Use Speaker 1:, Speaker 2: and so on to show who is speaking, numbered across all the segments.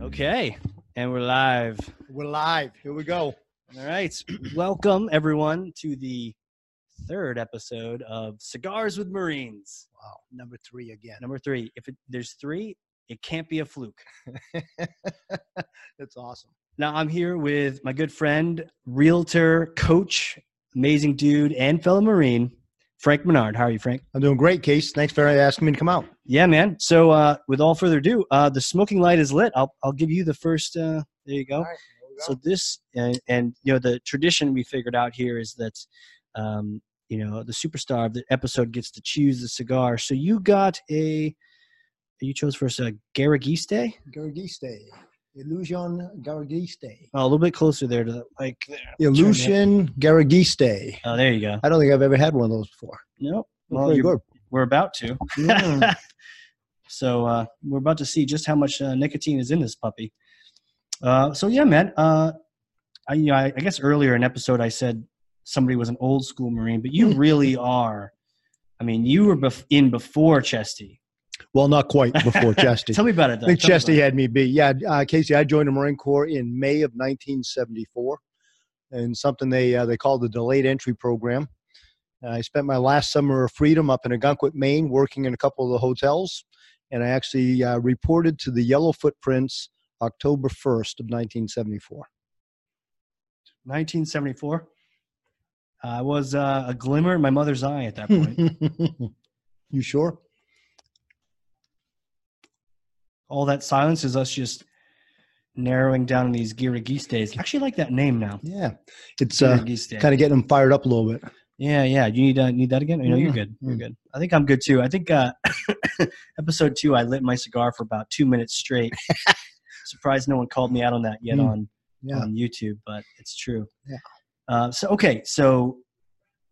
Speaker 1: Okay, and we're live.
Speaker 2: We're live. Here we go.
Speaker 1: All right, welcome everyone to the third episode of Cigars with Marines,
Speaker 2: Wow, number three again.
Speaker 1: number three. If it, there's three, it can't be a fluke.
Speaker 2: That's awesome.
Speaker 1: Now I'm here with my good friend, realtor, coach, amazing dude, and fellow Marine, Frank Menard. How are you, Frank?
Speaker 2: I'm doing great, Case. Thanks for asking me to come out.
Speaker 1: Yeah, man. So, uh, with all further ado, uh, the smoking light is lit. I'll I'll give you the first. Uh, there you go.
Speaker 2: All right, here we go.
Speaker 1: so this and, and you know the tradition we figured out here is that um, you know the superstar of the episode gets to choose the cigar so you got a you chose for us a garagiste
Speaker 2: Garagiste. Illusion Garagiste.
Speaker 1: oh, a little bit closer there to the, like there.
Speaker 2: Illusion Garagiste.
Speaker 1: oh there you go
Speaker 2: I don't think I've ever had one of those before.
Speaker 1: nope
Speaker 2: Look
Speaker 1: well,
Speaker 2: very
Speaker 1: you're,
Speaker 2: good.
Speaker 1: we're about to
Speaker 2: Mm.
Speaker 1: so uh, we're about to see just how much uh, nicotine is in this puppy uh, so yeah man uh, I, you know, I, I guess earlier in episode i said somebody was an old school marine but you really are i mean you were bef- in before chesty
Speaker 2: well, not quite before Chesty.
Speaker 1: Tell me about it.
Speaker 2: I
Speaker 1: Though.
Speaker 2: think
Speaker 1: Tell me about
Speaker 2: Chesty
Speaker 1: it.
Speaker 2: had me beat. Yeah, uh, Casey, I joined the Marine Corps in May of 1974, and something they uh, they called the delayed entry program. Uh, I spent my last summer of freedom up in Agunquit, Maine, working in a couple of the hotels, and I actually uh, reported to the Yellow Footprints October 1st of 1974.
Speaker 1: 1974. I was uh, a glimmer in my mother's eye at that point.
Speaker 2: you sure?
Speaker 1: All that silence is us just narrowing down on these Giragistes. I actually like that name now.
Speaker 2: Yeah, it's uh,
Speaker 1: Giragistes.
Speaker 2: kind of getting them fired up a little bit.
Speaker 1: yeah, yeah. You need uh, need that again? You know, you're
Speaker 2: Mm,
Speaker 1: good. You're
Speaker 2: mm.
Speaker 1: good. I think I'm good too. I think uh, episode two, I lit my cigar for about two minutes straight. Surprised no one called me out on that yet
Speaker 2: Mm.
Speaker 1: on
Speaker 2: Yeah,
Speaker 1: on YouTube, but it's true.
Speaker 2: Yeah.
Speaker 1: Uh, so okay, so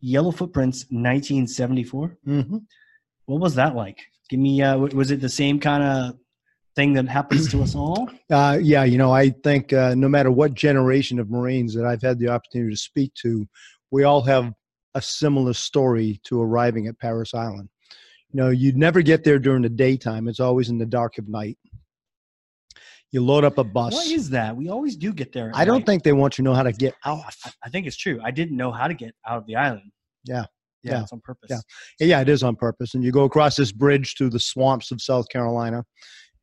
Speaker 1: Yellow Footprints, 1974.
Speaker 2: hmm
Speaker 1: What was that like? Give me. Uh, w- was it the same kind of thing that happens to us all?
Speaker 2: Uh, yeah, you know, I think uh, no matter what generation of Marines that I've had the opportunity to speak to, we all have a similar story to arriving at Paris Island. You know, you'd never get there during the daytime, it's always in the dark of night. You load up a bus.
Speaker 1: Why is that? We always do get there. at
Speaker 2: I don't
Speaker 1: night.
Speaker 2: think they want you to know how to get off.
Speaker 1: I think it's true. I didn't know how to get out of the island.
Speaker 2: Yeah.
Speaker 1: Yeah.
Speaker 2: Yeah.
Speaker 1: It's on purpose.
Speaker 2: Yeah. Yeah, it is on purpose. And you go across this bridge to the swamps of South Carolina.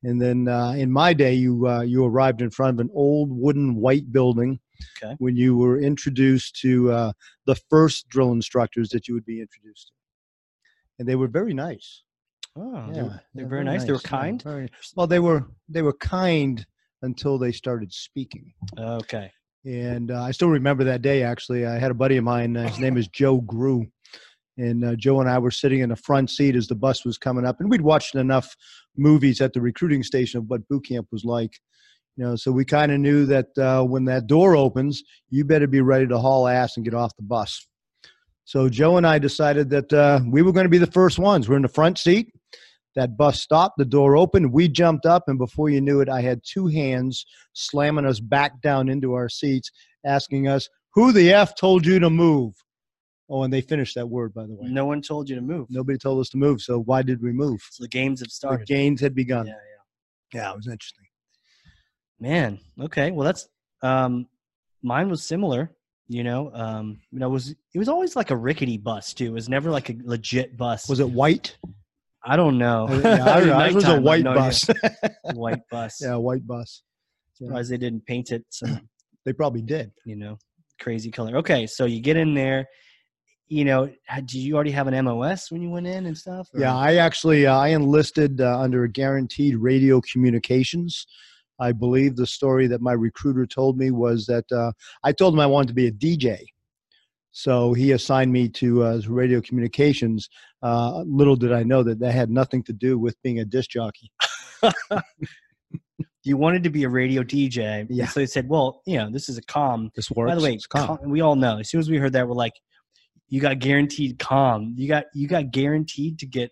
Speaker 2: And then uh, in my day, you uh, you arrived in front of an old wooden white building
Speaker 1: Okay.
Speaker 2: when you were introduced to uh, the first drill instructors that you would be introduced to. And they were very nice.
Speaker 1: Oh,
Speaker 2: Yeah,
Speaker 1: they were, they were very nice. They were
Speaker 2: yeah,
Speaker 1: kind.
Speaker 2: very- well, they were they were kind until they started speaking.
Speaker 1: Okay.
Speaker 2: And uh, I still remember that day, actually. I had a buddy of mine, uh, his name is Joe Grew. And uh, Joe and I were sitting in the front seat as the bus was coming up. And we'd watched enough movies at the recruiting station of what boot camp was like. You know, so we kind of knew that uh, when that door opens, you better be ready to haul ass and get off the bus. So Joe and I decided that uh, we were going to be the first ones. We're in the front seat. That bus stopped, the door opened, we jumped up, and before you knew it, I had two hands slamming us back down into our seats, asking us, Who the F told you to move? Oh, and they finished that word, by the way.
Speaker 1: No one told you to move.
Speaker 2: Nobody told us to move, so why did we move?
Speaker 1: So the games have
Speaker 2: The
Speaker 1: started.
Speaker 2: gains had
Speaker 1: yeah,
Speaker 2: begun.
Speaker 1: yeah.
Speaker 2: Yeah, it was interesting.
Speaker 1: Man. Okay. Well, that's um, mine was similar. You know, um, you know, it was it was always like a rickety bus too. It was never like a legit bus.
Speaker 2: Was it white?
Speaker 1: I don't know.
Speaker 2: I- Oh, yeah, I don't know. Ours was a
Speaker 1: Nighttime,
Speaker 2: white
Speaker 1: no idea.
Speaker 2: bus.
Speaker 1: White bus.
Speaker 2: yeah, a white bus.
Speaker 1: Surprised they didn't paint it some,
Speaker 2: They probably did.
Speaker 1: you know, crazy color. Okay, so you get in there. You know, had- did you already have an MOS when you went in and stuff? or-
Speaker 2: Yeah, I actually uh, I enlisted uh, under a guaranteed radio communications. I believe the story that my recruiter told me was that uh, I told him I wanted to be a DJ, so he assigned me to uh, his radio communications. Uh, little did I know that that had nothing to do with being a disc jockey.
Speaker 1: You wanted to be a radio DJ. and
Speaker 2: Yeah.
Speaker 1: So they said, well, you know, this is a com.
Speaker 2: This works.
Speaker 1: By the way,
Speaker 2: It's calm.
Speaker 1: com- we all know. As soon as we heard that, we're like, you got guaranteed com. You got you got guaranteed to get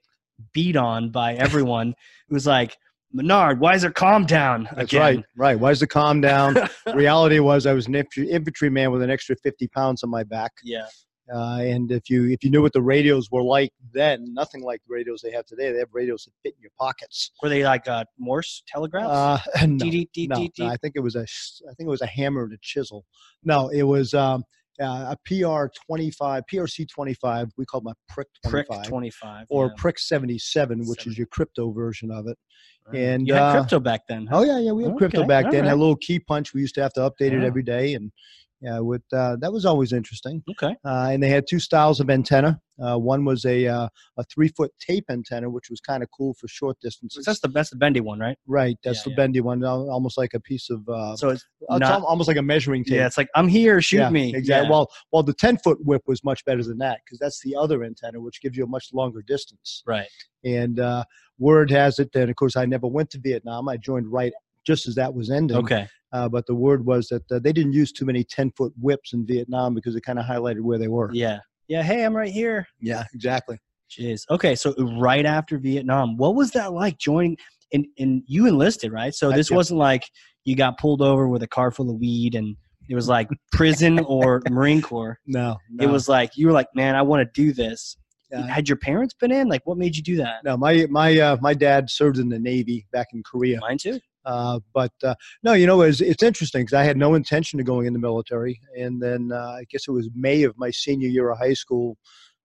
Speaker 1: beat on by everyone. it was like, Menard, why is there calm down
Speaker 2: That's
Speaker 1: again?
Speaker 2: right. Right. Why is the calm down? Reality was I was an infantry infantryman with an extra fifty pounds on my back.
Speaker 1: Yeah.
Speaker 2: Uh, and if you if you knew what the radios were like then, nothing like the radios they have today. They have radios that fit in your pockets.
Speaker 1: Were they like uh, Morse telegraphs?
Speaker 2: Uh, no,
Speaker 1: Dee, dee, dee,
Speaker 2: no,
Speaker 1: dee, dee.
Speaker 2: no, I think it was a s- I think it was a hammer and a chisel. No, it was um, uh, a PR twenty five PRC twenty five. We called my prick twenty
Speaker 1: Prick
Speaker 2: five.
Speaker 1: 25.
Speaker 2: Or
Speaker 1: yeah.
Speaker 2: Prick 77, which is your crypto version of it. and,
Speaker 1: you had
Speaker 2: uh,
Speaker 1: crypto back then. Huh?
Speaker 2: Oh yeah, yeah, we had crypto
Speaker 1: Okay,
Speaker 2: back
Speaker 1: all
Speaker 2: then. Had
Speaker 1: right.
Speaker 2: a little key punch. We used to have to update it
Speaker 1: Yeah.
Speaker 2: every day, and yeah, with uh, that was always interesting.
Speaker 1: Okay.
Speaker 2: Uh, and they had two styles of antenna. Uh, one was a uh, a three foot tape antenna, which was kind of cool for short distances.
Speaker 1: That's the that's the bendy one, right?
Speaker 2: right, that's
Speaker 1: yeah,
Speaker 2: the
Speaker 1: yeah.
Speaker 2: bendy one, al- almost like a piece of uh,
Speaker 1: So it's
Speaker 2: it's
Speaker 1: not-
Speaker 2: al- almost like a measuring tape.
Speaker 1: yeah, it's like I'm here, shoot
Speaker 2: Yeah,
Speaker 1: me.
Speaker 2: Exactly.
Speaker 1: Yeah.
Speaker 2: Well, well, the ten foot whip was much better than that because that's the other antenna, which gives you a much longer distance.
Speaker 1: right.
Speaker 2: And uh, word has it that, of course, I never went to Vietnam. I joined right just as that was ending.
Speaker 1: Okay.
Speaker 2: Uh, but the word was that uh, they didn't use too many 10 foot whips in Vietnam because it kind of highlighted where they were.
Speaker 1: Yeah. Yeah. Hey, I'm right here.
Speaker 2: Yeah, exactly.
Speaker 1: Jeez. Okay. So right after Vietnam, what was that like joining? And and you enlisted, right? So
Speaker 2: I
Speaker 1: this
Speaker 2: did.
Speaker 1: wasn't like you got pulled over with a car full of weed and it was like prison or Marine Corps.
Speaker 2: No,
Speaker 1: It was like you were like, man, I want to do this.
Speaker 2: Yeah.
Speaker 1: Had your parents been in? Like, what made you do that?
Speaker 2: no. My my uh, my dad served in the Navy back in Korea.
Speaker 1: Mine too.
Speaker 2: Uh, but uh, no, you know, it's, it's interesting because I had no intention of going in the military. And then uh, I guess it was May of my senior year of high school.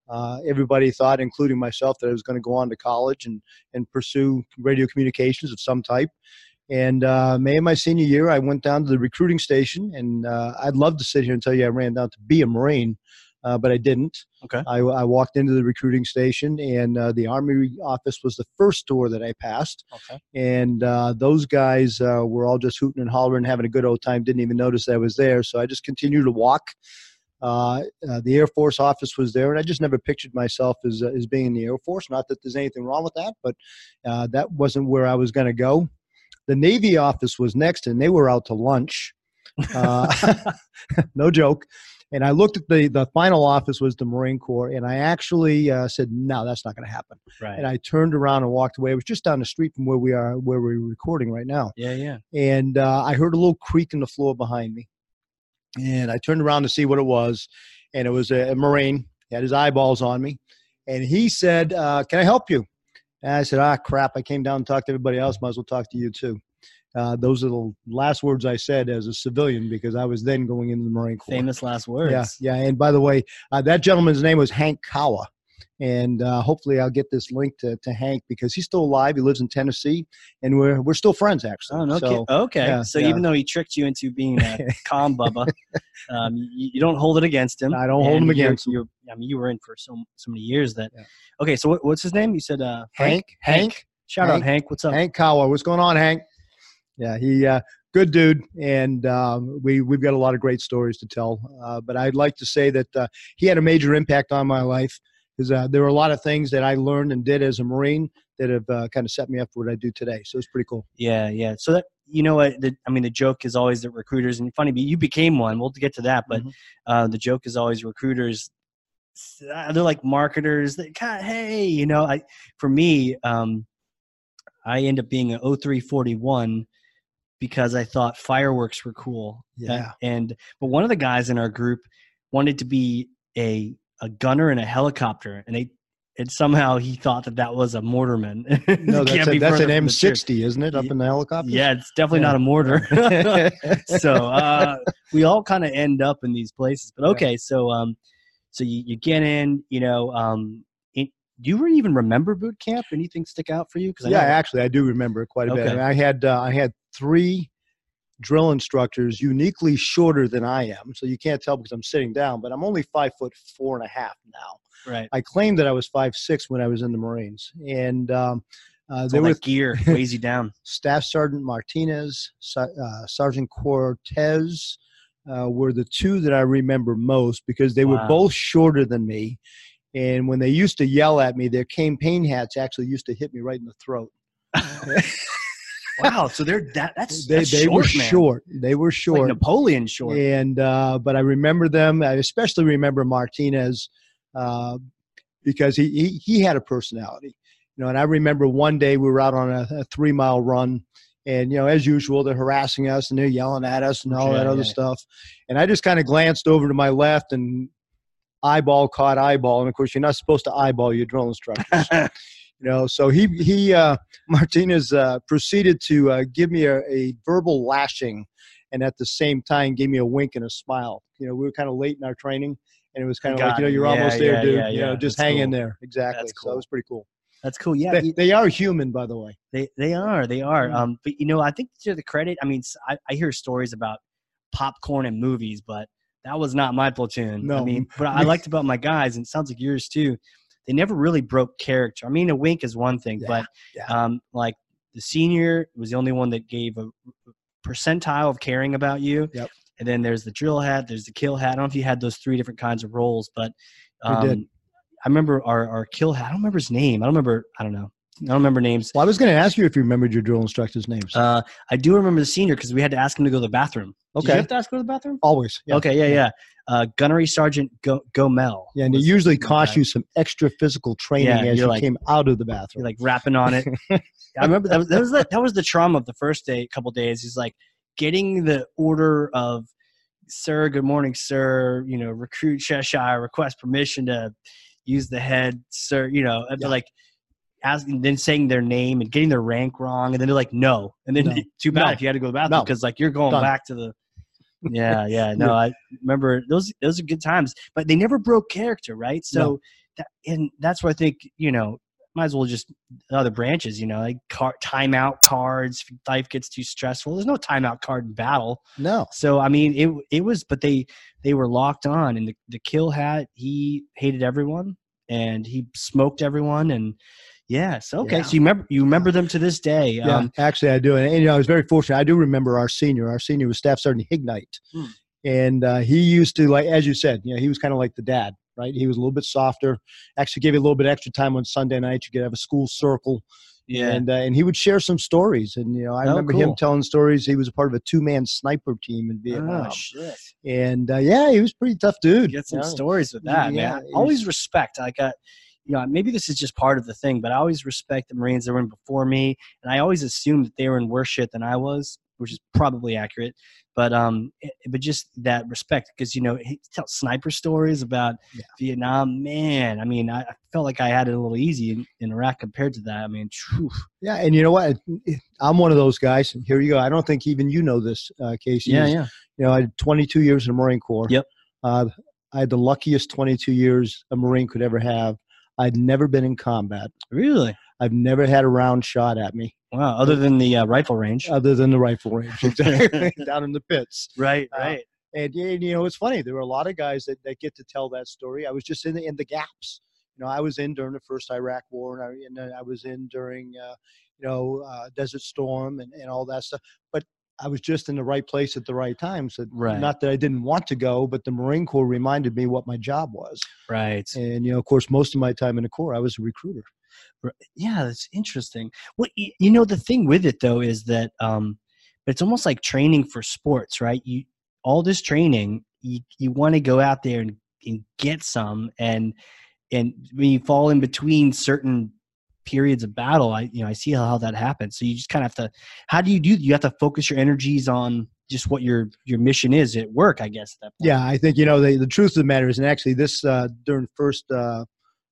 Speaker 2: Uh, everybody thought, including myself, that I was going to go on to college and, and pursue radio communications of some type. And uh, May of my senior year, I went down to the recruiting station, and uh, I'd love to sit here and tell you I ran down to be a Marine, uh, but I didn't.
Speaker 1: Okay.
Speaker 2: I, I walked into the recruiting station, and uh, the Army office was the first door that I passed
Speaker 1: Okay.
Speaker 2: and uh, those guys uh, were all just hooting and hollering, having a good old time. Didn't even notice I was there, so I just continued to walk. Uh, uh, the Air Force office was there, and I just never pictured myself as uh, as being in the Air Force. Not that there's anything wrong with that, but uh, that wasn't where I was going to go. The Navy office was next, and they were out to lunch. Uh, no joke. And I looked at the the final office was the Marine Corps, and I actually uh, said, "No, that's not going to happen."
Speaker 1: Right.
Speaker 2: and I turned around and walked away. It was just down the street from where we are, where we're recording right now.
Speaker 1: yeah. Yeah.
Speaker 2: And uh, I heard a little creak in the floor behind me, and I turned around to see what it was, and it was a, a Marine. He had his eyeballs on me, and he said, uh, "Can I help you?" And I said, "Ah, crap! I came down and talked to everybody else. Might as well talk to you too." Uh, those are the last words I said as a civilian because I was then going into the Marine Corps.
Speaker 1: Famous last words.
Speaker 2: Yeah, yeah. And by the way, uh, that gentleman's name was Hank Kawa. And uh, hopefully, I'll get this link to, to Hank because he's still alive. He lives in Tennessee, and we're we're still friends actually.
Speaker 1: Oh, no
Speaker 2: So,
Speaker 1: kid- okay.
Speaker 2: yeah,
Speaker 1: so
Speaker 2: yeah.
Speaker 1: even though he tricked you into being a calm Bubba, um, you, you don't hold it against him.
Speaker 2: I don't hold
Speaker 1: And
Speaker 2: him
Speaker 1: you're-
Speaker 2: against him.
Speaker 1: You're, I mean, you were in for so so many years that.
Speaker 2: Yeah.
Speaker 1: Okay, so what, what's his name? You said uh,
Speaker 2: Hank, Hank,
Speaker 1: Shout
Speaker 2: Hank.
Speaker 1: out Hank. What's up?
Speaker 2: Hank Kawa. What's going on, Hank? Yeah, he uh, good dude, and um, we we've got a lot of great stories to tell. Uh, but I'd like to say that uh, he had a major impact on my life because uh, there were a lot of things that I learned and did as a Marine that have uh, kind of set me up for what I do today. So it's pretty cool.
Speaker 1: Yeah, yeah. So that you know what? The, I mean, the joke is always that recruiters and funny, but you became one. We'll get to that, but
Speaker 2: Mhm.
Speaker 1: uh, the joke is always recruiters. s- uh, They're like marketers. That kind hey, you know, I for me, um, I end up being an 0341 because I thought fireworks were cool.
Speaker 2: Yeah.
Speaker 1: And, and but one of the guys in our group wanted to be a a gunner in a helicopter, and they. And somehow he thought that that was a mortarman.
Speaker 2: No,
Speaker 1: Can't
Speaker 2: that's,
Speaker 1: be
Speaker 2: a, that's
Speaker 1: further
Speaker 2: an
Speaker 1: from the truth.
Speaker 2: M60, isn't it? Up in the helicopter.
Speaker 1: Yeah, it's definitely not a mortar. so uh, we all kind of end up in these places. But
Speaker 2: Yeah.
Speaker 1: okay, so um, so you, you get in, you know, um, it, do you re- even remember boot camp? Anything stick out for you? Because
Speaker 2: yeah, actually, I do remember it quite a bit.
Speaker 1: Okay.
Speaker 2: I, mean, I had uh, I had three drill instructors, uniquely shorter than I am. So you can't tell because I'm sitting down, but I'm only five foot four and a half now.
Speaker 1: right.
Speaker 2: I claimed that I was five six when I was in the Marines, and um,
Speaker 1: So
Speaker 2: uh, there were
Speaker 1: that gear weighs you down.
Speaker 2: Staff Sergeant Martinez, Sa- uh, Sergeant Cortez uh, were the two that I remember most because they were
Speaker 1: Wow.
Speaker 2: both shorter than me. And when they used to yell at me, their campaign hats actually used to hit me right in the throat.
Speaker 1: wow, so they're that that's
Speaker 2: They,
Speaker 1: that's
Speaker 2: they
Speaker 1: short,
Speaker 2: were
Speaker 1: man.
Speaker 2: short. They were
Speaker 1: It's like
Speaker 2: short.
Speaker 1: Napoleon short.
Speaker 2: And uh, but I remember them. I especially remember Martinez uh, because he, he he had a personality, you know. And I remember one day we were out on a, a three mile run, and you know, as usual, they're harassing us and they're yelling at us and all
Speaker 1: Yeah,
Speaker 2: that other
Speaker 1: yeah.
Speaker 2: stuff. And I just kind of glanced over to my left and eyeball caught eyeball, and of course you're not supposed to eyeball your drill instructors. you know, so he he uh, Martinez uh, proceeded to uh, give me a, a verbal lashing, and at the same time gave me a wink and a smile. You know, we were kind of late in our training, and it was kind of
Speaker 1: Got
Speaker 2: like you know
Speaker 1: it.
Speaker 2: you're
Speaker 1: Yeah,
Speaker 2: almost there,
Speaker 1: yeah,
Speaker 2: dude.
Speaker 1: yeah,
Speaker 2: you
Speaker 1: yeah.
Speaker 2: know, just
Speaker 1: That's
Speaker 2: hang in
Speaker 1: cool.
Speaker 2: there. Exactly.
Speaker 1: That's
Speaker 2: So
Speaker 1: cool.
Speaker 2: it was pretty cool.
Speaker 1: That's cool. Yeah,
Speaker 2: They,
Speaker 1: you-
Speaker 2: they are human, by the way.
Speaker 1: They they are. They are.
Speaker 2: Mm.
Speaker 1: Um, but you know, I think to the credit, I mean, s- I, I hear stories about popcorn and movies, but that was not my platoon. I
Speaker 2: No.
Speaker 1: mean, what I liked about my guys, and it sounds like yours too, they never really broke character. I mean, a wink is one thing,
Speaker 2: Yeah,
Speaker 1: but
Speaker 2: yeah.
Speaker 1: um, like the senior was the only one that gave a percentile of caring about you.
Speaker 2: Yep.
Speaker 1: And then there's the drill hat, there's the kill hat. I don't know if you had those three different kinds of roles, but
Speaker 2: We
Speaker 1: um,
Speaker 2: did.
Speaker 1: I remember our, our kill hat. I don't remember his name. I don't remember. I don't know. I don't remember names.
Speaker 2: Well, I was going to ask you if you remembered your drill instructors' names.
Speaker 1: Uh, I do remember the senior because we had to ask him to go to the bathroom. Did you
Speaker 2: Uh, Okay.
Speaker 1: have to ask go to the bathroom?
Speaker 2: Always. Yeah.
Speaker 1: Okay, yeah, yeah. Uh, Gunnery Sergeant go- Gomel.
Speaker 2: Yeah, and it
Speaker 1: was-
Speaker 2: usually
Speaker 1: my
Speaker 2: cost
Speaker 1: guy.
Speaker 2: you some extra physical training
Speaker 1: Yeah,
Speaker 2: as
Speaker 1: you're
Speaker 2: you
Speaker 1: like-
Speaker 2: came out of the
Speaker 1: you're
Speaker 2: bathroom.
Speaker 1: like rapping on it. I remember that was that was the, that was the trauma of the first day, couple days. He's like getting the order of sir, good morning, sir. You know, recruit Cheshire, request permission to use the head, sir. You know, and they're
Speaker 2: Yeah.
Speaker 1: like asking, then saying their name and getting their rank wrong, and then they're like, no, and then
Speaker 2: No.
Speaker 1: too bad
Speaker 2: No.
Speaker 1: if you had to go to the bathroom
Speaker 2: No.
Speaker 1: because like you're going
Speaker 2: Done.
Speaker 1: back to the. Yeah, yeah, no, I remember those. Those are good times, but they never broke character, right? So,
Speaker 2: No.
Speaker 1: that, and that's where I think you know might as well just the other branches, you know, like car, timeout cards. If life gets too stressful, there's no timeout card in battle.
Speaker 2: no.
Speaker 1: So I mean, it it was, but they they were locked on, and the the kill hat he hated everyone, and he smoked everyone, and yeah. So okay,
Speaker 2: Yeah.
Speaker 1: so you remember you remember them to this day.
Speaker 2: Yeah,
Speaker 1: Um,
Speaker 2: actually, I do, and, and, you know, I was very fortunate. I do remember our senior. Our senior was Staff Sergeant Hignite,
Speaker 1: Hmm.
Speaker 2: and uh, he used to like, as you said, you know, he was kind of like the dad, right? He was a little bit softer. Actually, gave you a little bit extra time on Sunday night. You could have a school circle,
Speaker 1: yeah.
Speaker 2: and uh, and he would share some stories. And you know, I
Speaker 1: Oh,
Speaker 2: remember him
Speaker 1: cool.
Speaker 2: telling stories. He was a part of a two man sniper team in Vietnam,
Speaker 1: Oh, shit.
Speaker 2: and uh, yeah, he was a pretty tough dude.
Speaker 1: get some
Speaker 2: Yeah.
Speaker 1: stories with
Speaker 2: Yeah,
Speaker 1: that, man.
Speaker 2: it
Speaker 1: I always respect. Like, I, you know, maybe this is just part of the thing, but I always respect the Marines that were in before me, and I always assumed that they were in worse shit than I was, which is probably accurate. But um, it- but just that respect because you know he tells sniper stories about
Speaker 2: Yeah.
Speaker 1: Vietnam. Man, I mean, I, I felt like I had it a little easy in, in Iraq compared to that. I mean, phew.
Speaker 2: Yeah, and you know what? I'm one of those guys. and Here you go. I don't think even you know this, uh, Casey.
Speaker 1: yeah,
Speaker 2: is-
Speaker 1: yeah,
Speaker 2: You know, I had 22 years in the Marine Corps.
Speaker 1: Yep.
Speaker 2: Uh, I had the luckiest 22 years a Marine could ever have. I'd never been in combat.
Speaker 1: really.
Speaker 2: I've never had a round shot at me,
Speaker 1: Wow. Other than the uh, rifle range,
Speaker 2: other than the rifle range, exactly, down in the pits.
Speaker 1: right,
Speaker 2: uh, And, and, you know, it's funny. There were a lot of guys that, that get to tell that story. I was just in the, in the gaps. You know, I was in during the first Iraq War, and I, and then I was in during, uh, you know, uh, Desert Storm and, and all that stuff. But I was just in the right place at the right time. So
Speaker 1: Right.
Speaker 2: not that I didn't want to go, but the Marine Corps reminded me what my job was.
Speaker 1: right.
Speaker 2: And you know, of course, most of my time in the Corps, I was a recruiter.
Speaker 1: Right. yeah that's interesting what y- you know the thing with it though is that um but it's almost like training for sports right you all this training you, you want to go out there and, and get some and and when you fall in between certain periods of battle i you know i see how, how that happens so you just kind of have to how do you do you have to focus your energies on just what your your mission is at work i guess at that point.
Speaker 2: Yeah, I think you know the, the truth of the matter is, and actually, this uh, during first uh,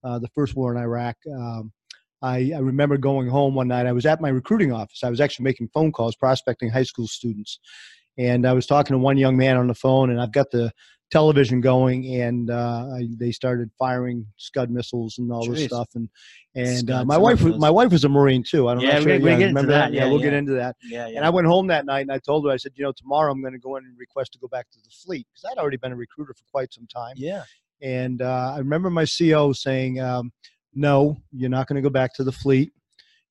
Speaker 2: uh, the first war in Iraq, um, I, I remember going home one night. I was at my recruiting office. I was actually making phone calls, prospecting high school students, and I was talking to one young man on the phone, and I've got the television going, and uh, I, they started firing Scud missiles and all this
Speaker 1: Jeez.
Speaker 2: stuff, and and uh,
Speaker 1: Scuds,
Speaker 2: my
Speaker 1: I
Speaker 2: wife
Speaker 1: like
Speaker 2: was,
Speaker 1: those.
Speaker 2: my wife was a Marine too. I don't
Speaker 1: Yeah,
Speaker 2: know.
Speaker 1: we're gonna-
Speaker 2: if you-
Speaker 1: we're gonna get into
Speaker 2: remember
Speaker 1: that. Yeah,
Speaker 2: we'll get
Speaker 1: yeah.
Speaker 2: into that.
Speaker 1: yeah, yeah.
Speaker 2: And I went home that night and I told her, I said, you know, tomorrow I'm going to go in and request to go back to the fleet because I'd already been a recruiter for quite some time.
Speaker 1: yeah
Speaker 2: And uh, I remember my CO saying, um, no, you're not going to go back to the fleet.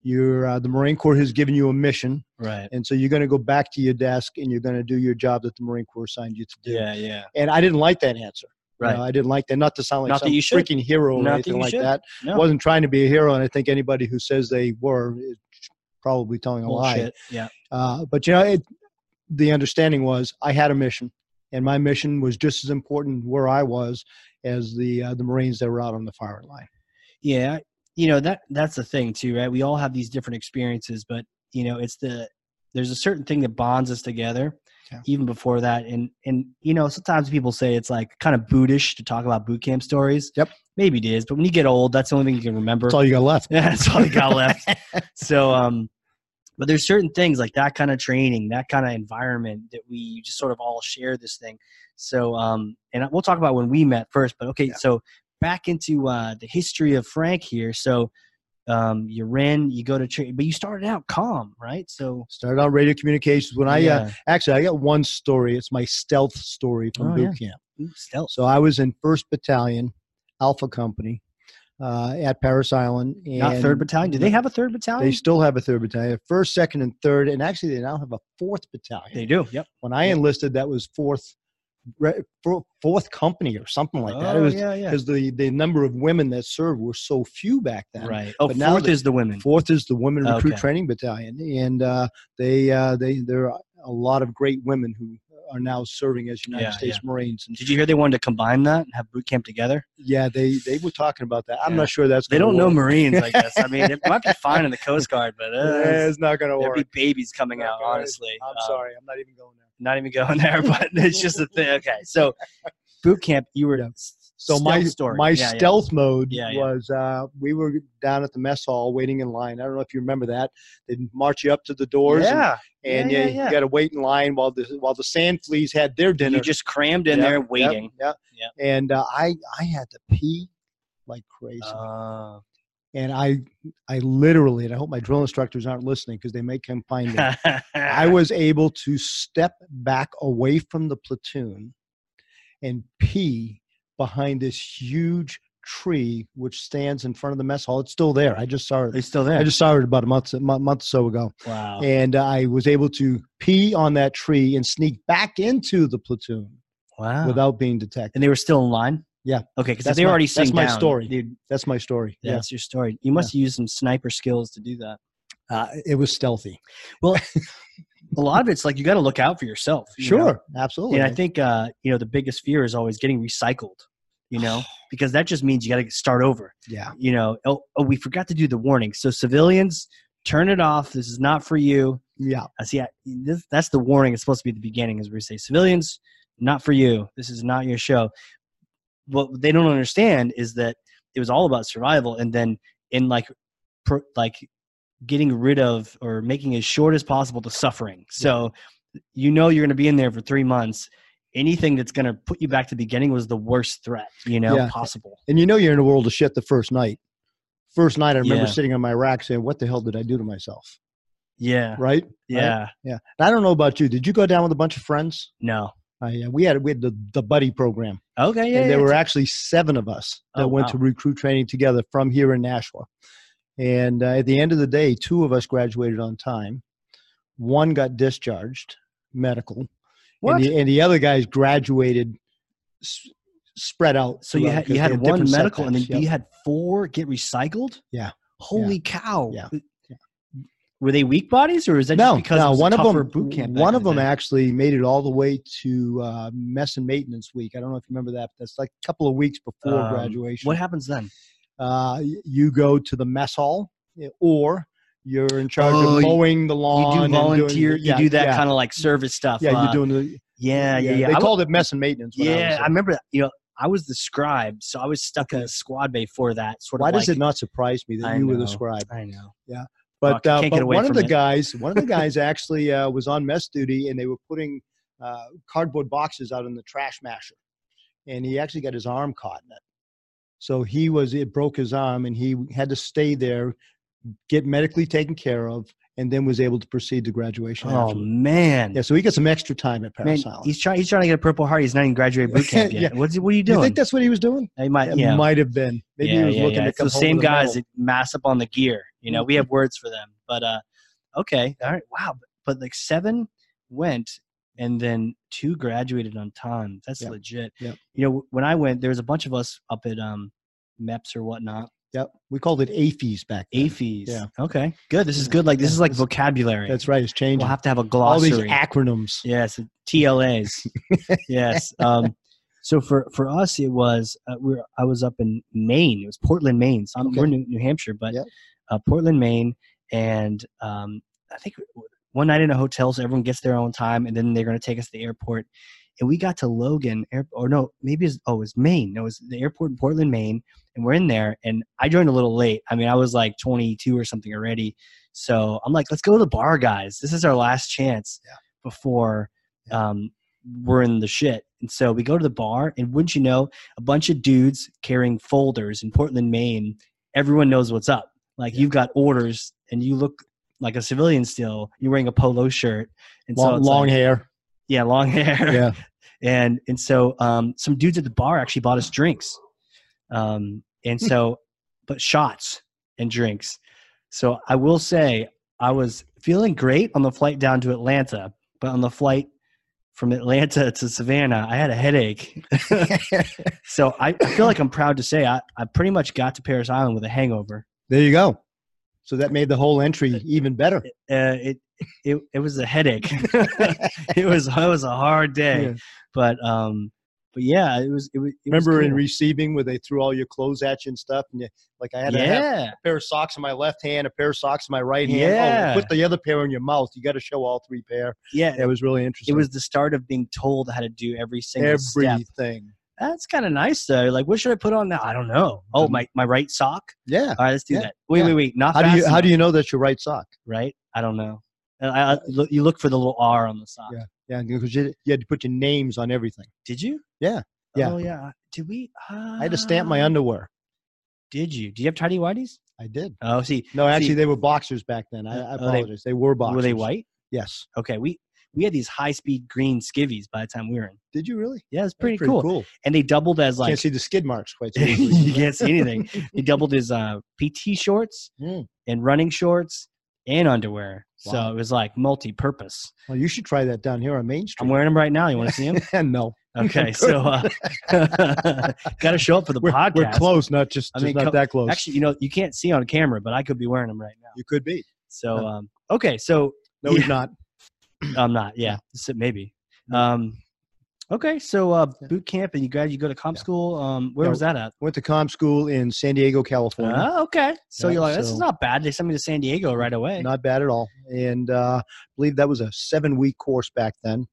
Speaker 2: You're, uh, the Marine Corps has given you a mission.
Speaker 1: right
Speaker 2: And so you're going to go back to your desk and you're going to do your job that the Marine Corps assigned you to do.
Speaker 1: yeah yeah
Speaker 2: And I didn't like that answer. You know,
Speaker 1: right
Speaker 2: I didn't like that. Not to sound like
Speaker 1: Not that
Speaker 2: some
Speaker 1: you should.
Speaker 2: freaking hero or
Speaker 1: Not that
Speaker 2: anything
Speaker 1: you
Speaker 2: like
Speaker 1: should.
Speaker 2: that.
Speaker 1: No.
Speaker 2: wasn't trying to be a hero. And I think anybody who says they were is probably telling a lie.
Speaker 1: Bullshit. yeah
Speaker 2: Uh, but you know, it, the understanding was I had a mission, and my mission was just as important where I was as the uh, the Marines that were out on the firing line.
Speaker 1: Yeah, you know that that's the thing too, right? We all have these different experiences, but you know, it's the there's a certain thing that bonds us together,
Speaker 2: Yeah.
Speaker 1: even before that. And and you know, sometimes people say it's like kind of bootish to talk about boot camp stories.
Speaker 2: Yep.
Speaker 1: Maybe it is, but when you get old, that's the only thing you can remember.
Speaker 2: That's all you got left.
Speaker 1: Yeah, that's all you got left. So, um, but there's certain things like that kind of training, that kind of environment that we just sort of all share this thing. So, um, and we'll talk about when we met first, but okay,
Speaker 2: Yeah.
Speaker 1: so back into uh, the history of Frank here. So, um, you're in, you go to trade, but you started out calm, right? So,
Speaker 2: Started out radio communications when I uh,
Speaker 1: yeah.
Speaker 2: actually I got one story. It's my stealth story from
Speaker 1: Oh,
Speaker 2: boot camp.
Speaker 1: Ooh, stealth.
Speaker 2: So I was in First Battalion, Alpha Company, uh, at Paris Island. And
Speaker 1: Not third battalion. Do they have a third battalion?
Speaker 2: They still have a third battalion, first, second, and third, and actually they now have a fourth battalion.
Speaker 1: They do. Yep.
Speaker 2: when I enlisted, that was fourth, re- four- fourth company or something like that. It was
Speaker 1: Oh, yeah, yeah.
Speaker 2: because the the number of women that served were so few back then.
Speaker 1: Right. Oh,
Speaker 2: But now
Speaker 1: fourth
Speaker 2: they-
Speaker 1: is the women.
Speaker 2: Fourth is the Women Recruit
Speaker 1: Okay.
Speaker 2: Training Battalion, and uh, they uh, they there are a lot of great women who are now serving as United
Speaker 1: Yeah,
Speaker 2: States Marines. And
Speaker 1: Did you hear they wanted to combine that and have boot camp together?
Speaker 2: yeah, they they were talking about that. I'm
Speaker 1: Yeah.
Speaker 2: not sure that's
Speaker 1: They
Speaker 2: gonna
Speaker 1: don't know
Speaker 2: work.
Speaker 1: Marines, I guess. I mean, it might be fine in the Coast Guard, but uh,
Speaker 2: Yeah, it's not going to
Speaker 1: there'd
Speaker 2: work.
Speaker 1: be babies coming
Speaker 2: Yeah,
Speaker 1: out.
Speaker 2: all right.
Speaker 1: Honestly,
Speaker 2: I'm
Speaker 1: Um,
Speaker 2: sorry, I'm not even going there.
Speaker 1: Not even going there, but it's just a thing. Okay, so boot camp, you were
Speaker 2: Yeah.
Speaker 1: s-
Speaker 2: So
Speaker 1: stealth
Speaker 2: my
Speaker 1: story.
Speaker 2: my
Speaker 1: Yeah, yeah.
Speaker 2: stealth mode
Speaker 1: Yeah, yeah.
Speaker 2: was uh, we were down at the mess hall waiting in line. I don't know if you remember that. They march you up to the doors and-
Speaker 1: Yeah,
Speaker 2: and,
Speaker 1: Yeah,
Speaker 2: yeah,
Speaker 1: yeah,
Speaker 2: you
Speaker 1: yeah.
Speaker 2: got to wait in line while the while the sand fleas had their dinner.
Speaker 1: you just crammed in
Speaker 2: Yep,
Speaker 1: there
Speaker 2: yep,
Speaker 1: waiting.
Speaker 2: Yeah.
Speaker 1: Yep.
Speaker 2: And uh, I I had to pee like crazy,
Speaker 1: Uh,
Speaker 2: and I I literally and I hope my drill instructors aren't listening because they may come find me. I
Speaker 1: I
Speaker 2: was able to step back away from the platoon and pee behind this huge tree which stands in front of the mess hall. It's still there. I just saw
Speaker 1: They
Speaker 2: it.
Speaker 1: still there.
Speaker 2: I just saw it about a month a month month or so ago,
Speaker 1: wow.
Speaker 2: and I was able to pee on that tree and sneak back into the platoon
Speaker 1: Wow.
Speaker 2: without being detected.
Speaker 1: and they were still in line.
Speaker 2: Yeah.
Speaker 1: Okay, because
Speaker 2: That's
Speaker 1: they were
Speaker 2: my-
Speaker 1: already
Speaker 2: that's
Speaker 1: sitting
Speaker 2: my
Speaker 1: down,
Speaker 2: story.
Speaker 1: Dude,
Speaker 2: That's my story. Yeah,
Speaker 1: that's your story. You must use some sniper skills to do that.
Speaker 2: Uh, it was stealthy.
Speaker 1: A lot of it's like you got to look out for yourself. you know?
Speaker 2: Sure, absolutely.
Speaker 1: And I think uh, you know the biggest fear is always getting recycled, you know, because that just means you got to start over.
Speaker 2: yeah,
Speaker 1: You know, oh, oh, we forgot to do the warning. So civilians, turn it off. This is not for you.
Speaker 2: yeah.
Speaker 1: I see. I, this, that's the warning. It's supposed to be at the beginning, as we say, civilians, not for you. This is not your show. What they don't understand is that it was all about survival, and then in like, pro, like getting rid of or making as short as possible the suffering. So you know you're going to be in there for three months. Anything that's going to put you back to the beginning was the worst threat, you know,
Speaker 2: Yeah.
Speaker 1: possible.
Speaker 2: And you know you're in a world of shit the first night. First night, I remember
Speaker 1: Yeah.
Speaker 2: sitting on my rack saying, "What the hell did I do to myself?"
Speaker 1: Yeah,
Speaker 2: Right?
Speaker 1: yeah.
Speaker 2: Yeah. And I don't know about you. Did you go down with a bunch of friends?
Speaker 1: No.
Speaker 2: Uh, yeah, we had we had the, the buddy program,
Speaker 1: Okay. Yeah.
Speaker 2: and
Speaker 1: yeah.
Speaker 2: there were actually seven of us that
Speaker 1: Oh,
Speaker 2: went
Speaker 1: wow.
Speaker 2: to recruit training together from here in Nashua. And uh, at the end of the day, two of us graduated on time. One got discharged, medical,
Speaker 1: What?
Speaker 2: and the and the other guys graduated, s- spread out.
Speaker 1: So you
Speaker 2: throughout
Speaker 1: had
Speaker 2: 'cause
Speaker 1: you
Speaker 2: they
Speaker 1: had one
Speaker 2: different
Speaker 1: medical, and then
Speaker 2: setbacks. Yep.
Speaker 1: you had four get recycled.
Speaker 2: Yeah.
Speaker 1: Holy cow.
Speaker 2: Yeah.
Speaker 1: Were they weak bodies, or is that just because it was a
Speaker 2: one of
Speaker 1: tougher
Speaker 2: them,
Speaker 1: boot camp? back
Speaker 2: one
Speaker 1: in
Speaker 2: of
Speaker 1: the
Speaker 2: them
Speaker 1: day?
Speaker 2: actually made it all the way to uh, mess and maintenance week. I don't know if you remember that, but that's like a couple of weeks before
Speaker 1: Um,
Speaker 2: graduation.
Speaker 1: What happens then?
Speaker 2: uh, y- you go to the mess hall, eh, or you're in charge
Speaker 1: Oh,
Speaker 2: of
Speaker 1: you-
Speaker 2: mowing the lawn.
Speaker 1: you do
Speaker 2: and doing-
Speaker 1: volunteer.
Speaker 2: yeah,
Speaker 1: you do that
Speaker 2: yeah,
Speaker 1: kind of like service stuff.
Speaker 2: Yeah,
Speaker 1: uh,
Speaker 2: you're doing the.
Speaker 1: Yeah, yeah, yeah.
Speaker 2: They
Speaker 1: I, wa-
Speaker 2: called it mess and maintenance. When I was
Speaker 1: yeah,
Speaker 2: there.
Speaker 1: I remember. That. You know, I was the scribe, so I was stuck in a squad bay for that. Sort
Speaker 2: Why
Speaker 1: of.
Speaker 2: does
Speaker 1: like-
Speaker 2: it not surprise me that
Speaker 1: I
Speaker 2: you were
Speaker 1: know.
Speaker 2: the scribe?
Speaker 1: I know.
Speaker 2: But,
Speaker 1: Fuck, I
Speaker 2: uh,
Speaker 1: can't get
Speaker 2: but
Speaker 1: away
Speaker 2: one of
Speaker 1: from
Speaker 2: the
Speaker 1: it.
Speaker 2: guys, one of the guys actually uh, was on mess duty, and they were putting uh, cardboard boxes out in the trash masher, and he actually got his arm caught in it. So he was it broke his arm, and he had to stay there, get medically taken care of, and then was able to proceed to graduation.
Speaker 1: Oh
Speaker 2: afterward.
Speaker 1: man.
Speaker 2: yeah. So he got some extra time at
Speaker 1: Man,
Speaker 2: Paris Island.
Speaker 1: he's trying. He's trying to get a Purple Heart. He's not even graduated boot camp yet.
Speaker 2: Yeah.
Speaker 1: What's he- what are you
Speaker 2: Do
Speaker 1: doing?
Speaker 2: you think that's what he was doing?
Speaker 1: He might,
Speaker 2: It
Speaker 1: yeah.
Speaker 2: might have been. Maybe he was looking to
Speaker 1: It's
Speaker 2: come
Speaker 1: the
Speaker 2: home
Speaker 1: same
Speaker 2: with a
Speaker 1: guys
Speaker 2: medal.
Speaker 1: that mass up on the gear. You know, we have words for them. But uh, okay, all right, wow. But, but like seven went, and then two graduated on time. That's
Speaker 2: Yep.
Speaker 1: legit.
Speaker 2: Yep.
Speaker 1: You know, when I went, there was a bunch of us up at um, MEPS or whatnot.
Speaker 2: Yep. We called it AFES back then.
Speaker 1: AFEs.
Speaker 2: Yeah.
Speaker 1: Okay. Good. This is good. Like this is like
Speaker 2: That's-
Speaker 1: vocabulary.
Speaker 2: That's right. It's changing.
Speaker 1: We'll have to have a
Speaker 2: All these
Speaker 1: glossary.
Speaker 2: acronyms.
Speaker 1: Yes, TLAs. yes. Um, so for for us, it was uh, we are I was up in Maine. It was Portland, Maine. So I'm,
Speaker 2: Okay.
Speaker 1: uh, we're New, New Hampshire, but
Speaker 2: Yeah.
Speaker 1: uh, Portland, Maine, and um, I think one night in a hotel so everyone gets their own time and then they're going to take us to the airport and we got to logan Air- or no maybe it's oh it's maine no it's the airport in portland maine and we're in there and i joined a little late i mean i was like 22 or something already so i'm like let's go to the bar guys this is our last chance
Speaker 2: Yeah.
Speaker 1: before um, we're in the shit and so we go to the bar and wouldn't you know a bunch of dudes carrying folders in portland maine everyone knows what's up like you've got orders and you look like a civilian still. You're wearing a polo shirt and so
Speaker 2: long,
Speaker 1: it's
Speaker 2: long
Speaker 1: like-
Speaker 2: hair.
Speaker 1: yeah, long hair.
Speaker 2: Yeah.
Speaker 1: and and so um, some dudes at the bar actually bought us drinks, um, and
Speaker 2: Hmm.
Speaker 1: so but shots and drinks. So I will say I was feeling great on the flight down to Atlanta, but on the flight from Atlanta to Savannah, I had a headache. so I, I feel like I'm proud to say I, I pretty much got to Paris Island with a hangover.
Speaker 2: There you go. So that made the whole entry even better.
Speaker 1: uh, it it it was a headache. it was it was a hard day,
Speaker 2: Yeah.
Speaker 1: but um, but yeah, it was it was. It was
Speaker 2: Remember in
Speaker 1: cool.
Speaker 2: receiving where they threw all your clothes at you and stuff, and you, like I had to have
Speaker 1: yeah,
Speaker 2: a pair of socks in my left hand, a pair of socks in my right hand.
Speaker 1: Yeah.
Speaker 2: Oh, put the other pair in your mouth. You got to show all three pair.
Speaker 1: yeah.
Speaker 2: That was really
Speaker 1: It
Speaker 2: interesting.
Speaker 1: was the start of being told how to do every single step.
Speaker 2: everything.
Speaker 1: That's kind of nice though. Like, what should I put on now? I don't know. Oh, my my right sock.
Speaker 2: Yeah.
Speaker 1: All right, let's do
Speaker 2: Um, Yeah,
Speaker 1: that. Wait,
Speaker 2: yeah.
Speaker 1: wait, wait. Not
Speaker 2: How
Speaker 1: fast
Speaker 2: do you how
Speaker 1: enough,
Speaker 2: do you know that's your right sock?
Speaker 1: right? I don't know. And I, I, look- you look for the little R on the sock.
Speaker 2: Yeah, because you, you had to put your names on everything.
Speaker 1: Did you?
Speaker 2: Yeah, yeah.
Speaker 1: Oh yeah. Did we? Uh,
Speaker 2: I had to stamp my underwear.
Speaker 1: Did you? Do you have tidy whities?
Speaker 2: I did.
Speaker 1: Oh, see,
Speaker 2: No, actually,
Speaker 1: See-
Speaker 2: they were boxers back then. I, I
Speaker 1: Oh, they-
Speaker 2: apologize. They, were boxers.
Speaker 1: were they white?
Speaker 2: Yes.
Speaker 1: okay, we we had these high speed green skivvies by the time we were in.
Speaker 2: Did you really?
Speaker 1: Yeah, it's
Speaker 2: That's
Speaker 1: pretty, cool. And they doubled as like
Speaker 2: Can't see the skid marks quite so
Speaker 1: you
Speaker 2: easily.
Speaker 1: can't see anything. They doubled as uh, PT shorts
Speaker 2: Hmm.
Speaker 1: and running shorts and underwear. So
Speaker 2: Wow.
Speaker 1: it was like multi purpose.
Speaker 2: Well, you should try that down here on Main Street.
Speaker 1: I'm wearing them right now. You want to see them?
Speaker 2: no,
Speaker 1: Okay, so uh, got to show up for the
Speaker 2: we're,
Speaker 1: podcast.
Speaker 2: we're close, not just,
Speaker 1: I
Speaker 2: just
Speaker 1: mean,
Speaker 2: not
Speaker 1: co-
Speaker 2: that close.
Speaker 1: Actually, you know, you can't see on camera, but I could be wearing them right now.
Speaker 2: you could be.
Speaker 1: So
Speaker 2: Yeah.
Speaker 1: um, okay, so
Speaker 2: No,
Speaker 1: Yeah.
Speaker 2: he's not.
Speaker 1: I'm not. Yeah, So maybe. Um, okay, so uh,
Speaker 2: Yeah.
Speaker 1: boot camp, and you grad, you go to comp
Speaker 2: Yeah.
Speaker 1: school. Um, where
Speaker 2: Yeah,
Speaker 1: was that at?
Speaker 2: Went to comm school in San Diego, California.
Speaker 1: Ah, okay, so
Speaker 2: Yeah,
Speaker 1: you're like, this is
Speaker 2: so-
Speaker 1: not bad. They sent me to San Diego right away.
Speaker 2: Not bad at all. And uh, I believe that was a seven week course back then.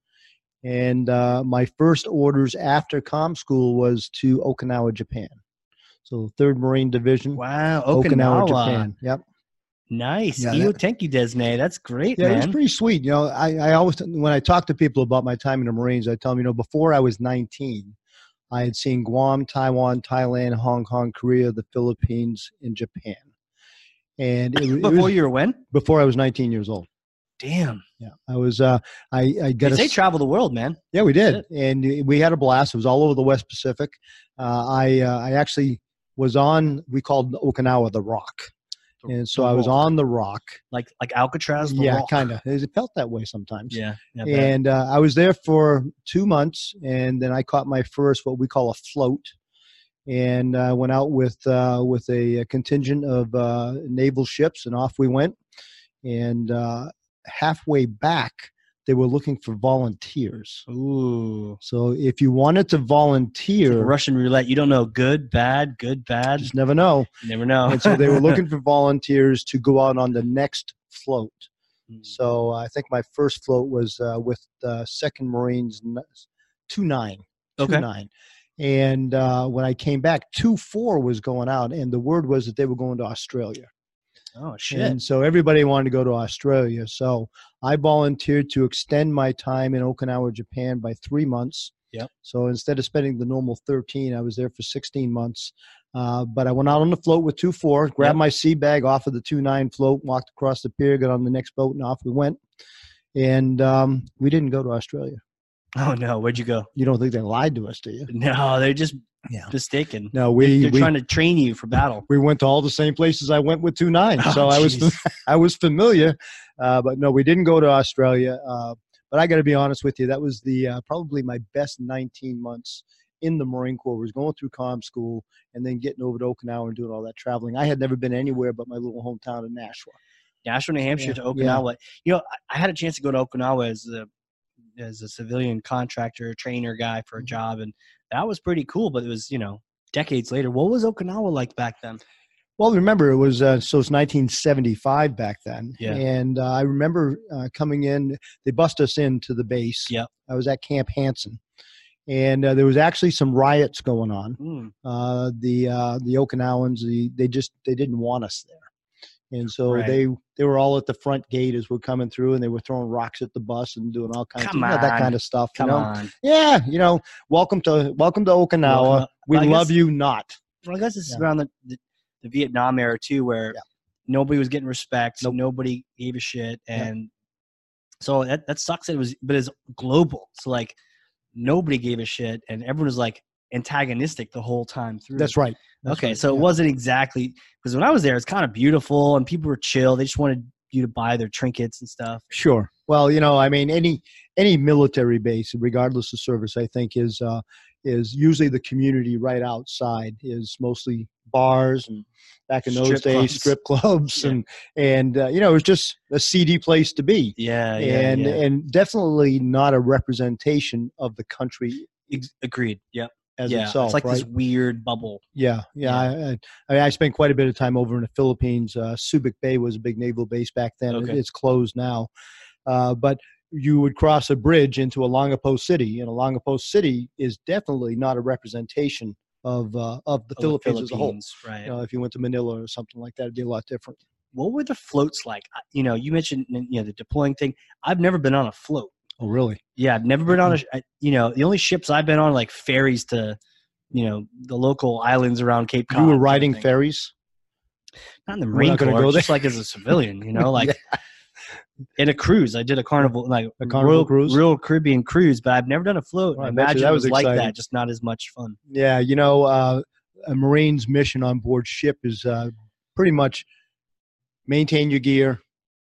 Speaker 2: And uh, my first orders after comm school was to Okinawa, Japan. So, 3rd Marine Division,
Speaker 1: wow,
Speaker 2: Okinawa,
Speaker 1: Okinawa,
Speaker 2: Japan. Yep.
Speaker 1: nice.
Speaker 2: Yeah,
Speaker 1: Iyo Tenki Desne, that's great,
Speaker 2: Yeah, it was
Speaker 1: man.
Speaker 2: pretty sweet. You know, I, I always, when I talk to people about my time in the Marines, I tell them, you know, before I was 19, I had seen Guam, Taiwan, Thailand, Hong Kong, Korea, the Philippines, and Japan. And it, it
Speaker 1: Before
Speaker 2: was
Speaker 1: you were when?
Speaker 2: before I was 19 years old.
Speaker 1: Damn,
Speaker 2: Yeah, I was. Uh, I, I
Speaker 1: they
Speaker 2: got.
Speaker 1: say
Speaker 2: A,
Speaker 1: travel the world, man.
Speaker 2: yeah, we did, and we had a blast. It was all over the West Pacific. Uh, I uh, I actually was on. We called Okinawa the Rock, and so I was on the Rock.
Speaker 1: like like Alcatraz. The
Speaker 2: Yeah,
Speaker 1: wall.
Speaker 2: kind of. It felt that way sometimes.
Speaker 1: yeah, yeah, bad.
Speaker 2: and uh, I was there for two months, and then I caught my first what we call a float, and uh, went out with uh, with a, contingent of uh, naval ships, and off we went. And uh, halfway back, they were looking for volunteers.
Speaker 1: Ooh,
Speaker 2: So if you wanted to
Speaker 1: It's like
Speaker 2: volunteer,
Speaker 1: Russian roulette. You don't know good, bad, good,
Speaker 2: you
Speaker 1: bad.
Speaker 2: just never know.
Speaker 1: You never know.
Speaker 2: And so they were looking for volunteers to go out on the next float. So uh, I think my first float was uh, with uh, Second Marines two nine.
Speaker 1: Okay.
Speaker 2: 2-9. And uh, when I came back, two four was going out, and the word was that they were going to Australia.
Speaker 1: Oh shit.
Speaker 2: And so everybody wanted to go to Australia. So I volunteered to extend my time in Okinawa, Japan, by three months.
Speaker 1: Yep.
Speaker 2: So instead of spending the normal thirteen, I was there for sixteen months. Uh, but I went out on the float with two four, grabbed
Speaker 1: Yep.
Speaker 2: my sea bag off of the two nine float, walked across the pier, got on the next boat, and off we went. And um, we didn't go to Australia.
Speaker 1: Oh no, where'd you go?
Speaker 2: You don't think they lied to us, do you?
Speaker 1: No, they're just
Speaker 2: Yeah.
Speaker 1: mistaken.
Speaker 2: No, we
Speaker 1: they're
Speaker 2: we,
Speaker 1: trying to train you for battle.
Speaker 2: we went to all the same places I went with two nine,
Speaker 1: Oh,
Speaker 2: so I was
Speaker 1: jeez.
Speaker 2: I was familiar, uh, but no, we didn't go to Australia. Uh, but I got to be honest with you, that was the uh, probably my best 19 months in the Marine Corps. Was going through comm school and then getting over to Okinawa and doing all that traveling. I had never been anywhere but my little hometown of Nashua.
Speaker 1: Nashville, New Hampshire
Speaker 2: Yeah,
Speaker 1: to
Speaker 2: yeah.
Speaker 1: Okinawa. You know, I- I had a chance to go to Okinawa as a as a civilian contractor, trainer guy for a
Speaker 2: Mhm.
Speaker 1: job, and that was pretty cool. But it was you know decades later. What was Okinawa like back then?
Speaker 2: Well, remember it was uh, so it's 1975 back then,
Speaker 1: Yeah.
Speaker 2: and uh, I remember uh, coming in. They bust us into the base.
Speaker 1: Yep.
Speaker 2: I was at Camp Hansen, and uh, there was actually some riots going on.
Speaker 1: Mm,
Speaker 2: Uh, the uh, the Okinawans, the, they just they didn't want us there, and so
Speaker 1: Right.
Speaker 2: they they were all at the front gate as we're coming through, and they were throwing rocks at the bus and doing all kinds
Speaker 1: Come
Speaker 2: of you know, that
Speaker 1: on.
Speaker 2: kind of stuff. you
Speaker 1: come
Speaker 2: know?
Speaker 1: on.
Speaker 2: Yeah, you know, welcome to welcome to Okinawa.
Speaker 1: Welcome
Speaker 2: we
Speaker 1: I guess-
Speaker 2: love you not.
Speaker 1: Well, I guess this is
Speaker 2: Yeah.
Speaker 1: around the, the, the Vietnam era too, where
Speaker 2: Yeah.
Speaker 1: nobody was getting respect,
Speaker 2: Nope.
Speaker 1: nobody gave a shit,
Speaker 2: Yeah.
Speaker 1: and so that that sucks. That it was, but it's global. So like nobody gave a shit, and everyone was like antagonistic the whole time through.
Speaker 2: That's right. That's
Speaker 1: Hmm. okay,
Speaker 2: right,
Speaker 1: so
Speaker 2: yeah.
Speaker 1: it wasn't exactly because when I was there, it's kind of beautiful and people were chill. They just wanted you to buy their trinkets and stuff.
Speaker 2: Sure. Well, you know, I mean, any any military base, regardless of service, I think is uh, is usually the community right outside is mostly bars and back in those
Speaker 1: Strip
Speaker 2: days
Speaker 1: clubs.
Speaker 2: strip clubs
Speaker 1: Yeah.
Speaker 2: and and uh, you know it was just a seedy place to be
Speaker 1: Yeah, Uh, yeah,
Speaker 2: and
Speaker 1: yeah.
Speaker 2: and definitely not a representation of the country
Speaker 1: Ex- agreed. Yep.
Speaker 2: as
Speaker 1: yeah,
Speaker 2: itself.
Speaker 1: it's like
Speaker 2: right?
Speaker 1: this weird bubble.
Speaker 2: Yeah, yeah. I, I, I, mean, I spent quite a bit of time over in the Philippines. Uh, Subic Bay was a big naval base back then. It-
Speaker 1: Okay.
Speaker 2: it's closed now, uh, but you would cross a bridge into Alangapo City, and Alangapo City is definitely not a representation of uh, of the
Speaker 1: of
Speaker 2: Philippines, as a whole.
Speaker 1: Philippines, right?
Speaker 2: You know, if you went to Manila or something like that, it'd be a lot different.
Speaker 1: what were the floats like? I- You know, you mentioned you know the deploying thing. I've never been on a float.
Speaker 2: Oh, really?
Speaker 1: Yeah, I've never been on a.
Speaker 2: Mm-hmm.
Speaker 1: sh- I- You know, the only ships I've been on are, like ferries to, you know, the local islands around Cape Cod.
Speaker 2: You were
Speaker 1: kind of
Speaker 2: riding
Speaker 1: thing.
Speaker 2: ferries.
Speaker 1: Not in the
Speaker 2: we're
Speaker 1: Marine
Speaker 2: not gonna
Speaker 1: Corps,
Speaker 2: go
Speaker 1: just like as a civilian. You know, like in a cruise. I did a carnival, like
Speaker 2: A Carnival
Speaker 1: Royal,
Speaker 2: cruise?
Speaker 1: Royal Caribbean cruise, but I've never done a float.
Speaker 2: Well,
Speaker 1: I
Speaker 2: I bet you
Speaker 1: imagine
Speaker 2: that
Speaker 1: it
Speaker 2: was
Speaker 1: was like
Speaker 2: exciting.
Speaker 1: that, just not as much fun.
Speaker 2: Yeah, you know, uh, a Marine's mission on board ship is uh, pretty much maintain your gear,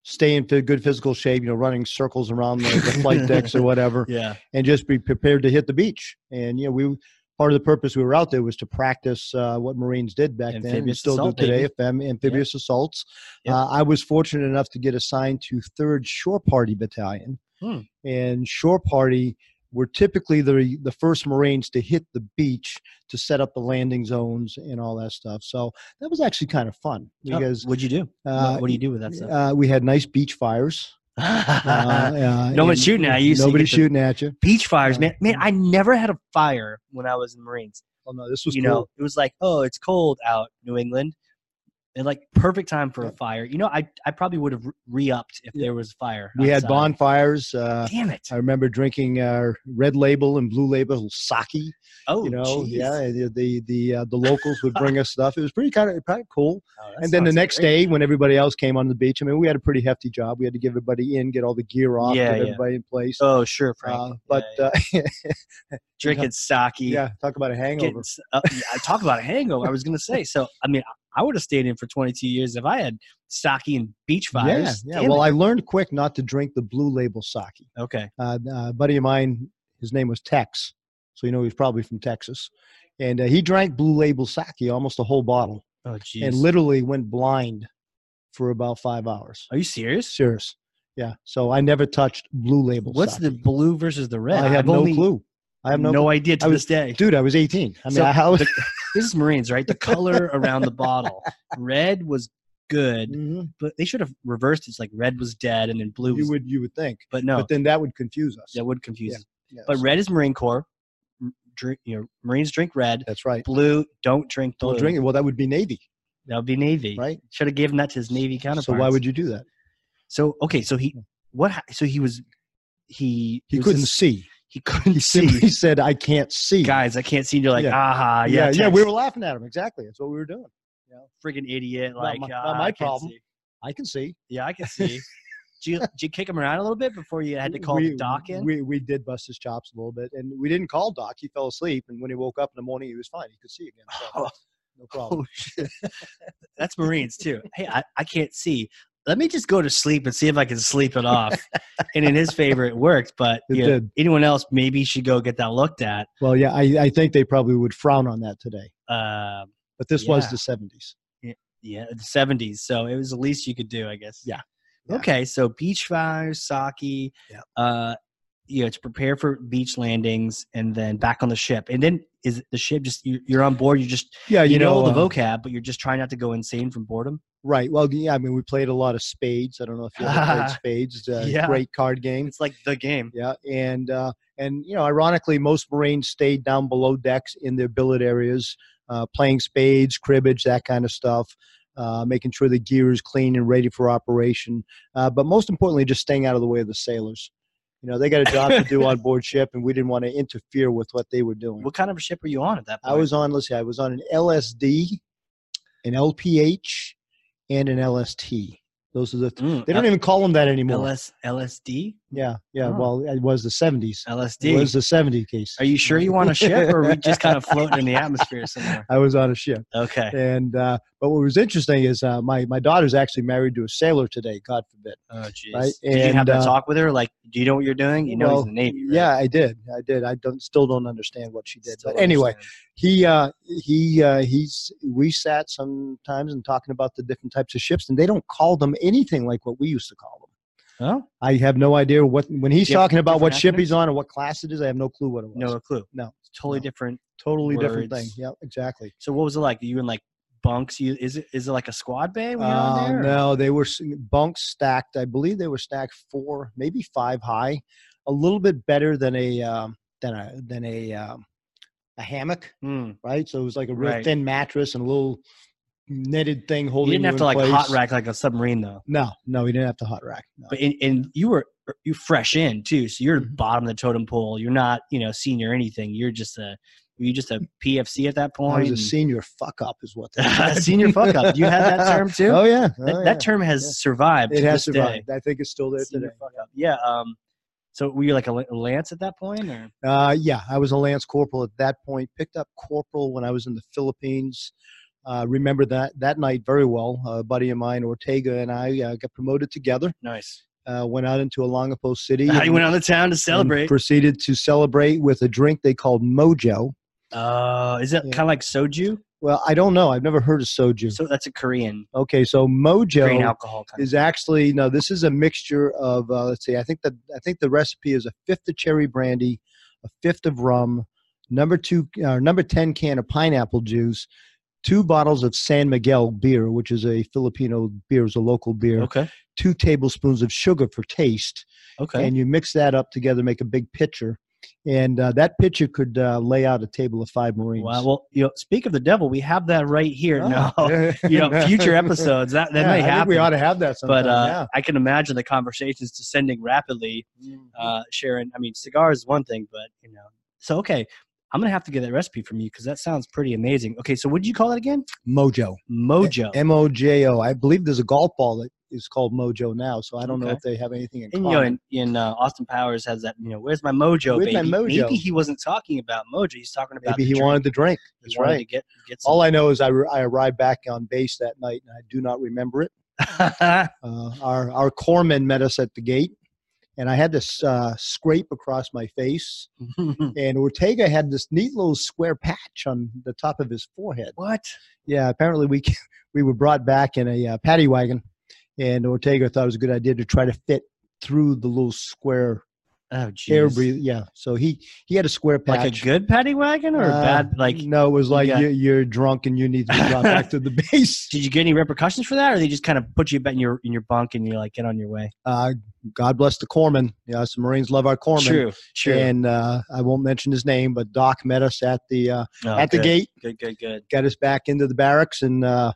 Speaker 2: stay in phys- good physical shape. You know, running circles around the, the flight decks or whatever,
Speaker 1: Yeah,
Speaker 2: and just be prepared to hit the beach. And you know, we part of the purpose we were out there was to practice uh, what Marines did back then and
Speaker 1: Amphibious
Speaker 2: still
Speaker 1: assault,
Speaker 2: do today.
Speaker 1: baby.
Speaker 2: Am- amphibious assaults.
Speaker 1: Yep.
Speaker 2: Uh, I was fortunate enough to get assigned to Third Shore Party Battalion,
Speaker 1: Hmm.
Speaker 2: and Shore Party were typically the the first Marines to hit the beach to set up the landing zones and all that stuff. So that was actually kind of fun
Speaker 1: Oh,
Speaker 2: because
Speaker 1: what'd you do?
Speaker 2: uh,
Speaker 1: what, what do you do with that stuff?
Speaker 2: uh, we had nice beach fires. Uh, uh,
Speaker 1: No one's
Speaker 2: and
Speaker 1: shooting at you, so you
Speaker 2: Nobody
Speaker 1: get to-
Speaker 2: shooting at you.
Speaker 1: Beach fires, man. Man,
Speaker 2: Mhm.
Speaker 1: I never had a fire when I was in the Marines.
Speaker 2: Oh no, this was
Speaker 1: you
Speaker 2: cool.
Speaker 1: know, it was like, oh, it's cold out, New England, and like perfect time for a
Speaker 2: Yeah.
Speaker 1: fire. You know, I I probably would have re upped if
Speaker 2: Yeah.
Speaker 1: there was a fire.
Speaker 2: we had
Speaker 1: outside.
Speaker 2: bonfires. Uh,
Speaker 1: Damn it!
Speaker 2: I remember drinking uh, red label and blue label sake.
Speaker 1: Oh,
Speaker 2: you know,
Speaker 1: jeez.
Speaker 2: yeah, the the the, uh, the locals would bring us stuff. It was pretty kind of kind of cool.
Speaker 1: Oh, that
Speaker 2: and then the
Speaker 1: sounds
Speaker 2: next
Speaker 1: great.
Speaker 2: day, when everybody else came on the beach, I mean, we had a pretty hefty job. We had to give everybody in, get all the gear off,
Speaker 1: Yeah,
Speaker 2: get
Speaker 1: yeah.
Speaker 2: everybody in place.
Speaker 1: Oh, sure, Frank.
Speaker 2: Uh, but
Speaker 1: yeah,
Speaker 2: uh,
Speaker 1: drinking sake.
Speaker 2: yeah, talk about a
Speaker 1: Getting,
Speaker 2: hangover.
Speaker 1: s- uh, yeah, talk about a hangover. I was gonna say. So, I mean, I would have stayed in for 22 years if I had sake and beach
Speaker 2: Yeah,
Speaker 1: fires.
Speaker 2: yeah.
Speaker 1: Damn
Speaker 2: Well,
Speaker 1: it.
Speaker 2: I learned quick not to drink the blue label sake.
Speaker 1: okay.
Speaker 2: Uh, a buddy of mine, his name was Tex, so you know he's probably from Texas, and uh, he drank blue label sake almost a whole bottle,
Speaker 1: Oh, jeez.
Speaker 2: and literally went blind for about five hours.
Speaker 1: Are you serious?
Speaker 2: Serious. Yeah. So I never touched blue label.
Speaker 1: What's
Speaker 2: sake.
Speaker 1: the blue versus the red?
Speaker 2: I have
Speaker 1: I've
Speaker 2: no
Speaker 1: only-
Speaker 2: clue. I have no, clue.
Speaker 1: idea to
Speaker 2: I
Speaker 1: this day.
Speaker 2: dude. I was 18. I mean,
Speaker 1: So-
Speaker 2: I, I was.
Speaker 1: the- this is Marines, right? The color around the bottle. Red was good,
Speaker 2: Mhm.
Speaker 1: but they should have reversed it. It's like red was dead and then blue
Speaker 2: You
Speaker 1: was.
Speaker 2: would you would think,
Speaker 1: but no,
Speaker 2: but then that would confuse us.
Speaker 1: that would confuse.
Speaker 2: Yeah,
Speaker 1: us.
Speaker 2: Yes.
Speaker 1: But red is Marine Corps. M- Drink, you know, Marines drink red.
Speaker 2: that's right.
Speaker 1: Blue, don't drink blue.
Speaker 2: Don't drink it. Well, that would be Navy,
Speaker 1: That would be Navy.
Speaker 2: right?
Speaker 1: Should have given that to his Navy counterpart.
Speaker 2: So why would you do that?
Speaker 1: So okay, so he what? ha- So he was he
Speaker 2: He
Speaker 1: it was
Speaker 2: couldn't
Speaker 1: his-
Speaker 2: see.
Speaker 1: he couldn't
Speaker 2: He
Speaker 1: see.
Speaker 2: simply said, "I can't see."
Speaker 1: Guys, I can't see. And you're like,
Speaker 2: Yeah.
Speaker 1: aha,
Speaker 2: yeah,
Speaker 1: Uh, yeah,
Speaker 2: yeah.
Speaker 1: text.
Speaker 2: We were laughing at him. Exactly. That's what we were doing.
Speaker 1: friggin' idiot.
Speaker 2: Not
Speaker 1: Like,
Speaker 2: my-
Speaker 1: "Ah,
Speaker 2: not my
Speaker 1: I can't
Speaker 2: problem."
Speaker 1: see."
Speaker 2: I can see.
Speaker 1: Yeah, I can see. did, you, did you kick him around a little bit before you had to call
Speaker 2: we,
Speaker 1: the doc in?
Speaker 2: We we did bust his chops a little bit, and we didn't call Doc. He fell asleep, and when he woke up in the morning, he was fine. He could see again. So,
Speaker 1: Oh.
Speaker 2: no problem.
Speaker 1: shit. That's Marines too. Hey, I, I can't see. Let me just go to sleep and see if I can sleep it off. and in his favor, it worked. But
Speaker 2: It
Speaker 1: you know,
Speaker 2: did.
Speaker 1: anyone else maybe should go get that looked at.
Speaker 2: Well, yeah, I, I think they probably would frown on that today.
Speaker 1: Uh,
Speaker 2: But this was
Speaker 1: Yeah.
Speaker 2: the 70s.
Speaker 1: yeah, the seventies. So it was the least you could do, I guess.
Speaker 2: Yeah. Yeah.
Speaker 1: Okay, so beach fires, sake.
Speaker 2: Yeah.
Speaker 1: Uh, you know, to prepare for beach landings and then back on the ship. And then is the ship just you- you're on board? You just
Speaker 2: Yeah,
Speaker 1: you, know, all the
Speaker 2: uh,
Speaker 1: vocab, but you're just trying not to go insane from boredom.
Speaker 2: Right. Well, yeah. I mean, we played a lot of spades. I don't know if you ever played spades. It's a
Speaker 1: Yeah.
Speaker 2: Great card game.
Speaker 1: It's like the game.
Speaker 2: Yeah, and uh, and you know, ironically, most Marines stayed down below decks in their billet areas, uh, playing spades, cribbage, that kind of stuff, uh, making sure the gear is clean and ready for operation. Uh, but most importantly, just staying out of the way of the sailors. You know, they got a job to do on board ship, and we didn't want to interfere with what they were doing.
Speaker 1: What kind of a ship were you on at that point?
Speaker 2: I was on. Let's see, I was on an LSD, an LPH, and an LST. Those are the. Th-
Speaker 1: Mm,
Speaker 2: they don't even call them that anymore.
Speaker 1: LS, LSD?
Speaker 2: yeah, yeah.
Speaker 1: Oh.
Speaker 2: Well, it was the '70s. It
Speaker 1: LSD.
Speaker 2: was the 70 case.
Speaker 1: Are you sure you want a ship, or are we just kind of floating in the atmosphere somewhere?
Speaker 2: I was on a ship.
Speaker 1: Okay.
Speaker 2: And uh, but what was interesting is uh, my my daughter's actually married to a sailor today. God forbid.
Speaker 1: Oh, jeez.
Speaker 2: Right,
Speaker 1: Did you
Speaker 2: and,
Speaker 1: have that
Speaker 2: uh,
Speaker 1: talk with her? Like, do you know what you're doing? You know
Speaker 2: Well,
Speaker 1: he's in the Navy, right?
Speaker 2: Yeah, I did. I did. I don't still don't understand what she did.
Speaker 1: Still
Speaker 2: but anyway,
Speaker 1: understand.
Speaker 2: he uh, he uh, he's we sat sometimes and talking about the different types of ships, and they don't call them anything like what we used to call them.
Speaker 1: Huh?
Speaker 2: I have no idea what when he's
Speaker 1: Different-
Speaker 2: talking about what
Speaker 1: different
Speaker 2: ship he's on or what class it is. I have no clue what it was.
Speaker 1: No clue.
Speaker 2: No,
Speaker 1: It's totally
Speaker 2: no.
Speaker 1: different.
Speaker 2: totally different
Speaker 1: words.
Speaker 2: thing. Yeah, exactly.
Speaker 1: So, what was it like? Are you in like bunks? You is it is it like a squad bay when you're
Speaker 2: Uh,
Speaker 1: on there? or-
Speaker 2: no, they were s- bunks stacked. I believe they were stacked four, maybe five high. A little bit better than a um, than a than a um, a hammock,
Speaker 1: Hmm.
Speaker 2: right? So it was like a real
Speaker 1: Right.
Speaker 2: thin mattress and a little netted thing
Speaker 1: You
Speaker 2: holding.
Speaker 1: didn't have
Speaker 2: in
Speaker 1: to like
Speaker 2: place.
Speaker 1: hot rack like a submarine though.
Speaker 2: No, no, we didn't have to hot rack. No.
Speaker 1: But in, and you were you fresh in too, so you're
Speaker 2: Mhm.
Speaker 1: bottom of the totem pole. You're not you know senior or anything. You're just a were you just a PFC at that
Speaker 2: I
Speaker 1: point?
Speaker 2: was a senior fuck up, is what
Speaker 1: And-
Speaker 2: that
Speaker 1: senior fuck up. You had that term too.
Speaker 2: Oh yeah,
Speaker 1: that,
Speaker 2: oh,
Speaker 1: that
Speaker 2: yeah.
Speaker 1: term has survived.
Speaker 2: It
Speaker 1: to
Speaker 2: has
Speaker 1: this day.
Speaker 2: survived. I think it's still there
Speaker 1: Senior
Speaker 2: today.
Speaker 1: fuck up. Yeah. Um, so were you like a la- lance at that point, or
Speaker 2: Uh, yeah, I was a lance corporal at that point. Picked up corporal when I was in the Philippines. Uh, remember that that night very well. A buddy of mine, Ortega, and I uh, got promoted together.
Speaker 1: nice?
Speaker 2: Uh, went out into Alangapo City.
Speaker 1: How you
Speaker 2: and-
Speaker 1: went out of town to
Speaker 2: and
Speaker 1: celebrate?
Speaker 2: Proceeded to celebrate with a drink they called Mojo.
Speaker 1: Uh, is that
Speaker 2: Yeah.
Speaker 1: kind of like soju?
Speaker 2: Well, I don't know. I've never heard of soju.
Speaker 1: So that's a Korean
Speaker 2: okay, so
Speaker 1: Korean
Speaker 2: Mojo
Speaker 1: alcohol kind
Speaker 2: is actually no. This is a mixture of uh, let's see. I think the I think the recipe is a fifth of cherry brandy, a fifth of rum, number two, uh, number ten can of pineapple juice, two bottles of San Miguel beer, which is a Filipino beer, is a local beer,
Speaker 1: of. Okay.
Speaker 2: two tablespoons of sugar for taste,
Speaker 1: Okay.
Speaker 2: and you mix that up together, make a big pitcher, and uh, that pitcher could uh, lay out a table of five Marines. Ah.
Speaker 1: Wow. Well, you know, speak of the devil. We have that right here. No, you know, future episodes that that
Speaker 2: Oh. Yeah,
Speaker 1: may
Speaker 2: I think
Speaker 1: happen.
Speaker 2: we ought to have that sometime.
Speaker 1: but uh, I can imagine the conversations descending rapidly.
Speaker 2: yeah.
Speaker 1: Uh, Sharon, I mean, cigar is one thing, but you know, so okay, I'm gonna have to get that recipe from you because that sounds pretty amazing. Okay, so what did you call that again?
Speaker 2: Mojo.
Speaker 1: Mojo.
Speaker 2: M O J O. I believe there's a golf ball that is called Mojo now, so I don't know
Speaker 1: Okay.
Speaker 2: if they have anything in
Speaker 1: and you know,
Speaker 2: common.
Speaker 1: in, in uh, Austin Powers has that. You know, where's my mojo,
Speaker 2: Where's
Speaker 1: baby?
Speaker 2: my mojo?
Speaker 1: Maybe he wasn't talking about mojo. He's talking about
Speaker 2: Maybe
Speaker 1: the
Speaker 2: he
Speaker 1: drink.
Speaker 2: wanted the drink.
Speaker 1: He
Speaker 2: That's
Speaker 1: wanted
Speaker 2: right.
Speaker 1: To get get some.
Speaker 2: All I know is I, re- I arrived back on base that night and I do not remember it. Uh, our our corpsman met us at the gate, and I had this uh, scrape across my face. And Ortega had this neat little square patch on the top of his forehead.
Speaker 1: what?
Speaker 2: Yeah, apparently we we were brought back in a uh, paddy wagon, and Ortega thought it was a good idea to try to fit through the little square
Speaker 1: Oh,
Speaker 2: air
Speaker 1: jeez.
Speaker 2: breathe. Yeah, so he he had a square patch.
Speaker 1: Like a good paddy wagon or a
Speaker 2: Uh,
Speaker 1: bad? Like,
Speaker 2: no, it was like
Speaker 1: got-
Speaker 2: you you're drunk and you need to be brought back to the base.
Speaker 1: did you get any repercussions for that, or they just kind of put you back in your in your bunk and you like get on your way?
Speaker 2: Uh, God bless the corpsman. Yeah, some Marines love our corpsman.
Speaker 1: True, true.
Speaker 2: And uh, I won't mention his name, but Doc met us at the uh,
Speaker 1: Oh,
Speaker 2: at the
Speaker 1: good,
Speaker 2: gate,
Speaker 1: Good, good, good.
Speaker 2: got us back into the barracks, and uh,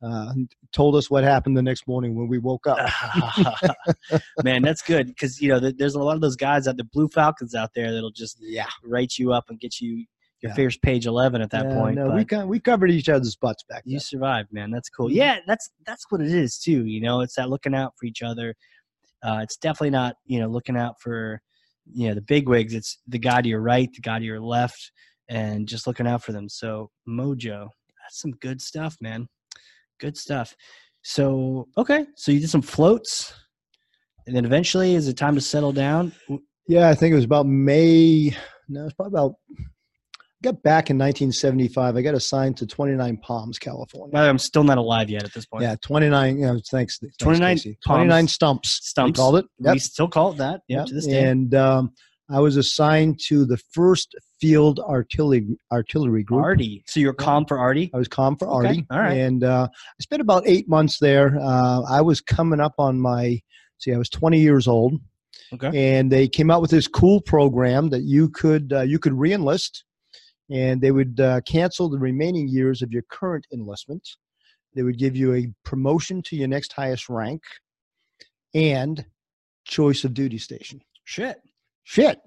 Speaker 2: uh, told us what happened the next morning when we woke
Speaker 1: Ah,
Speaker 2: up.
Speaker 1: Man, that's good because you know th- there's a lot of those guys out the Blue Falcons out there that'll just
Speaker 2: yeah,
Speaker 1: write you up and get you your
Speaker 2: Yeah.
Speaker 1: fierce page eleven at that
Speaker 2: Yeah,
Speaker 1: point.
Speaker 2: no,
Speaker 1: but-
Speaker 2: uh, we co- we covered each other's butts back
Speaker 1: you
Speaker 2: then.
Speaker 1: survived man that's cool
Speaker 2: Mhm.
Speaker 1: yeah that's that's what it is too you know it's that looking out for each other uh, it's definitely not you know looking out for you know the big wigs it's the guy to your right the guy to your left and just looking out for them so mojo that's some good stuff man good stuff so okay so you did some floats and then eventually is it time to settle down
Speaker 2: Yeah, I think it was about May. No, it's probably about. I got back in 1975. I got assigned to 29 Palms, California.
Speaker 1: by the way i'm still not alive yet at this point
Speaker 2: Yeah, 29. You know, thanks. thanks
Speaker 1: 29
Speaker 2: Casey.
Speaker 1: Palms.
Speaker 2: 29 stumps.
Speaker 1: Stumps.
Speaker 2: We called it.
Speaker 1: we still call it that yeah
Speaker 2: Yep.
Speaker 1: to this day
Speaker 2: And um, I was assigned to the first field artillery artillery group.
Speaker 1: Artie. So you're calm for Artie?
Speaker 2: I was calm for
Speaker 1: Okay,
Speaker 2: Artie.
Speaker 1: all right.
Speaker 2: And uh, I spent about eight months there. Uh, I was coming up on my, see, I was 20 years old.
Speaker 1: Okay.
Speaker 2: And they came out with this cool program that you could uh, you could reenlist, and they would uh, cancel the remaining years of your current enlistment. They would give you a promotion to your next highest rank, and choice of duty station.
Speaker 1: Shit.
Speaker 2: Shit.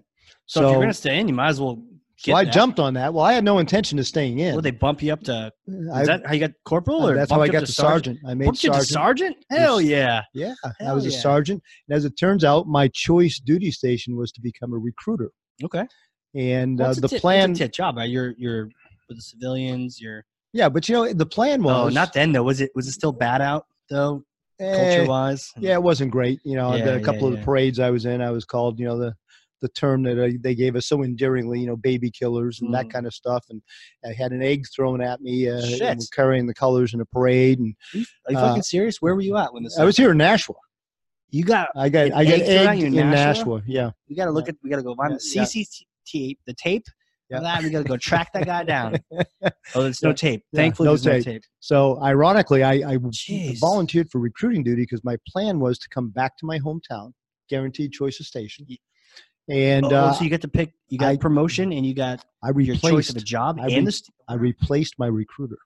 Speaker 1: So, if you're gonna stay in, you might as well.
Speaker 2: so I
Speaker 1: that.
Speaker 2: jumped on that. Well, I had no intention of staying in.
Speaker 1: Well, they bump you up to.
Speaker 2: I-
Speaker 1: Is that how you got corporal?
Speaker 2: Uh,
Speaker 1: Or
Speaker 2: that's how I
Speaker 1: bumped you up to
Speaker 2: got the sergeant. I made
Speaker 1: Bumped you to
Speaker 2: sergeant.
Speaker 1: sergeant? Hell yeah!
Speaker 2: Yeah, I
Speaker 1: Hell
Speaker 2: was a
Speaker 1: yeah.
Speaker 2: sergeant. And as it turns out, my choice duty station was to become a recruiter.
Speaker 1: Okay.
Speaker 2: And
Speaker 1: Well,
Speaker 2: uh,
Speaker 1: it's a
Speaker 2: the
Speaker 1: tit- it's a
Speaker 2: plan,
Speaker 1: tit job, right? You're you're with the civilians. You're.
Speaker 2: yeah, but you know, the plan
Speaker 1: Oh,
Speaker 2: was
Speaker 1: not then though. Was it was it still bad out though?
Speaker 2: eh,
Speaker 1: Culture wise.
Speaker 2: Yeah, it wasn't great. You know,
Speaker 1: Yeah,
Speaker 2: the,
Speaker 1: yeah,
Speaker 2: a couple of
Speaker 1: yeah.
Speaker 2: the parades I was in, I was called, you know, the the term that I, they gave us so endearingly, you know, baby killers and that
Speaker 1: Mm.
Speaker 2: kind of stuff. And I had an egg thrown at me, uh,
Speaker 1: Shit.
Speaker 2: and carrying the colors in a parade. And
Speaker 1: Are you, are you
Speaker 2: uh,
Speaker 1: fucking serious? Where were you at when this?
Speaker 2: I was here in Nashua.
Speaker 1: You got.
Speaker 2: I got
Speaker 1: An
Speaker 2: I got
Speaker 1: egg thrown at
Speaker 2: egged
Speaker 1: you
Speaker 2: in
Speaker 1: in Nashua?
Speaker 2: Nashua. Yeah,
Speaker 1: We got to look at. We got to go find
Speaker 2: Yeah,
Speaker 1: the
Speaker 2: yeah.
Speaker 1: CCTV, the tape.
Speaker 2: Yeah.
Speaker 1: Yeah. That we got to go track that guy down. Oh, there's no tape.
Speaker 2: Yeah,
Speaker 1: Thankfully,
Speaker 2: no
Speaker 1: there's
Speaker 2: tape.
Speaker 1: no tape.
Speaker 2: So ironically, I, I
Speaker 1: Jeez.
Speaker 2: volunteered for recruiting duty because my plan was to come back to my hometown, guaranteed choice of station,
Speaker 1: Ye-
Speaker 2: and
Speaker 1: oh,
Speaker 2: uh,
Speaker 1: so you get to pick. You got
Speaker 2: I-
Speaker 1: promotion, and you got
Speaker 2: I
Speaker 1: your choice of a
Speaker 2: replaced.
Speaker 1: job
Speaker 2: I
Speaker 1: and
Speaker 2: re-
Speaker 1: the. St-
Speaker 2: I replaced my recruiter.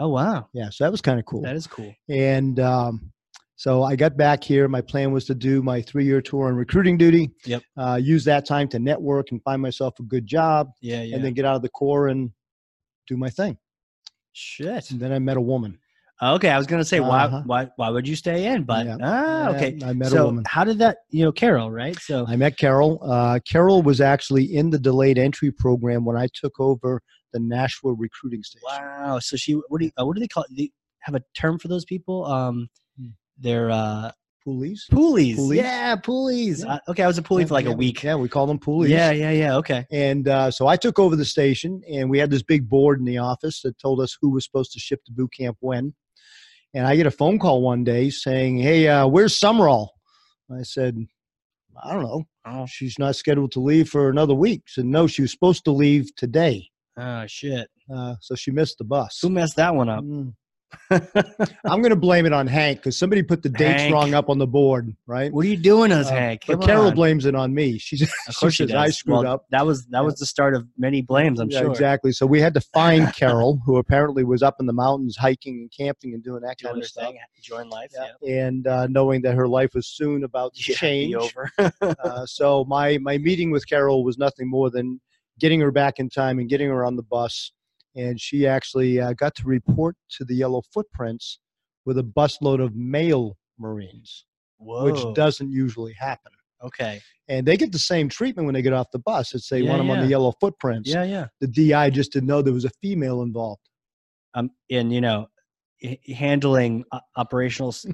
Speaker 1: oh wow,
Speaker 2: Yeah, so that was kind of cool.
Speaker 1: that is cool.
Speaker 2: And um, so I got back here. My plan was to do my three-year tour on recruiting duty.
Speaker 1: Yep.
Speaker 2: Uh, use that time to network and find myself a good job,
Speaker 1: Yeah, yeah.
Speaker 2: and then get out of the corps and do my thing.
Speaker 1: Shit.
Speaker 2: And then I met a woman.
Speaker 1: Okay, I was gonna say why
Speaker 2: Uh-huh.
Speaker 1: why why would you stay in? But
Speaker 2: Yeah.
Speaker 1: ah,
Speaker 2: Yeah,
Speaker 1: okay.
Speaker 2: I met
Speaker 1: so
Speaker 2: a woman.
Speaker 1: how did that you know Carol right? So
Speaker 2: I met Carol. Uh, Carol was actually in the delayed entry program when I took over the Nashua recruiting station.
Speaker 1: wow. So she what do you, uh, what do they call? They have a term for those people. Um,
Speaker 2: Hmm.
Speaker 1: they're uh
Speaker 2: Poolies.
Speaker 1: poolies.
Speaker 2: Poolies?
Speaker 1: Yeah, poolies.
Speaker 2: Yeah.
Speaker 1: Uh, okay, I was a poolie for like
Speaker 2: Yeah,
Speaker 1: a week.
Speaker 2: Yeah, we call them poolies.
Speaker 1: Yeah, yeah, yeah. Okay.
Speaker 2: And uh, so I took over the station, and we had this big board in the office that told us who was supposed to ship to boot camp when. And I get a phone call one day saying, "Hey, uh, where's Summerall?" I said, "I don't know.
Speaker 1: Oh,
Speaker 2: She's not scheduled to leave for another week." She said, "No, she was supposed to leave today,
Speaker 1: oh shit.
Speaker 2: uh, so she missed the bus."
Speaker 1: Who messed that one up?
Speaker 2: Mm. I'm going to blame it on Hank because somebody put the dates
Speaker 1: Hank.
Speaker 2: wrong up on the board, right?
Speaker 1: what are you doing, us,
Speaker 2: Uh,
Speaker 1: Hank?
Speaker 2: But
Speaker 1: Come
Speaker 2: Carol
Speaker 1: on.
Speaker 2: blames it on me. She's,
Speaker 1: Of
Speaker 2: she
Speaker 1: course she
Speaker 2: says I
Speaker 1: does.
Speaker 2: screwed
Speaker 1: Well,
Speaker 2: up.
Speaker 1: That was that was the start of many blames. I'm
Speaker 2: Yeah,
Speaker 1: sure.
Speaker 2: Exactly. So we had to find Carol, who apparently was up in the mountains hiking and camping and doing that
Speaker 1: Doing
Speaker 2: kind of
Speaker 1: her
Speaker 2: stuff.
Speaker 1: thing, enjoying life. Yeah.
Speaker 2: Yeah. And uh, knowing that her life was soon about to
Speaker 1: Yeah, be
Speaker 2: change.
Speaker 1: over.
Speaker 2: uh, so my, my meeting with Carol was nothing more than getting her back in time and getting her on the bus. And she actually uh, got to report to the Yellow Footprints with a busload of male Marines.
Speaker 1: Whoa.
Speaker 2: which doesn't usually happen.
Speaker 1: Okay.
Speaker 2: And they get the same treatment when they get off the bus. It's they
Speaker 1: Yeah,
Speaker 2: want them on
Speaker 1: yeah.
Speaker 2: the yellow footprints.
Speaker 1: Yeah, yeah.
Speaker 2: The DI just didn't know there was a female involved.
Speaker 1: Um, and you know, h- handling uh, operational, s-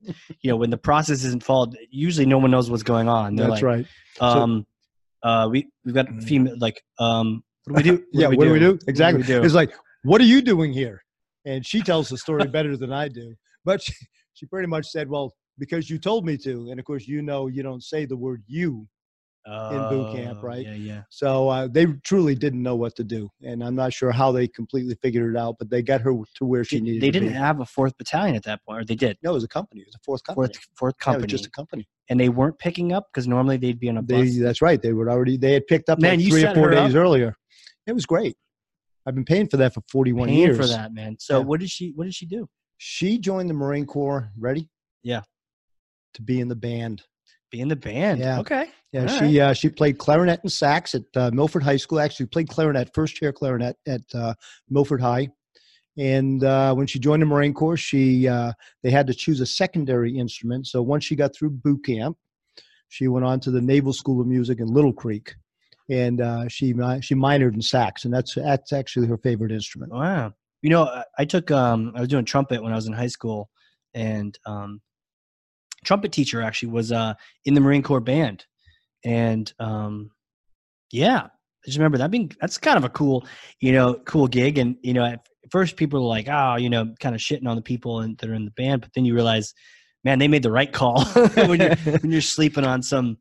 Speaker 1: you know, when the process isn't followed, usually no one knows what's going on. They're
Speaker 2: That's
Speaker 1: like,
Speaker 2: right. So-
Speaker 1: Um, uh, we we've got female like um, what do we do?
Speaker 2: yeah. What do we do? Exactly.
Speaker 1: do?
Speaker 2: It's like, what are you doing here? And she tells the story better than I do. But she, she pretty much said, well, because you told me to. And of course, you know, you don't say the word you. in boot camp,
Speaker 1: Oh,
Speaker 2: right?
Speaker 1: Yeah, yeah.
Speaker 2: So uh, they truly didn't know what to do. And I'm not sure how they completely figured it out, but they got her to where she
Speaker 1: Did-
Speaker 2: needed
Speaker 1: they
Speaker 2: to be.
Speaker 1: didn't have a fourth battalion at that point, or they did
Speaker 2: No, it was a company. It was a fourth company.
Speaker 1: fourth fourth
Speaker 2: Oh, Yeah, it was
Speaker 1: company,
Speaker 2: just a company.
Speaker 1: and they weren't picking up because normally they'd be on a
Speaker 2: They, uh,
Speaker 1: bus.
Speaker 2: that's right. They were already. They had picked up
Speaker 1: Man,
Speaker 2: like
Speaker 1: you
Speaker 2: three or
Speaker 1: set
Speaker 2: four
Speaker 1: her
Speaker 2: days earlier. It was great. I've been paying for that for forty-one
Speaker 1: Paying
Speaker 2: years.
Speaker 1: for that, man. So
Speaker 2: Yeah.
Speaker 1: what did she? What did she do?
Speaker 2: She joined the Marine Corps. Ready?
Speaker 1: Yeah.
Speaker 2: To be in the band.
Speaker 1: Be in the band.
Speaker 2: Yeah.
Speaker 1: Okay.
Speaker 2: Yeah.
Speaker 1: All
Speaker 2: she uh, she played clarinet and sax at uh, Milford High School. Actually, played clarinet, first chair clarinet at uh, Milford High. And uh, when she joined the Marine Corps, she uh, they had to choose a secondary instrument. So once she got through boot camp, she went on to the Naval School of Music in Little Creek, and uh, she mi- she minored in sax, and that's that's actually her favorite instrument.
Speaker 1: Wow. You know, I- I took um I was doing trumpet when I was in high school and um trumpet teacher actually was uh in the Marine Corps band. And um yeah, I just remember that being that's kind of a cool, you know, cool gig and you know, at first people were like, "Oh, you know, kind of shitting on the people and that are in the band," but then you realize, man, they made the right call when you when you're sleeping on some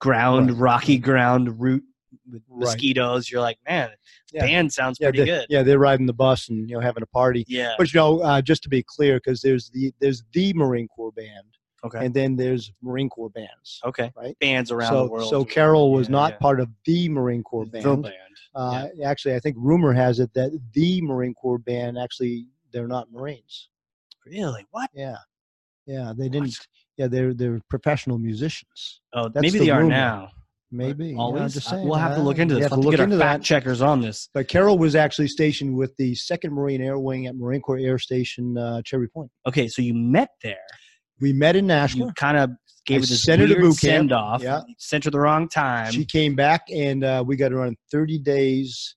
Speaker 1: ground,
Speaker 2: Right.
Speaker 1: rocky ground, root with
Speaker 2: Right.
Speaker 1: mosquitoes. You're like, man,
Speaker 2: Yeah.
Speaker 1: band sounds
Speaker 2: yeah,
Speaker 1: pretty
Speaker 2: they,
Speaker 1: good.
Speaker 2: yeah, they're riding the bus and you know having a party.
Speaker 1: Yeah.
Speaker 2: But you know, uh, just to be clear, because there's the there's the Marine Corps band,
Speaker 1: Okay.
Speaker 2: and then there's Marine Corps bands.
Speaker 1: Okay.
Speaker 2: Right.
Speaker 1: Bands around
Speaker 2: so,
Speaker 1: the world.
Speaker 2: so Carol was
Speaker 1: Yeah,
Speaker 2: not
Speaker 1: yeah.
Speaker 2: part of the Marine Corps
Speaker 1: The
Speaker 2: band.
Speaker 1: band.
Speaker 2: Uh, Actually, I think rumor has it that the Marine Corps band actually they're not Marines.
Speaker 1: Really? What?
Speaker 2: Yeah, yeah, they didn't. Yeah, they're they're professional musicians.
Speaker 1: Oh,
Speaker 2: That's
Speaker 1: maybe
Speaker 2: the
Speaker 1: they are
Speaker 2: rumor.
Speaker 1: now. but
Speaker 2: Maybe you know,
Speaker 1: Always.
Speaker 2: just
Speaker 1: Uh,
Speaker 2: saying,
Speaker 1: we'll have to
Speaker 2: uh,
Speaker 1: look into
Speaker 2: you
Speaker 1: this.
Speaker 2: have
Speaker 1: We'll
Speaker 2: to look
Speaker 1: get
Speaker 2: into
Speaker 1: our
Speaker 2: that.
Speaker 1: fact checkers on this.
Speaker 2: But Carol was actually stationed with the Second Marine Air Wing at Marine Corps Air Station uh, Cherry Point.
Speaker 1: Okay, so you met there.
Speaker 2: We met in Nashville.
Speaker 1: You kind of gave
Speaker 2: I
Speaker 1: her this
Speaker 2: sent her to
Speaker 1: weird
Speaker 2: boot camp.
Speaker 1: send off.
Speaker 2: Yeah.
Speaker 1: Sent her the wrong time.
Speaker 2: She came back, and uh, we got her on 30 days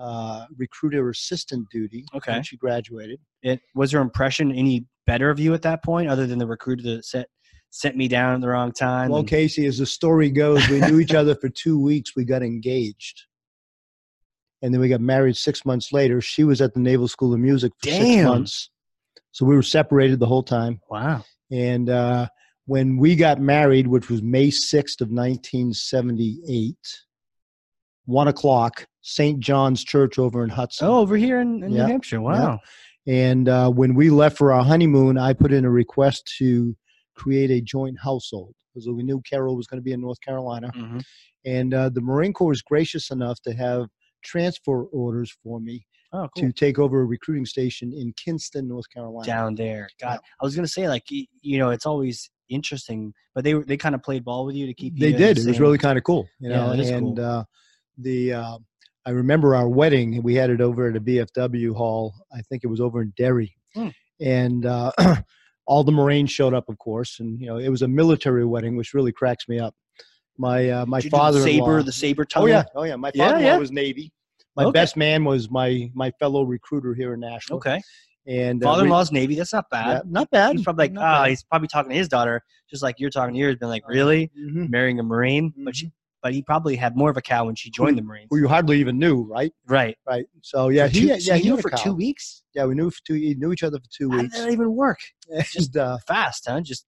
Speaker 2: uh, recruiter assistant duty.
Speaker 1: Okay.
Speaker 2: when she graduated.
Speaker 1: it was her impression any better of you at that point other than the recruiter that set sent me down at the wrong time
Speaker 2: well,
Speaker 1: and-
Speaker 2: Casey, as the story goes, we knew each other for two weeks. We got engaged, and then we got married six months later. She was at the Naval School of Music for six
Speaker 1: Damn.
Speaker 2: months, so we were separated the whole time.
Speaker 1: wow
Speaker 2: And uh, when we got married, which was May 6th of 1978, one o'clock, St. John's Church over in Hudson.
Speaker 1: oh over here in, in
Speaker 2: Yeah.
Speaker 1: new hampshire wow
Speaker 2: And uh, when we left for our honeymoon, I put in a request to create a joint household because we knew Carol was going to be in North Carolina.
Speaker 1: Mhm.
Speaker 2: And uh, the Marine Corps was gracious enough to have transfer orders for me
Speaker 1: oh cool
Speaker 2: to take over a recruiting station in Kinston, North Carolina.
Speaker 1: down there god i was gonna say like y- you know it's always interesting but they were they kind of played ball with you to keep you
Speaker 2: they
Speaker 1: in the
Speaker 2: did. It was
Speaker 1: same-
Speaker 2: really kind of cool, you
Speaker 1: Yeah,
Speaker 2: know.
Speaker 1: that is
Speaker 2: and
Speaker 1: cool.
Speaker 2: uh, the uh, I remember our wedding. We had it over at a BFW hall. I think it was over in Derry,
Speaker 1: Hmm.
Speaker 2: and uh, all the Marines showed up, of course. And you know, it was a military wedding, which really cracks me up. My uh, my
Speaker 1: Did you do the
Speaker 2: father
Speaker 1: saber the saber
Speaker 2: Oh
Speaker 1: tongue
Speaker 2: yeah, oh yeah. My
Speaker 1: Yeah,
Speaker 2: father-in-law
Speaker 1: yeah.
Speaker 2: was Navy. My
Speaker 1: Okay.
Speaker 2: best man was my my fellow recruiter here in Nashville.
Speaker 1: okay
Speaker 2: And uh, we-
Speaker 1: father-in-law's navy that's not
Speaker 2: yeah,
Speaker 1: bad
Speaker 2: not bad.
Speaker 1: he's probably like
Speaker 2: Not
Speaker 1: ah
Speaker 2: bad.
Speaker 1: he's probably talking to his daughter just like you're talking to yours been like really
Speaker 2: Mhm.
Speaker 1: marrying a marine but
Speaker 2: Mm-hmm.
Speaker 1: she but he probably had more of a cow when she joined the marines
Speaker 2: who you hardly even knew, right?
Speaker 1: right
Speaker 2: Right. So yeah,
Speaker 1: For
Speaker 2: he,
Speaker 1: two-
Speaker 2: yeah,
Speaker 1: so you
Speaker 2: he
Speaker 1: knew
Speaker 2: had a
Speaker 1: for two
Speaker 2: column.
Speaker 1: weeks.
Speaker 2: Yeah, we knew for two, we knew each other for two
Speaker 1: How did
Speaker 2: weeks.
Speaker 1: that even work?
Speaker 2: Just uh,
Speaker 1: Fast, huh? Just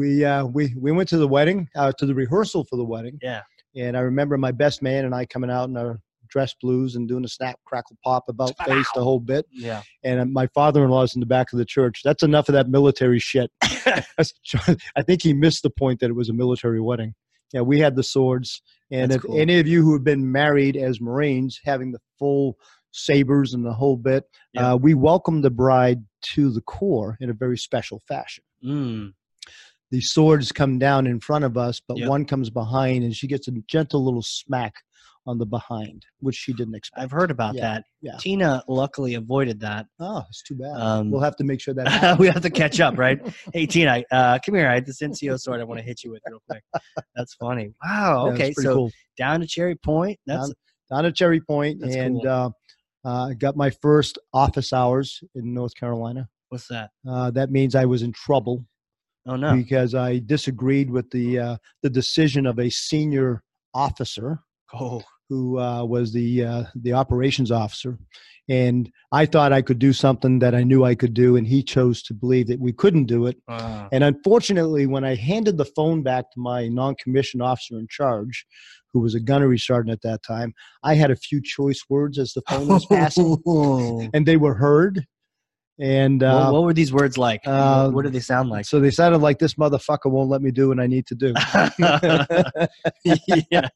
Speaker 2: we uh, we we went to the wedding, uh, to the rehearsal for the wedding.
Speaker 1: Yeah.
Speaker 2: And I remember my best man and I coming out in our dress blues and doing a snap, crackle, pop, about face, the whole bit.
Speaker 1: yeah.
Speaker 2: And uh, my father-in-law's in the back of the church. That's enough of that military shit. That's- I think he missed the point that it was a military wedding. Yeah, we had the swords. And
Speaker 1: That's
Speaker 2: if
Speaker 1: cool.
Speaker 2: any of you who have been married as Marines, having the full sabers and the whole bit,
Speaker 1: Yeah.
Speaker 2: uh, we welcomed the bride to the Corps in a very special fashion
Speaker 1: Mm.
Speaker 2: the swords come down in front of us, but
Speaker 1: Yeah.
Speaker 2: one comes behind, and she gets a gentle little smack on the behind, which she didn't expect.
Speaker 1: I've heard about
Speaker 2: Yeah,
Speaker 1: that.
Speaker 2: yeah.
Speaker 1: Tina luckily avoided that.
Speaker 2: Oh, it's too bad.
Speaker 1: Um,
Speaker 2: we'll have to make sure that happens.
Speaker 1: we have to catch up, right? hey, Tina, uh, come here. I had this NCO sword I want to hit you with real quick. That's funny. Wow.
Speaker 2: Yeah, it's
Speaker 1: okay.
Speaker 2: pretty
Speaker 1: So
Speaker 2: cool.
Speaker 1: down to Cherry Point. That's
Speaker 2: down at Cherry Point,
Speaker 1: That's
Speaker 2: and
Speaker 1: cool.
Speaker 2: uh, uh, got my first office hours in North Carolina.
Speaker 1: what's that?
Speaker 2: Uh, that means I was in trouble
Speaker 1: Oh no.
Speaker 2: because I disagreed with the uh, the decision of a senior officer.
Speaker 1: oh.
Speaker 2: who uh, was the uh, the operations officer, and I thought I could do something that I knew I could do, and he chose to believe that we couldn't do it.
Speaker 1: wow.
Speaker 2: And unfortunately, when I handed the phone back to my non-commissioned officer in charge, who was a gunnery sergeant at that time, I had a few choice words as the phone was passing,
Speaker 1: what,
Speaker 2: and they were heard. And uh,
Speaker 1: what were these words like?
Speaker 2: uh,
Speaker 1: what, what did they sound like?
Speaker 2: so they sounded like this motherfucker won't let me do what I need to do. Um,
Speaker 1: yeah.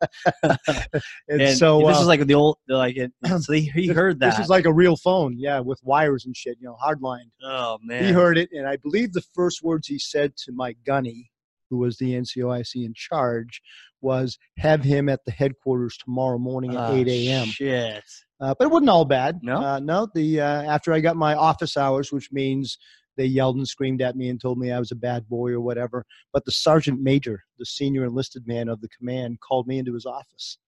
Speaker 2: And,
Speaker 1: And
Speaker 2: so
Speaker 1: this
Speaker 2: uh,
Speaker 1: is like the old like it, so he, he heard that.
Speaker 2: This is like a real phone, yeah, with wires and shit, you know, hardline.
Speaker 1: oh man.
Speaker 2: He heard it, and I believe the first words he said to Mike Gunny, who was the NCOIC in charge, was "Have him at the headquarters tomorrow morning at
Speaker 1: Ah,
Speaker 2: 8 a.m."
Speaker 1: Shit.
Speaker 2: Uh, but it wasn't all bad.
Speaker 1: No?
Speaker 2: uh, no. The uh, after I got my office hours, which means they yelled and screamed at me and told me I was a bad boy or whatever. But the sergeant major, the senior enlisted man of the command, called me into his office.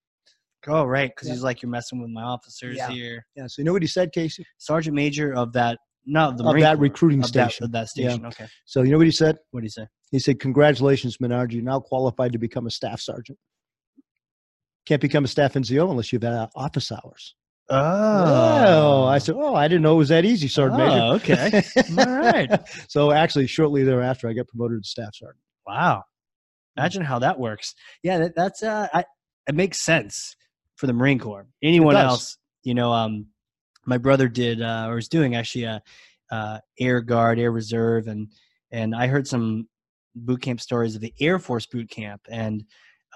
Speaker 1: Oh right, because
Speaker 2: Yeah.
Speaker 1: he's like you're messing with my officers
Speaker 2: Yeah.
Speaker 1: here.
Speaker 2: Yeah. So you know what he said, Casey?
Speaker 1: Sergeant Major of that not of the
Speaker 2: Of
Speaker 1: Marine
Speaker 2: that
Speaker 1: Corps,
Speaker 2: recruiting
Speaker 1: of that-
Speaker 2: station.
Speaker 1: of that
Speaker 2: Yeah.
Speaker 1: station. Okay.
Speaker 2: So you know what he said?
Speaker 1: What do you say?
Speaker 2: He said, Congratulations, Menard. You're now qualified to become a staff sergeant. Can't become a staff NCO unless you've had office hours. I said, Oh, I didn't know it was that easy, Sergeant
Speaker 1: Oh, okay.
Speaker 2: Major.
Speaker 1: All right.
Speaker 2: so actually, shortly thereafter, I got promoted to staff sergeant.
Speaker 1: Wow. Imagine how that works. Yeah, that, that's uh, I, it makes sense for the Marine Corps. Anyone
Speaker 2: does.
Speaker 1: else, you know, um, my brother did uh, or is doing actually a, uh, Air Guard, Air Reserve, and and I heard some boot camp stories of the Air Force boot camp, and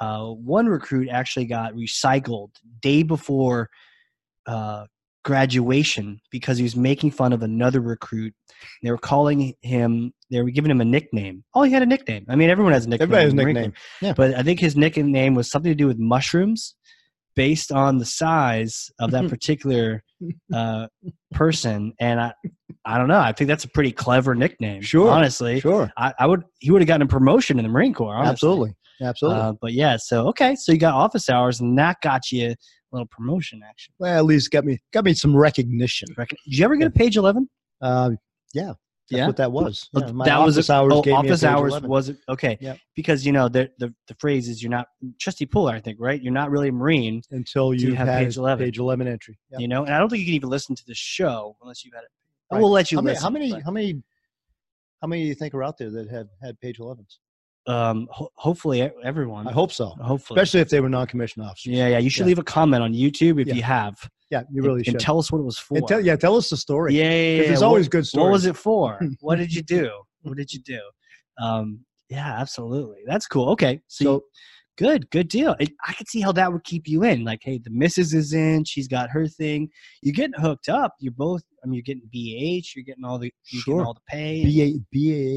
Speaker 1: uh, one recruit actually got recycled day before uh, graduation because he was making fun of another recruit. They were calling him, they were giving him a nickname. Oh, he had a nickname. I mean, everyone has a nickname.
Speaker 2: Everybody has a
Speaker 1: in the Marine
Speaker 2: nickname.
Speaker 1: Corps.
Speaker 2: Yeah.
Speaker 1: But I think his nickname was something to do with mushrooms based on the size of that particular uh, person. And I, I don't know. I think that's a pretty clever nickname.
Speaker 2: Sure.
Speaker 1: Honestly,
Speaker 2: Sure.
Speaker 1: I, I would, he would have gotten a promotion in the Marine Corps. honestly.
Speaker 2: Absolutely. Absolutely.
Speaker 1: Uh, but yeah, so okay, so you got office hours, and that got you a little promotion action.
Speaker 2: well, at least got me got me some recognition.
Speaker 1: Reckon- Did you ever get a page eleven?
Speaker 2: Uh, yeah. That's
Speaker 1: Yeah?
Speaker 2: what that was.
Speaker 1: Oh,
Speaker 2: Yeah, my
Speaker 1: that
Speaker 2: office
Speaker 1: was a-
Speaker 2: hours.
Speaker 1: Oh,
Speaker 2: gave me a
Speaker 1: office
Speaker 2: page
Speaker 1: hours
Speaker 2: 11.
Speaker 1: was okay
Speaker 2: Yep.
Speaker 1: because you know the, the the phrase is you're not Trusty Puller, I think, right? You're not really a Marine,
Speaker 2: until
Speaker 1: you
Speaker 2: you
Speaker 1: have
Speaker 2: had
Speaker 1: page 11.
Speaker 2: page 11 entry. Yeah.
Speaker 1: you know. And I don't think you can even listen to the show unless you've had it.
Speaker 2: Right.
Speaker 1: We'll let you
Speaker 2: How many,
Speaker 1: listen.
Speaker 2: how many?
Speaker 1: but,
Speaker 2: How many? How many do you think are out there that have had page 11s?
Speaker 1: um, ho- hopefully, e- everyone.
Speaker 2: I hope so.
Speaker 1: Hopefully.
Speaker 2: Especially if they were non-commissioned officers.
Speaker 1: yeah, yeah. You should
Speaker 2: Yeah.
Speaker 1: leave a comment on YouTube if
Speaker 2: Yeah.
Speaker 1: you have.
Speaker 2: Yeah, you
Speaker 1: and-
Speaker 2: really
Speaker 1: and,
Speaker 2: should.
Speaker 1: tell us what it was for.
Speaker 2: And tell- yeah, tell us the story.
Speaker 1: yeah, yeah, yeah,
Speaker 2: 'Cause there's
Speaker 1: yeah. What-
Speaker 2: always good stories.
Speaker 1: What was it for? what did you do? What did you do? Um, yeah, absolutely. That's cool. Okay, so,
Speaker 2: So-
Speaker 1: you- good, good deal. It, I could see how that would keep you in. Like, hey, the missus is in. She's got her thing. You're getting hooked up. You're both. I mean, you're getting BH. You're getting all the. You're
Speaker 2: Sure.
Speaker 1: getting all the pay.
Speaker 2: BA,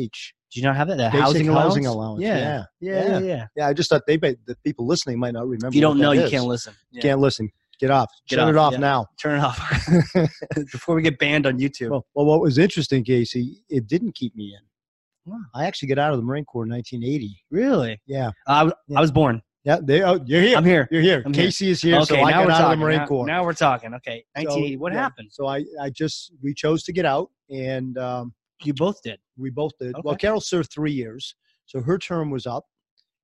Speaker 2: BAH,
Speaker 1: do you not have that? That
Speaker 2: basic
Speaker 1: housing allowance.
Speaker 2: housing allowance.
Speaker 1: Yeah.
Speaker 2: yeah.
Speaker 1: Yeah, yeah,
Speaker 2: Yeah.
Speaker 1: yeah.
Speaker 2: Yeah, I just thought they might, the people listening might not remember.
Speaker 1: If you
Speaker 2: what
Speaker 1: don't know,
Speaker 2: that
Speaker 1: you
Speaker 2: is.
Speaker 1: can't listen. Yeah.
Speaker 2: Can't listen. Get off.
Speaker 1: Get
Speaker 2: Shut it
Speaker 1: off,
Speaker 2: off
Speaker 1: yeah.
Speaker 2: now.
Speaker 1: Turn it off before we get banned on YouTube.
Speaker 2: Well, well, what was interesting, Casey, it didn't keep me in.
Speaker 1: Wow.
Speaker 2: I actually got out of the Marine Corps in 1980.
Speaker 1: really?
Speaker 2: Yeah,
Speaker 1: I, w-
Speaker 2: Yeah.
Speaker 1: I was born.
Speaker 2: yeah. They, oh, you're here.
Speaker 1: I'm here.
Speaker 2: You're here.
Speaker 1: I'm here.
Speaker 2: Casey is here.
Speaker 1: okay,
Speaker 2: so I
Speaker 1: now
Speaker 2: got
Speaker 1: we're
Speaker 2: out
Speaker 1: talking.
Speaker 2: of the Marine
Speaker 1: now,
Speaker 2: Corps.
Speaker 1: now we're talking. Okay,
Speaker 2: So,
Speaker 1: 1980. what
Speaker 2: yeah,
Speaker 1: happened?
Speaker 2: So I, I just we chose to get out, and um,
Speaker 1: You both did.
Speaker 2: we both did. Well,
Speaker 1: Okay.
Speaker 2: Carol served three years, so her term was up,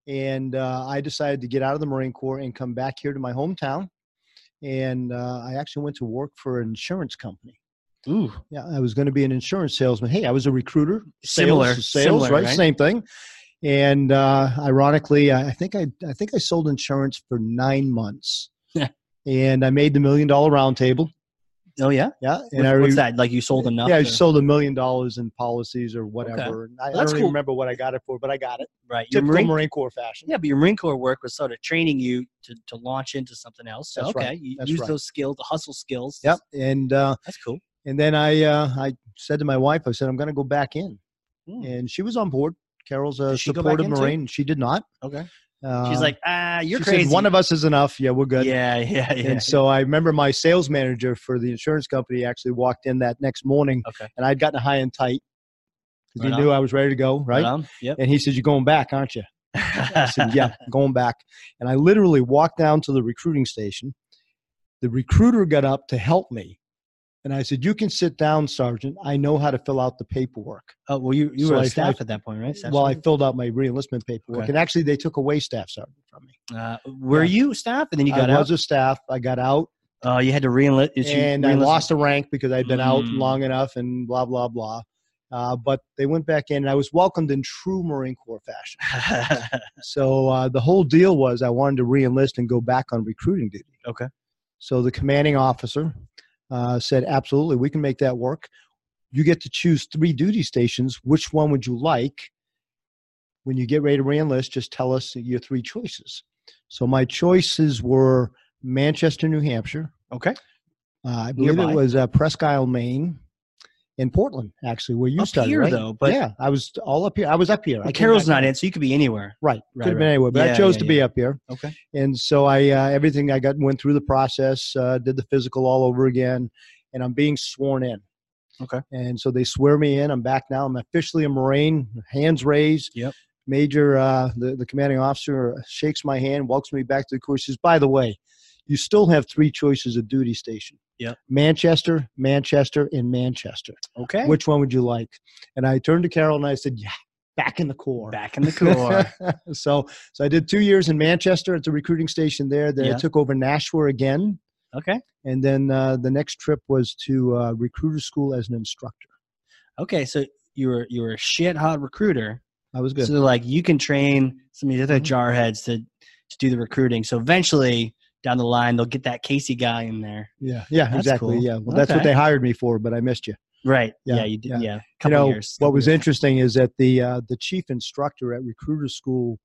Speaker 2: and uh, I decided to get out of the Marine Corps and come back here to my hometown. And uh, I actually went to work for an insurance company.
Speaker 1: Ooh.
Speaker 2: Yeah, I was going to be an insurance salesman. Hey, I was a recruiter. Sales,
Speaker 1: Similar-
Speaker 2: sales,
Speaker 1: similar,
Speaker 2: right?
Speaker 1: right?
Speaker 2: Same thing. And uh, ironically, I I think I, I think I sold insurance for nine months,
Speaker 1: Yeah.
Speaker 2: and I made the million dollar round table.
Speaker 1: Oh yeah.
Speaker 2: Yeah, and
Speaker 1: What-
Speaker 2: I
Speaker 1: what's
Speaker 2: re-
Speaker 1: that? Like you sold enough?
Speaker 2: yeah, I
Speaker 1: to-
Speaker 2: sold a million dollars in policies or whatever. And I, I
Speaker 1: That's
Speaker 2: don't even
Speaker 1: cool.
Speaker 2: remember what I got it for, but I got it.
Speaker 1: right. Your
Speaker 2: Typical Marine,
Speaker 1: Marine,
Speaker 2: Corps fashion.
Speaker 1: yeah, but your Marine Corps work was sort of training you to, to launch into something else. So
Speaker 2: That's
Speaker 1: okay,
Speaker 2: right.
Speaker 1: you
Speaker 2: That's
Speaker 1: use
Speaker 2: right.
Speaker 1: those skills, the hustle skills.
Speaker 2: Yep. And uh,
Speaker 1: that's cool.
Speaker 2: and then I uh, I said to my wife, I said I'm going to go back in,
Speaker 1: Hmm.
Speaker 2: and she was on board. Carol's a
Speaker 1: Did she go back
Speaker 2: supportive
Speaker 1: in too?
Speaker 2: Marine. She did not.
Speaker 1: Okay.
Speaker 2: Uh,
Speaker 1: She's like, ah, you're
Speaker 2: she
Speaker 1: crazy.
Speaker 2: Said, One of us is enough. Yeah, we're good.
Speaker 1: Yeah, yeah, yeah.
Speaker 2: And so I remember my sales manager for the insurance company actually walked in that next morning,
Speaker 1: okay.
Speaker 2: and I'd gotten high and tight because
Speaker 1: Right
Speaker 2: he
Speaker 1: on.
Speaker 2: knew I was ready to go, right?
Speaker 1: on. Um, Yep.
Speaker 2: And he said, "You're going back, aren't you?" I said, "Yeah, I'm going back." And I literally walked down to the recruiting station. The recruiter got up to help me, and I said, "You can sit down, Sergeant. I know how to fill out the paperwork."
Speaker 1: Oh well, you you
Speaker 2: So
Speaker 1: were
Speaker 2: I-
Speaker 1: a staff
Speaker 2: I-
Speaker 1: at that point, right? Staff
Speaker 2: Well, I
Speaker 1: sergeant?
Speaker 2: filled out my reenlistment paperwork,
Speaker 1: Okay.
Speaker 2: and actually, they took away staff sergeant from me.
Speaker 1: uh, were
Speaker 2: yeah.
Speaker 1: you staff, and then you got
Speaker 2: I
Speaker 1: out?
Speaker 2: was a staff. I got out.
Speaker 1: Oh, you had to reenlist. you
Speaker 2: and I
Speaker 1: reenlisted-
Speaker 2: lost a rank because I'd been out
Speaker 1: Mm.
Speaker 2: long enough and blah blah blah. Uh, but they went back in, and I was welcomed in true Marine Corps fashion. So uh, the whole deal was I wanted to reenlist and go back on recruiting duty.
Speaker 1: Okay.
Speaker 2: So the commanding officer uh, said, "Absolutely, we can make that work. You get to choose three duty stations. Which one would you like? When you get ready to reenlist, just tell us your three choices." So my choices were Manchester, New Hampshire.
Speaker 1: okay.
Speaker 2: Uh, I believe
Speaker 1: Nearby.
Speaker 2: it was uh, Presque Isle, Maine, in Portland, actually, where you
Speaker 1: Up
Speaker 2: started.
Speaker 1: here
Speaker 2: right?
Speaker 1: though, but
Speaker 2: yeah, I was all up here. I was up here. I
Speaker 1: but
Speaker 2: came
Speaker 1: Carol's
Speaker 2: back-
Speaker 1: not in, so you could be anywhere.
Speaker 2: Right,
Speaker 1: Right,
Speaker 2: could have been
Speaker 1: right.
Speaker 2: anywhere, but
Speaker 1: Yeah,
Speaker 2: I chose
Speaker 1: yeah,
Speaker 2: to be
Speaker 1: yeah.
Speaker 2: up here,
Speaker 1: Okay.
Speaker 2: and so I uh, everything I got went through the process, uh, did the physical all over again, and I'm being sworn in.
Speaker 1: Okay.
Speaker 2: And so they swear me in. I'm back now. I'm officially a Marine. Hands raised.
Speaker 1: Yep.
Speaker 2: Major, uh, the the commanding officer uh, shakes my hand, welcomes me back to the course. Says, "By the way, you still have three choices of duty station.
Speaker 1: Yep.
Speaker 2: Manchester, Manchester, and Manchester.
Speaker 1: Okay.
Speaker 2: Which one would you like?" And I turned to Carol and I said, "Yeah, back in the Corps."
Speaker 1: Back in the core.
Speaker 2: so, so I did two years in Manchester at the recruiting station there. Then
Speaker 1: Yeah.
Speaker 2: I took over Nashua again,
Speaker 1: okay.
Speaker 2: and then uh, the next trip was to uh, recruiter school as an instructor.
Speaker 1: Okay. So you were you were a shit hot recruiter,
Speaker 2: I was good. Mm-hmm.
Speaker 1: So like you can train some of these other jarheads to to do the recruiting. So eventually down the line they'll get that Casey guy in there.
Speaker 2: yeah, yeah,
Speaker 1: That's
Speaker 2: exactly.
Speaker 1: cool.
Speaker 2: Yeah, well, that's what
Speaker 1: Okay.
Speaker 2: they hired me for, but I missed you.
Speaker 1: Right.
Speaker 2: Yeah,
Speaker 1: Yeah. you did.
Speaker 2: yeah.
Speaker 1: Yeah. Couple
Speaker 2: you know,
Speaker 1: years.
Speaker 2: What was
Speaker 1: Yeah.
Speaker 2: interesting is that the uh, the chief instructor at recruiter school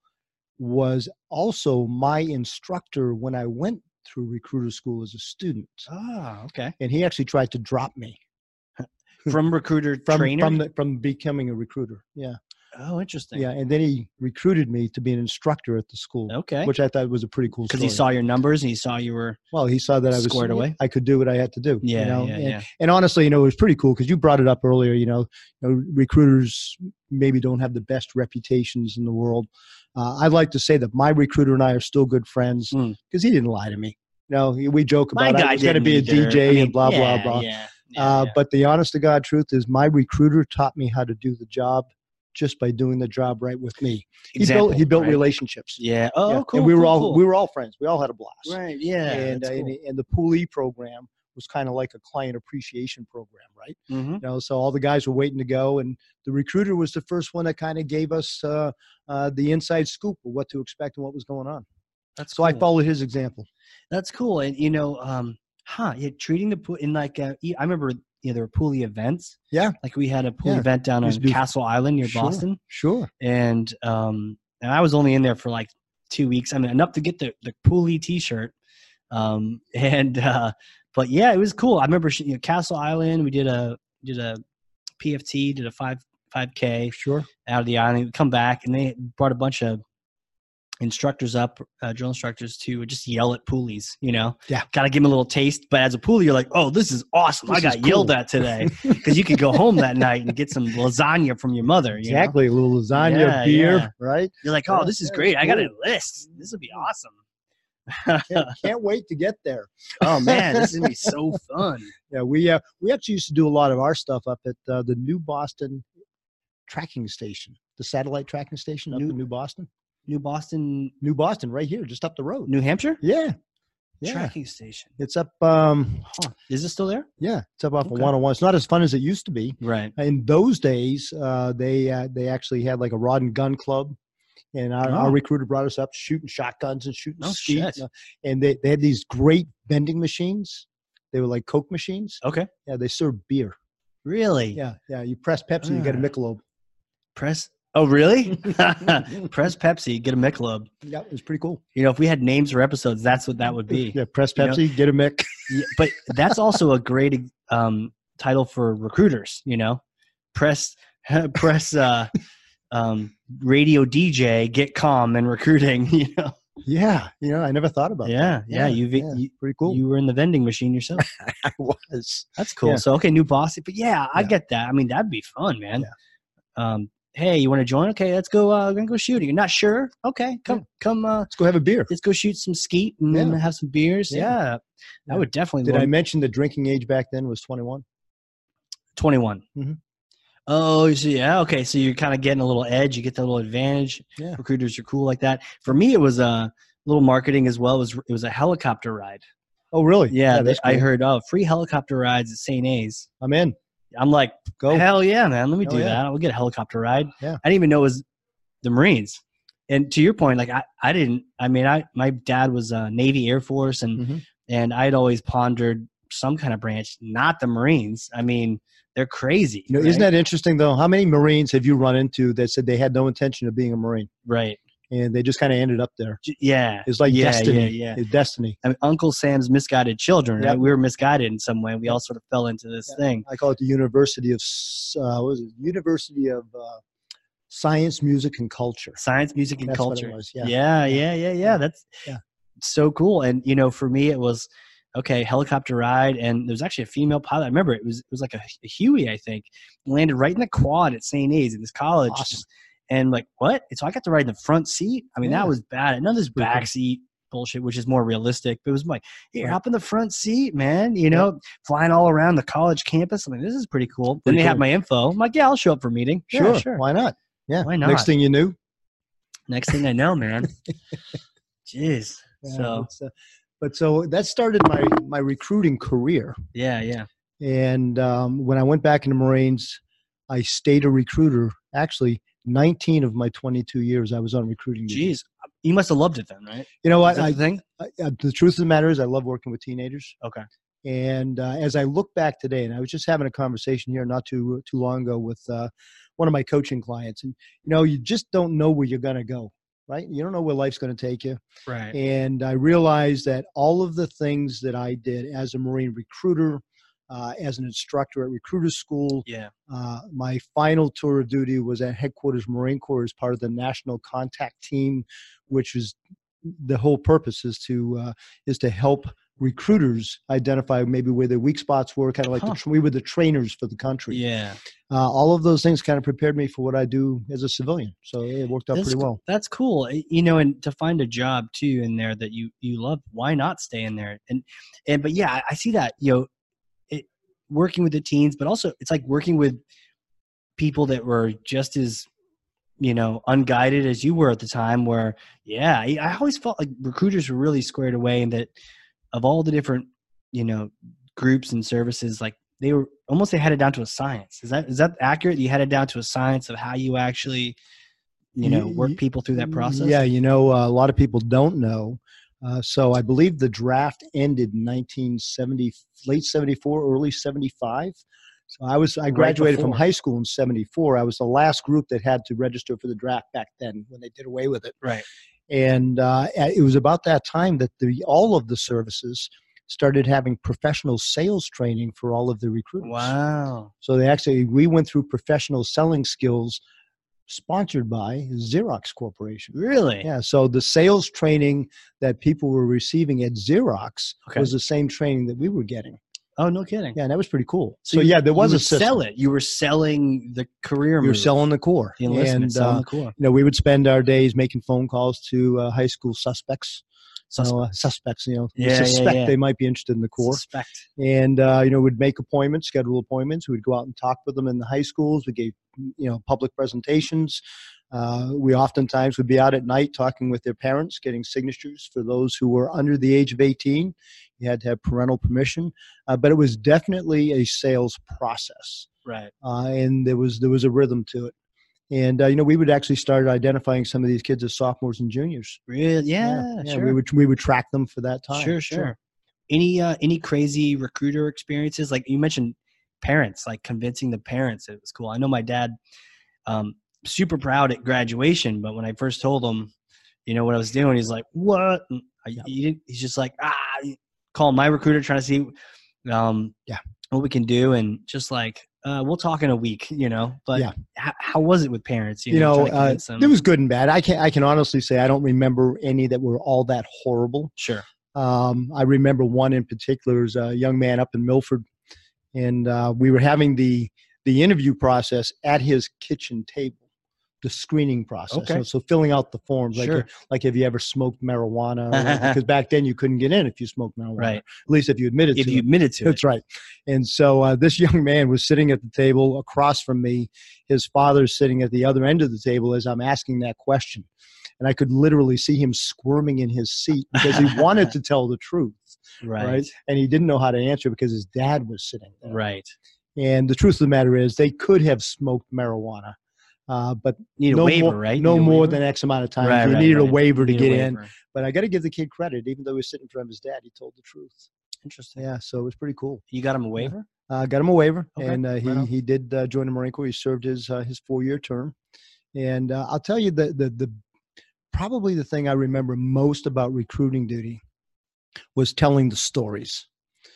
Speaker 2: was also my instructor when I went through recruiter school as a student,
Speaker 1: Oh, okay.
Speaker 2: and he actually tried to drop me
Speaker 1: From recruiter
Speaker 2: from
Speaker 1: trainer.
Speaker 2: from the, from becoming a recruiter. Yeah,
Speaker 1: oh, interesting.
Speaker 2: yeah, and then he recruited me to be an instructor at the school.
Speaker 1: Okay.
Speaker 2: Which I thought was a pretty cool
Speaker 1: Because
Speaker 2: story.
Speaker 1: he saw your numbers and he saw you were.
Speaker 2: well, he saw that I was
Speaker 1: Squared away.
Speaker 2: I could do what I had to do. you
Speaker 1: Yeah.
Speaker 2: know,
Speaker 1: yeah.
Speaker 2: and-
Speaker 1: yeah.
Speaker 2: and honestly, you know, it was pretty cool because you brought it up earlier. You know, you know, recruiters maybe don't have the best reputations in the world. Uh, I'd like to say that my recruiter and I are still good friends
Speaker 1: Mm.
Speaker 2: because he didn't lie to me. You know, he- we joke
Speaker 1: My
Speaker 2: about
Speaker 1: guy
Speaker 2: it. going to
Speaker 1: didn't
Speaker 2: be a
Speaker 1: either.
Speaker 2: DJ
Speaker 1: I mean,
Speaker 2: and blah
Speaker 1: yeah,
Speaker 2: blah blah.
Speaker 1: Yeah.
Speaker 2: uh,
Speaker 1: yeah,
Speaker 2: But the honest to God truth is, my recruiter taught me how to do the job just by doing the job right with me. He built he
Speaker 1: Example,
Speaker 2: built
Speaker 1: right?
Speaker 2: relationships.
Speaker 1: Yeah. Oh,
Speaker 2: Yeah,
Speaker 1: cool.
Speaker 2: And we were
Speaker 1: cool,
Speaker 2: all
Speaker 1: cool.
Speaker 2: we were all friends. We all had a blast
Speaker 1: Right. Yeah.
Speaker 2: and, uh,
Speaker 1: that's
Speaker 2: and
Speaker 1: cool.
Speaker 2: and the Pool E program was kind of like a client appreciation program, right?
Speaker 1: Mhm.
Speaker 2: You know, so all the guys were waiting to go, and the recruiter was the first one that kind of gave us uh, uh, the inside scoop of what to expect and what was going on.
Speaker 1: That's
Speaker 2: So I
Speaker 1: cool.
Speaker 2: followed his example.
Speaker 1: That's cool. And you know, um, huh? Yeah, treating the pool in like uh, e- I remember you know, there were poolie events.
Speaker 2: Yeah.
Speaker 1: like we had a pool
Speaker 2: Yeah.
Speaker 1: event down on
Speaker 2: We used to do-
Speaker 1: Castle Island near
Speaker 2: Sure.
Speaker 1: Boston,
Speaker 2: Sure.
Speaker 1: and um, and I was only in there for like two weeks. I mean, enough to get the the poolie T-shirt. Um, and uh, but yeah, it was cool. I remember you know, Castle Island. We did a did a PFT, did a five five k
Speaker 2: Sure.
Speaker 1: out of the island, come back, and they brought a bunch of instructors up, uh, drill instructors to just yell at poolies, you know?
Speaker 2: Yeah.
Speaker 1: Gotta give them a little taste. But as a poolie, you're like, oh, this is awesome. I
Speaker 2: This
Speaker 1: got
Speaker 2: is
Speaker 1: yelled
Speaker 2: cool."
Speaker 1: at today because you could go home that night and get some lasagna from your mother. You know?
Speaker 2: Exactly. A little lasagna,
Speaker 1: Yeah,
Speaker 2: beer,
Speaker 1: yeah.
Speaker 2: right?
Speaker 1: You're like, oh,
Speaker 2: Yeah,
Speaker 1: this is
Speaker 2: yeah,
Speaker 1: great. I got a
Speaker 2: cool.
Speaker 1: list. This would be awesome.
Speaker 2: Can't, can't wait to get there.
Speaker 1: oh, man, this is going to be so fun.
Speaker 2: Yeah, we uh, we actually used to do a lot of our stuff up at uh, the New Boston tracking station, the satellite tracking station up
Speaker 1: New-
Speaker 2: in New Boston.
Speaker 1: New Boston,
Speaker 2: New Boston, right here, just up the road.
Speaker 1: New Hampshire?
Speaker 2: Yeah. Yeah.
Speaker 1: Tracking station.
Speaker 2: It's up um
Speaker 1: Huh. Is it still there?
Speaker 2: yeah, it's up off of
Speaker 1: Okay.
Speaker 2: 101. It's not as fun as it used to be.
Speaker 1: Right.
Speaker 2: In those days, uh they uh, they actually had like a rod and gun club and our,
Speaker 1: Oh.
Speaker 2: our recruiter brought us up shooting shotguns and shooting
Speaker 1: No
Speaker 2: skeet.
Speaker 1: shit.
Speaker 2: And they, they had these great vending machines. They were like Coke machines.
Speaker 1: Okay.
Speaker 2: Yeah, they served beer.
Speaker 1: Really?
Speaker 2: Yeah, yeah. You press Pepsi, you get a
Speaker 1: Ah.
Speaker 2: Michelob.
Speaker 1: Press. Oh, really? Press Pepsi, get a Michelob.
Speaker 2: Yeah, it was pretty cool.
Speaker 1: You know, if we had names for episodes, that's what that would be.
Speaker 2: Yeah, press
Speaker 1: You know-
Speaker 2: Pepsi, get a Mick.
Speaker 1: Yeah, But that's also a great um, title for recruiters. You know, press press uh, um, radio DJ, get calm and recruiting. You know,
Speaker 2: Yeah, you know, I never thought about that.
Speaker 1: yeah, yeah.
Speaker 2: Yeah,
Speaker 1: You've,
Speaker 2: yeah.
Speaker 1: You
Speaker 2: Pretty cool.
Speaker 1: you were in the vending machine yourself.
Speaker 2: I was.
Speaker 1: That's cool.
Speaker 2: Yeah.
Speaker 1: So okay, new boss. But yeah, I
Speaker 2: Yeah.
Speaker 1: get that. I mean, that'd be fun, man. Um, hey, you want to join? Okay, let's go. Uh, we're gonna go shooting. You're not sure? Okay, come come. Uh,
Speaker 2: Let's go have a beer.
Speaker 1: let's go shoot some skeet and then
Speaker 2: Yeah.
Speaker 1: have some beers.
Speaker 2: Yeah.
Speaker 1: Yeah.
Speaker 2: Yeah.
Speaker 1: I would definitely.
Speaker 2: Did
Speaker 1: love
Speaker 2: I mention the drinking age back then was 21?
Speaker 1: 21.
Speaker 2: Mhm.
Speaker 1: Oh, you see, yeah. Okay. So you're kind of getting a little edge. You get that little advantage.
Speaker 2: Yeah.
Speaker 1: Recruiters are cool like that. For me, it was a little marketing as well. It was, it was a helicopter ride.
Speaker 2: Oh, really?
Speaker 1: Yeah.
Speaker 2: that's
Speaker 1: I
Speaker 2: cool.
Speaker 1: heard, oh, free helicopter rides at St. A's.
Speaker 2: I'm in.
Speaker 1: I'm like,
Speaker 2: Go.
Speaker 1: hell yeah, man. Let me
Speaker 2: Oh. Hell
Speaker 1: do
Speaker 2: yeah.
Speaker 1: that. I'll get a helicopter ride.
Speaker 2: Yeah.
Speaker 1: I didn't even know it was the Marines. And to your point, like I, I didn't, I mean, I, my dad was uh, Navy Air Force and
Speaker 2: Mhm.
Speaker 1: and I'd always pondered some kind of branch, not the Marines. I mean, they're crazy.
Speaker 2: You know, isn't
Speaker 1: right?
Speaker 2: that interesting though? How many Marines have you run into that said they had no intention of being a Marine
Speaker 1: right?
Speaker 2: and they just kind of ended up there?
Speaker 1: J- Yeah,
Speaker 2: It's like
Speaker 1: yeah,
Speaker 2: destiny.
Speaker 1: yeah, yeah.
Speaker 2: It's destiny.
Speaker 1: I mean, Uncle Sam's misguided children.
Speaker 2: Yep.
Speaker 1: Right? We were misguided in some way. We all sort of fell into this
Speaker 2: Yep.
Speaker 1: thing.
Speaker 2: I call it the University of S- uh, what was it? University of uh, Science, Music, and Culture.
Speaker 1: Science, music, and
Speaker 2: That's what it
Speaker 1: culture.
Speaker 2: was, yeah.
Speaker 1: Yeah. Yeah, yeah, yeah,
Speaker 2: Yeah.
Speaker 1: That's
Speaker 2: Yeah.
Speaker 1: so cool. And you know, for me, it was okay helicopter ride, and there was actually a female pilot. I remember it was it was like a, a Huey, I think, landed right in the quad at St. A's at this college.
Speaker 2: Awesome.
Speaker 1: And like what? And so I got to ride in the front seat. I mean,
Speaker 2: Yeah.
Speaker 1: that was bad. None of this
Speaker 2: Pretty cool.
Speaker 1: back seat bullshit, which is more realistic. But it was like, here,
Speaker 2: Right.
Speaker 1: hop in the front seat, man. You know, flying all around the college campus. I mean, this is pretty cool. Then
Speaker 2: Pretty
Speaker 1: they have
Speaker 2: cool.
Speaker 1: my info. I'm like, yeah, I'll show up for a meeting.
Speaker 2: Sure.
Speaker 1: yeah, sure.
Speaker 2: Why not? Yeah.
Speaker 1: Why
Speaker 2: Next
Speaker 1: not?
Speaker 2: thing you knew.
Speaker 1: Next thing I know, man. Jeez.
Speaker 2: Yeah,
Speaker 1: So
Speaker 2: it's, uh, but so that started my my recruiting career.
Speaker 1: yeah, yeah.
Speaker 2: And um, when I went back in the Marines, I stayed a recruiter. Actually, 19 of my 22 years I was on recruiting.
Speaker 1: Jeez, you must have loved it then, right?
Speaker 2: You know
Speaker 1: Is
Speaker 2: what?
Speaker 1: that
Speaker 2: I,
Speaker 1: the thing?
Speaker 2: I, I, the truth of the matter is, I love working with teenagers.
Speaker 1: Okay.
Speaker 2: And uh, as I look back today, and I was just having a conversation here not too too long ago with uh, one of my coaching clients, and you know, you just don't know where you're going to go, right? You don't know where life's going to take you.
Speaker 1: Right.
Speaker 2: And I realized that all of the things that I did as a Marine recruiter, uh, as an instructor at recruiter school,
Speaker 1: Yeah.
Speaker 2: uh, my final tour of duty was at headquarters Marine Corps as part of the national contact team, which is the whole purpose is to uh, is to help recruiters identify maybe where their weak spots were. Kind of like the
Speaker 1: Huh.
Speaker 2: tra- we were the trainers for the country.
Speaker 1: Yeah.
Speaker 2: Uh, all of those things kind of prepared me for what I do as a civilian. So it worked out
Speaker 1: That's
Speaker 2: pretty well.
Speaker 1: That's cool. Y- You know, and to find a job too in there that you you love, why not stay in there? And and but yeah, I, I see that, you know, it working with the teens, but also it's like working with people that were just as you know unguided as you were at the time where yeah I, I always felt like recruiters were really squared away and that of all the different you know groups and services like they were almost they had it down to a science is that is that accurate you had it down to a science of how you actually you know
Speaker 2: Ye-
Speaker 1: work people through that process
Speaker 2: Mm-hmm. Yeah, you know, uh, a lot of people don't know. Uh, so I believe the draft ended in 1970, late 74, early 75. So I was I graduated from
Speaker 1: before.
Speaker 2: high school in 74. I was the last group that had to register for the draft back then when they did away with it
Speaker 1: right
Speaker 2: and uh, it was about that time that the all of the services started having professional sales training for all of the recruiters.
Speaker 1: wow
Speaker 2: So they actually we went through professional selling skills sponsored by Xerox Corporation.
Speaker 1: really
Speaker 2: Yeah, so the sales training that people were receiving at Xerox
Speaker 1: Okay.
Speaker 2: was the same training that we were getting.
Speaker 1: oh no kidding
Speaker 2: Yeah, and that was pretty cool. So, yeah, there
Speaker 1: you
Speaker 2: was a
Speaker 1: would
Speaker 2: system.
Speaker 1: sell it you were selling the career
Speaker 2: You were
Speaker 1: move,
Speaker 2: selling the core,
Speaker 1: the enlistment
Speaker 2: and
Speaker 1: selling
Speaker 2: uh,
Speaker 1: the core
Speaker 2: you know we would spend our days making phone calls to uh, high school suspects.
Speaker 1: Sus-
Speaker 2: So, uh, suspects, you know, we
Speaker 1: Yeah, yeah,
Speaker 2: suspect
Speaker 1: yeah.
Speaker 2: they might be interested in the Corps.
Speaker 1: suspect
Speaker 2: And, uh, you know, we'd make appointments, schedule appointments. We'd go out and talk with them in the high schools. We gave, you know, public presentations. Uh, we oftentimes would be out at night talking with their parents, getting signatures for those who were under the age of 18. You had to have parental permission. Uh, but it was definitely a sales process
Speaker 1: right
Speaker 2: uh, and there was there was a rhythm to it. And uh, you know, we would actually start identifying some of these kids as sophomores and juniors.
Speaker 1: really yeah, sure.
Speaker 2: we would we would track them for that time.
Speaker 1: Sure, sure. Any uh, any crazy recruiter experiences? Like you mentioned, parents like convincing the parents that it was cool. I know my dad, um, super proud at graduation, but when I first told him, you know what I was doing, he's like, "What?" And I, he didn't, he's just like, "Ah," calling my recruiter trying to see, um,
Speaker 2: Yeah.
Speaker 1: what we can do, and just like. Uh, we'll talk in a week, you know. But
Speaker 2: Yeah.
Speaker 1: how, how was it with parents? You,
Speaker 2: You
Speaker 1: know,
Speaker 2: know,
Speaker 1: trying to
Speaker 2: uh,
Speaker 1: convince them?
Speaker 2: There was good and bad. I can I can honestly say I don't remember any that were all that horrible.
Speaker 1: sure.
Speaker 2: Um, I remember one in particular is a young man up in Milford, and uh, we were having the the interview process at his kitchen table, the screening process.
Speaker 1: Okay.
Speaker 2: So, so filling out the forms, like
Speaker 1: sure.
Speaker 2: like have you ever smoked marijuana because back then you couldn't get in if you smoked marijuana
Speaker 1: Right.
Speaker 2: at least if you admitted
Speaker 1: If
Speaker 2: to
Speaker 1: you
Speaker 2: it
Speaker 1: admitted to it,
Speaker 2: that's right and so uh, this young man was sitting at the table across from me his father's sitting at the other end of the table as i'm asking that question and i could literally see him squirming in his seat because he wanted to tell the truth
Speaker 1: right,
Speaker 2: right,
Speaker 1: right,
Speaker 2: and he didn't know how to answer because his dad was sitting there
Speaker 1: right.
Speaker 2: and the truth of the matter is they could have smoked marijuana uh, but
Speaker 1: Need a
Speaker 2: no
Speaker 1: waiver,
Speaker 2: more,
Speaker 1: right?
Speaker 2: no
Speaker 1: Need a
Speaker 2: more
Speaker 1: waiver?
Speaker 2: than X amount of time.
Speaker 1: Right,
Speaker 2: he
Speaker 1: right,
Speaker 2: needed a
Speaker 1: right.
Speaker 2: waiver to
Speaker 1: Need a
Speaker 2: get in.
Speaker 1: waiver.
Speaker 2: But I got to give the kid credit, even though he was sitting in front of his dad, he told the truth.
Speaker 1: Interesting.
Speaker 2: Yeah, so it was pretty cool.
Speaker 1: You got him a waiver?
Speaker 2: Uh, got him a waiver,
Speaker 1: Okay,
Speaker 2: and uh, he
Speaker 1: right on.
Speaker 2: he did uh, join the Marine Corps. He served his uh, his four year term, and uh, I'll tell you the the the probably the thing I remember most about recruiting duty was telling the stories.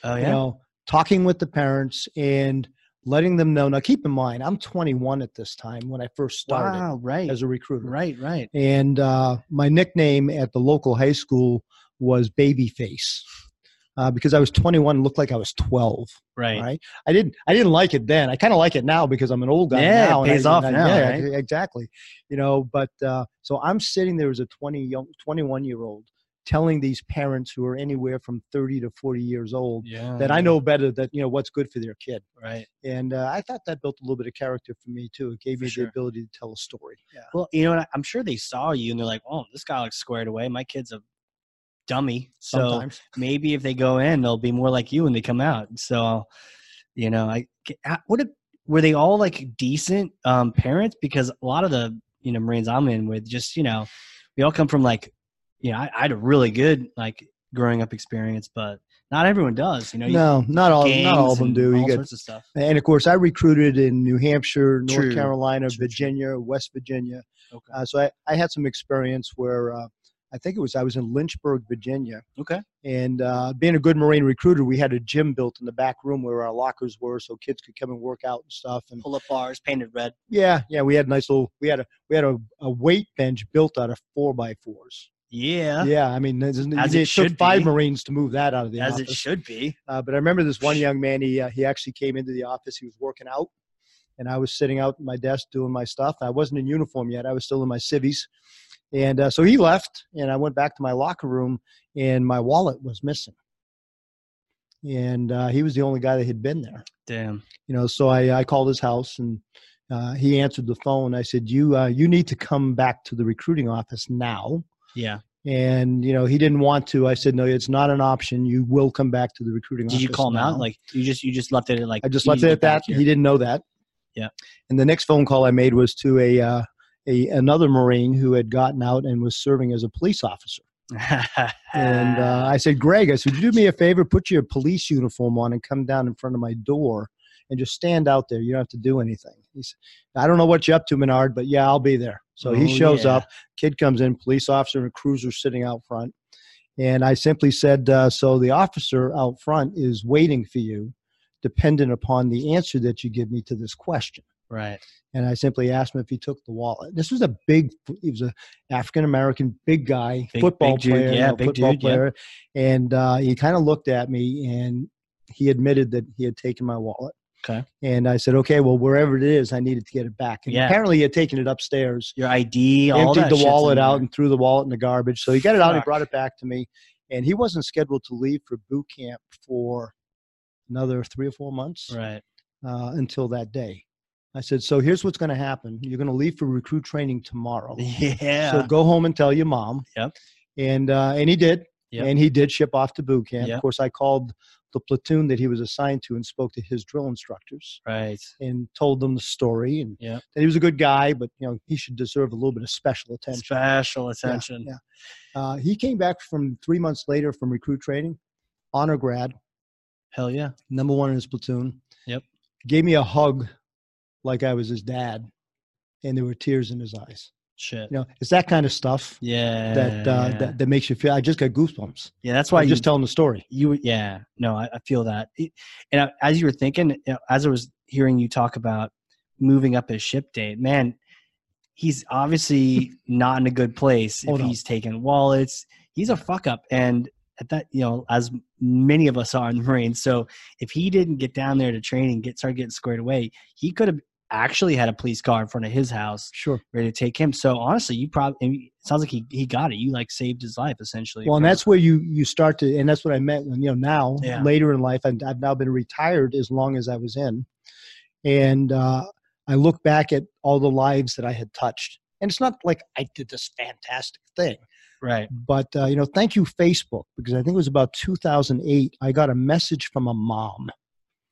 Speaker 1: Oh
Speaker 2: You know, talking with the parents and letting them know. Now, keep in mind, I'm 21 at this time when I first started
Speaker 1: wow, right.
Speaker 2: as a recruiter.
Speaker 1: right, right.
Speaker 2: and uh, my nickname at the local high school was Babyface uh, because I was 21 and looked like I was 12.
Speaker 1: Right.
Speaker 2: Right? I didn't. I didn't like it then. I kind of like it now because I'm an old guy
Speaker 1: Yeah, it
Speaker 2: now. and I-
Speaker 1: pays off
Speaker 2: and
Speaker 1: now,
Speaker 2: I- Yeah, e,
Speaker 1: right?
Speaker 2: exactly. You know, but uh, so I'm sitting there as a 20 young, 21 year old telling these parents who are anywhere from 30 to 40 years old
Speaker 1: Yeah.
Speaker 2: that I know better that you know what's good for their kid.
Speaker 1: Right.
Speaker 2: And uh, I thought that built a little bit of character for me too. It gave
Speaker 1: For
Speaker 2: me
Speaker 1: sure.
Speaker 2: the ability to tell a story. Yeah.
Speaker 1: Well, you know, what? I'm sure they saw you and they're like, oh, this guy looks squared away. My kid's a dummy. So
Speaker 2: Sometimes.
Speaker 1: maybe if they go in, they'll be more like you when they come out. So, you know, I ca- how- ah, what did were they all like decent um, parents? Because a lot of the you know Marines I'm in with just you know we all come from like you know I, I had a really good like growing up experience, but not everyone does. You know, you-
Speaker 2: No, not all,
Speaker 1: gangs
Speaker 2: not all of them
Speaker 1: and
Speaker 2: do. You
Speaker 1: all
Speaker 2: get
Speaker 1: sorts of stuff.
Speaker 2: And of course, I recruited in New Hampshire, North
Speaker 1: True.
Speaker 2: Carolina,
Speaker 1: True, true.
Speaker 2: Virginia, West Virginia.
Speaker 1: Okay.
Speaker 2: Uh, so I, I had some experience where uh, I think it was I was in Lynchburg, Virginia.
Speaker 1: Okay.
Speaker 2: And uh, being a good Marine recruiter, we had a gym built in the back room where our lockers were, so kids could come and work out and stuff. And
Speaker 1: Pull up bars painted red.
Speaker 2: yeah, yeah, we had a nice little we had a we had a, a weight bench built out of four by fours.
Speaker 1: Yeah.
Speaker 2: Yeah, I mean, there's-
Speaker 1: As it
Speaker 2: it, took
Speaker 1: should
Speaker 2: five
Speaker 1: be.
Speaker 2: Marines to move that out of the
Speaker 1: As
Speaker 2: office.
Speaker 1: it should be.
Speaker 2: Uh, but I remember this one young man. He uh, he actually came into the office. He was working out, and I was sitting out at my desk doing my stuff. I wasn't in uniform yet. I was still in my civvies, and uh, so he left, and I went back to my locker room, and my wallet was missing. And uh, he was the only guy that had been there,
Speaker 1: Damn.
Speaker 2: you know. So I I called his house, and uh, he answered the phone. I said, "You uh, you need to come back to the recruiting office now."
Speaker 1: Yeah.
Speaker 2: And you know he didn't want to. I said, "No, it's not an option. You will come back to the recruiting."
Speaker 1: Did you
Speaker 2: office
Speaker 1: call him
Speaker 2: now."
Speaker 1: out? Like you just you just left it at like
Speaker 2: I just
Speaker 1: you
Speaker 2: left it
Speaker 1: get
Speaker 2: at that.
Speaker 1: back here.
Speaker 2: He didn't know that.
Speaker 1: Yeah.
Speaker 2: And the next phone call I made was to a uh, a another Marine who had gotten out and was serving as a police officer. And uh,
Speaker 1: Ah.
Speaker 2: I said, Greg, I said, would you do me a favor? Put your police uniform on and come down in front of my door and just stand out there. You don't have to do anything. He said, I don't know what you're up to, Menard, but yeah, I'll be there. So he
Speaker 1: Oh,
Speaker 2: shows
Speaker 1: yeah.
Speaker 2: up. Kid comes in, police officer and a cruiser sitting out front. And I simply said, uh, So the officer out front is waiting for you, dependent upon the answer that you give me to this question
Speaker 1: right.
Speaker 2: and I simply asked him if he took the wallet. This was a big, he was a African American big guy,
Speaker 1: Big-
Speaker 2: football
Speaker 1: big dude,
Speaker 2: player,
Speaker 1: yeah,
Speaker 2: no,
Speaker 1: big
Speaker 2: football
Speaker 1: dude, yeah.
Speaker 2: player, and uh, he kind of looked at me and he admitted that he had taken my wallet.
Speaker 1: Okay.
Speaker 2: And I said, okay, well, wherever it is, I needed to get it back. And
Speaker 1: Yeah.
Speaker 2: apparently, he had taken it upstairs,
Speaker 1: Your ID, all
Speaker 2: emptied
Speaker 1: that
Speaker 2: the
Speaker 1: shit's in
Speaker 2: wallet
Speaker 1: there.
Speaker 2: out, and threw the wallet in the garbage. So he got it out and
Speaker 1: Fuck.
Speaker 2: brought it back to me. And he wasn't scheduled to leave for boot camp for another three or four months
Speaker 1: Right.
Speaker 2: uh, until that day. I said, so here's what's going to happen. You're going to leave for recruit training tomorrow.
Speaker 1: Yeah.
Speaker 2: So go home and tell your mom.
Speaker 1: Yep.
Speaker 2: And uh, and he did.
Speaker 1: Yep.
Speaker 2: And he did ship off to boot camp.
Speaker 1: Yep.
Speaker 2: Of course, I called the platoon that he was assigned to and spoke to his drill instructors
Speaker 1: right.
Speaker 2: and told them the story and
Speaker 1: Yep.
Speaker 2: that he was a good guy, but you know he should deserve a little bit of special attention.
Speaker 1: Special attention.
Speaker 2: yeah. Uh, he came back from three months later from recruit training, honor grad,
Speaker 1: Hell yeah.
Speaker 2: number one in his platoon.
Speaker 1: Yep.
Speaker 2: Gave me a hug like I was his dad, and there were tears in his eyes.
Speaker 1: Shit.
Speaker 2: You know, it's that kind of stuff
Speaker 1: Yeah.
Speaker 2: that, uh,
Speaker 1: yeah.
Speaker 2: that that makes you feel. I just got goosebumps.
Speaker 1: yeah, that's why
Speaker 2: Why
Speaker 1: you
Speaker 2: just telling the story?
Speaker 1: you yeah no i, I feel that It- and I, as you were thinking you know, as i was hearing you talk about moving up his ship date man he's obviously not in a good place
Speaker 2: Oh,
Speaker 1: if
Speaker 2: no.
Speaker 1: he's taking wallets he's a fuck up and at that you know as many of us are in the marines so if he didn't get down there to training get start getting squared away he could have actually had a police car in front of his house
Speaker 2: Sure.
Speaker 1: ready to take him so honestly you probably it sounds like he, he got it you like saved his life essentially
Speaker 2: Well, and
Speaker 1: from-
Speaker 2: that's where you you start to, and that's what I meant. When you know now,
Speaker 1: Yeah.
Speaker 2: later in life, I've, I've now been retired as long as I was in, and uh, I look back at all the lives that I had touched, and it's not like I did this fantastic thing.
Speaker 1: right
Speaker 2: but uh, you know thank you facebook because i think it was about 2008 i got a message from a mom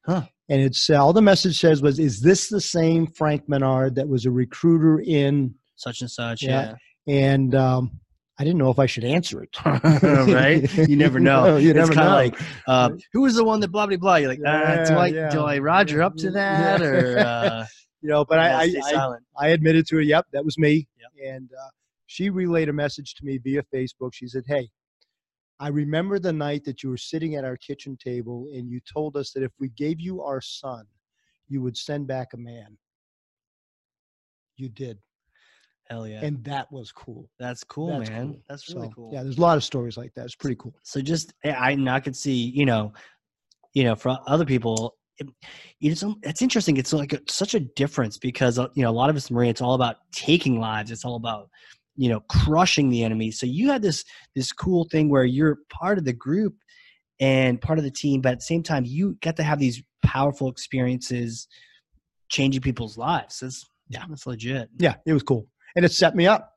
Speaker 1: Huh.
Speaker 2: and it's uh, all the message says was is this the same frank menard that was a recruiter in
Speaker 1: such and such
Speaker 2: Yeah.
Speaker 1: yeah.
Speaker 2: and um, i didn't know if i should answer it
Speaker 1: right? You never know.
Speaker 2: No, Oh, you
Speaker 1: it's
Speaker 2: never
Speaker 1: kind
Speaker 2: know.
Speaker 1: of like, uh, who was the one that blah blah blah? You're like, ah, do
Speaker 2: Yeah,
Speaker 1: I
Speaker 2: yeah.
Speaker 1: do I Roger up to
Speaker 2: Yeah.
Speaker 1: that or? Uh,
Speaker 2: you know but I, I,
Speaker 1: stay
Speaker 2: I,
Speaker 1: silent.
Speaker 2: I admitted to her yep that was me and uh, she relayed a message to me via facebook she said hey i remember the night that you were sitting at our kitchen table and you told us that if we gave you our son you would send back a man you did
Speaker 1: Hell yeah,
Speaker 2: and that was cool
Speaker 1: that's cool,
Speaker 2: That's
Speaker 1: man.
Speaker 2: cool.
Speaker 1: That's really
Speaker 2: So,
Speaker 1: cool.
Speaker 2: yeah there's a lot of stories like that it's pretty cool
Speaker 1: So just I, I, and I could see you know, you know, for other people, it, it's it's interesting. It's like a, such a difference because uh, you know a lot of us marine, it's all about taking lives. It's all about you know crushing the enemy. So you had this this cool thing where you're part of the group and part of the team, but at the same time, you get to have these powerful experiences, changing people's lives. That's yeah, that's legit.
Speaker 2: yeah it was cool and it set me up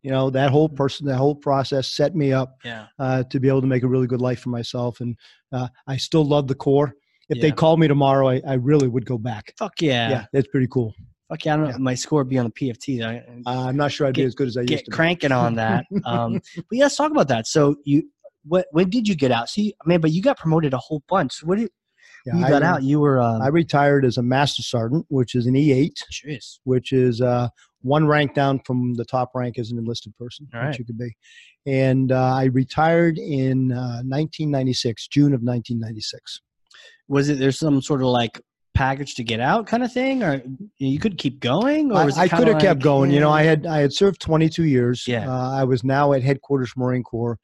Speaker 2: you know that whole person that whole process set me up
Speaker 1: Yeah,
Speaker 2: uh, to be able to make a really good life for myself. And uh, I still love the Corps. If they
Speaker 1: Yeah.
Speaker 2: called me tomorrow, I, I really would go back.
Speaker 1: Fuck yeah.
Speaker 2: Yeah, that's pretty cool.
Speaker 1: Fuck yeah. I don't know
Speaker 2: Yeah.
Speaker 1: if my score would be on the PFT. I-
Speaker 2: Uh, I'm not sure I'd be
Speaker 1: Get-
Speaker 2: as good as I used
Speaker 1: get
Speaker 2: to. be.
Speaker 1: cranking on that. Um, but yeah, let's talk about that. So you, what, when did you get out? See, I mean, but you got promoted a whole bunch. What did
Speaker 2: Yeah,
Speaker 1: when you
Speaker 2: I,
Speaker 1: got out? You were,
Speaker 2: I
Speaker 1: um,
Speaker 2: retired as a master sergeant, which is an E8,
Speaker 1: jeez,
Speaker 2: which is uh, one rank down from the top rank as an enlisted person,
Speaker 1: All
Speaker 2: which
Speaker 1: right.
Speaker 2: you could be. And uh, I retired in uh, 1996, June of 1996.
Speaker 1: was it there's some sort of like package to get out kind of thing, or you could keep going, or
Speaker 2: I,
Speaker 1: was it
Speaker 2: I
Speaker 1: kinda
Speaker 2: could have kept
Speaker 1: like,
Speaker 2: going. You know, I
Speaker 1: eh,
Speaker 2: had I had served 22 years.
Speaker 1: Yeah.
Speaker 2: Uh, I was now at headquarters Marine Corps,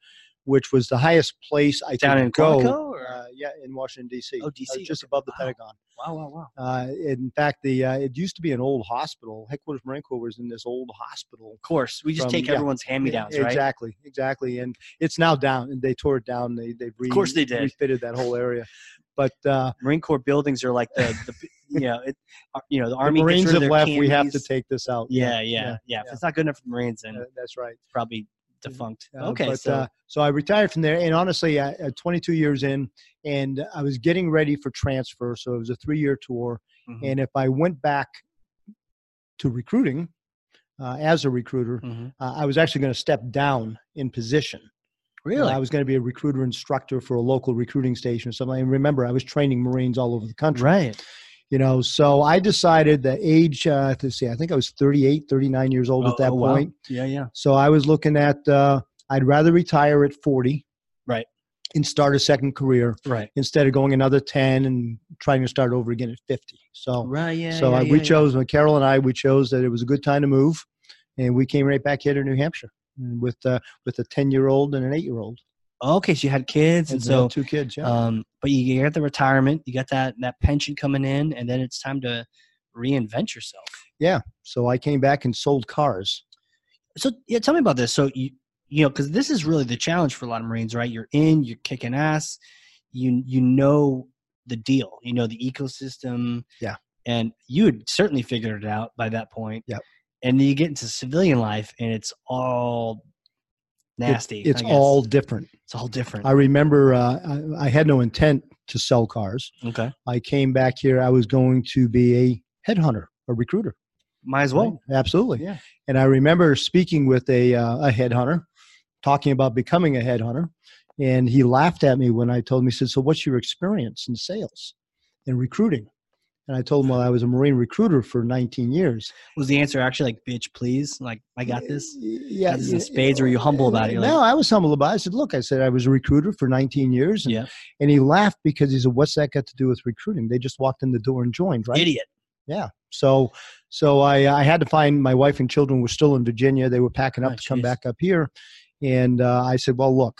Speaker 2: which was the highest place I
Speaker 1: down
Speaker 2: could
Speaker 1: in
Speaker 2: go.
Speaker 1: Quantico, or
Speaker 2: Uh, yeah, in Washington D.C.
Speaker 1: Oh,
Speaker 2: I was
Speaker 1: DC,
Speaker 2: just above the
Speaker 1: Wow.
Speaker 2: Pentagon.
Speaker 1: wow, wow, wow.
Speaker 2: Uh, in fact, the uh, it used to be an old hospital. Headquarters Marine Corps was in this old hospital.
Speaker 1: Of course, we just
Speaker 2: From-
Speaker 1: take
Speaker 2: yeah. e,
Speaker 1: everyone's hand-me-downs, right?
Speaker 2: Exactly, exactly. And it's now down. And they tore it down. They they re-
Speaker 1: course they did.
Speaker 2: refitted that whole area. But uh,
Speaker 1: Marine Corps buildings are like the, the you know, it, uh, you know, the
Speaker 2: the
Speaker 1: Army. gets
Speaker 2: Marines
Speaker 1: rid of
Speaker 2: have
Speaker 1: their
Speaker 2: left. We have to
Speaker 1: candies.
Speaker 2: take this out.
Speaker 1: Yeah, yeah, yeah.
Speaker 2: yeah,
Speaker 1: If
Speaker 2: yeah.
Speaker 1: it's not good enough for the Marines, then
Speaker 2: Uh, that's right.
Speaker 1: it's probably defunct.
Speaker 2: Uh,
Speaker 1: okay,
Speaker 2: but,
Speaker 1: so
Speaker 2: uh, so I retired from there, and honestly, I, at 22 years in, and I was getting ready for transfer. So it was a three-year tour,
Speaker 1: Mhm.
Speaker 2: and if I went back to recruiting uh, as a recruiter,
Speaker 1: Mhm.
Speaker 2: uh, I was actually going to step down in position. You know,
Speaker 1: really,
Speaker 2: I was going to be a recruiter instructor for a local recruiting station or something. And remember, I was training Marines all over the country.
Speaker 1: right?
Speaker 2: You know, so I decided that age, uh, let's see, I think I was 38, 39 years old at that
Speaker 1: Oh, wow.
Speaker 2: point.
Speaker 1: Yeah, yeah.
Speaker 2: So I was looking at, uh, I'd rather retire at 40.
Speaker 1: Right.
Speaker 2: And start a second career
Speaker 1: Right.
Speaker 2: instead of going another 10 and trying to start over again at 50. So,
Speaker 1: Right. Yeah.
Speaker 2: so
Speaker 1: yeah,
Speaker 2: I,
Speaker 1: yeah,
Speaker 2: we
Speaker 1: yeah.
Speaker 2: chose, uh, Carol and I, we chose that it was a good time to move. And we came right back here to New Hampshire with, uh, with a 10 year old and an eight year old.
Speaker 1: Okay, so you had kids, and
Speaker 2: And so
Speaker 1: so,
Speaker 2: two kids, yeah.
Speaker 1: um, but you got the retirement, you got that that pension coming in, and then it's time to reinvent yourself.
Speaker 2: So I came back and sold cars.
Speaker 1: So yeah, tell me about this. So you you know because this is really the challenge for a lot of Marines, right? You're in, you're kicking ass, you you know the deal, you know the ecosystem.
Speaker 2: Yeah.
Speaker 1: And you had certainly figured it out by that point.
Speaker 2: Yep.
Speaker 1: And then you get into civilian life, and it's all nasty.
Speaker 2: It's
Speaker 1: I guess.
Speaker 2: all different.
Speaker 1: it's all different.
Speaker 2: I remember uh, I, I had no intent to sell cars.
Speaker 1: okay.
Speaker 2: I came back here. I was going to be a headhunter, a recruiter.
Speaker 1: Might as well.
Speaker 2: Right? absolutely.
Speaker 1: Yeah.
Speaker 2: And I remember speaking with a uh, a headhunter, talking about becoming a headhunter, and he laughed at me when I told him. He said, "So what's your experience in sales and recruiting?" And I told him, "Well, I was a Marine recruiter for 19 years."
Speaker 1: Was the answer actually like, bitch, please? Like, I got this?
Speaker 2: Yeah.
Speaker 1: Got this in
Speaker 2: yeah,
Speaker 1: spades, or were you humble about it? You're like-
Speaker 2: no, I was humble about it. I said, look, I said I was a recruiter for 19 years. And,
Speaker 1: Yeah.
Speaker 2: and he laughed because he said, what's that got to do with recruiting? They just walked in the door and joined, right?
Speaker 1: Idiot.
Speaker 2: So, so I, I had to find my wife and children were still in Virginia. They were packing up
Speaker 1: Oh,
Speaker 2: to come
Speaker 1: jeez.
Speaker 2: back up here. And uh, I said, well, look,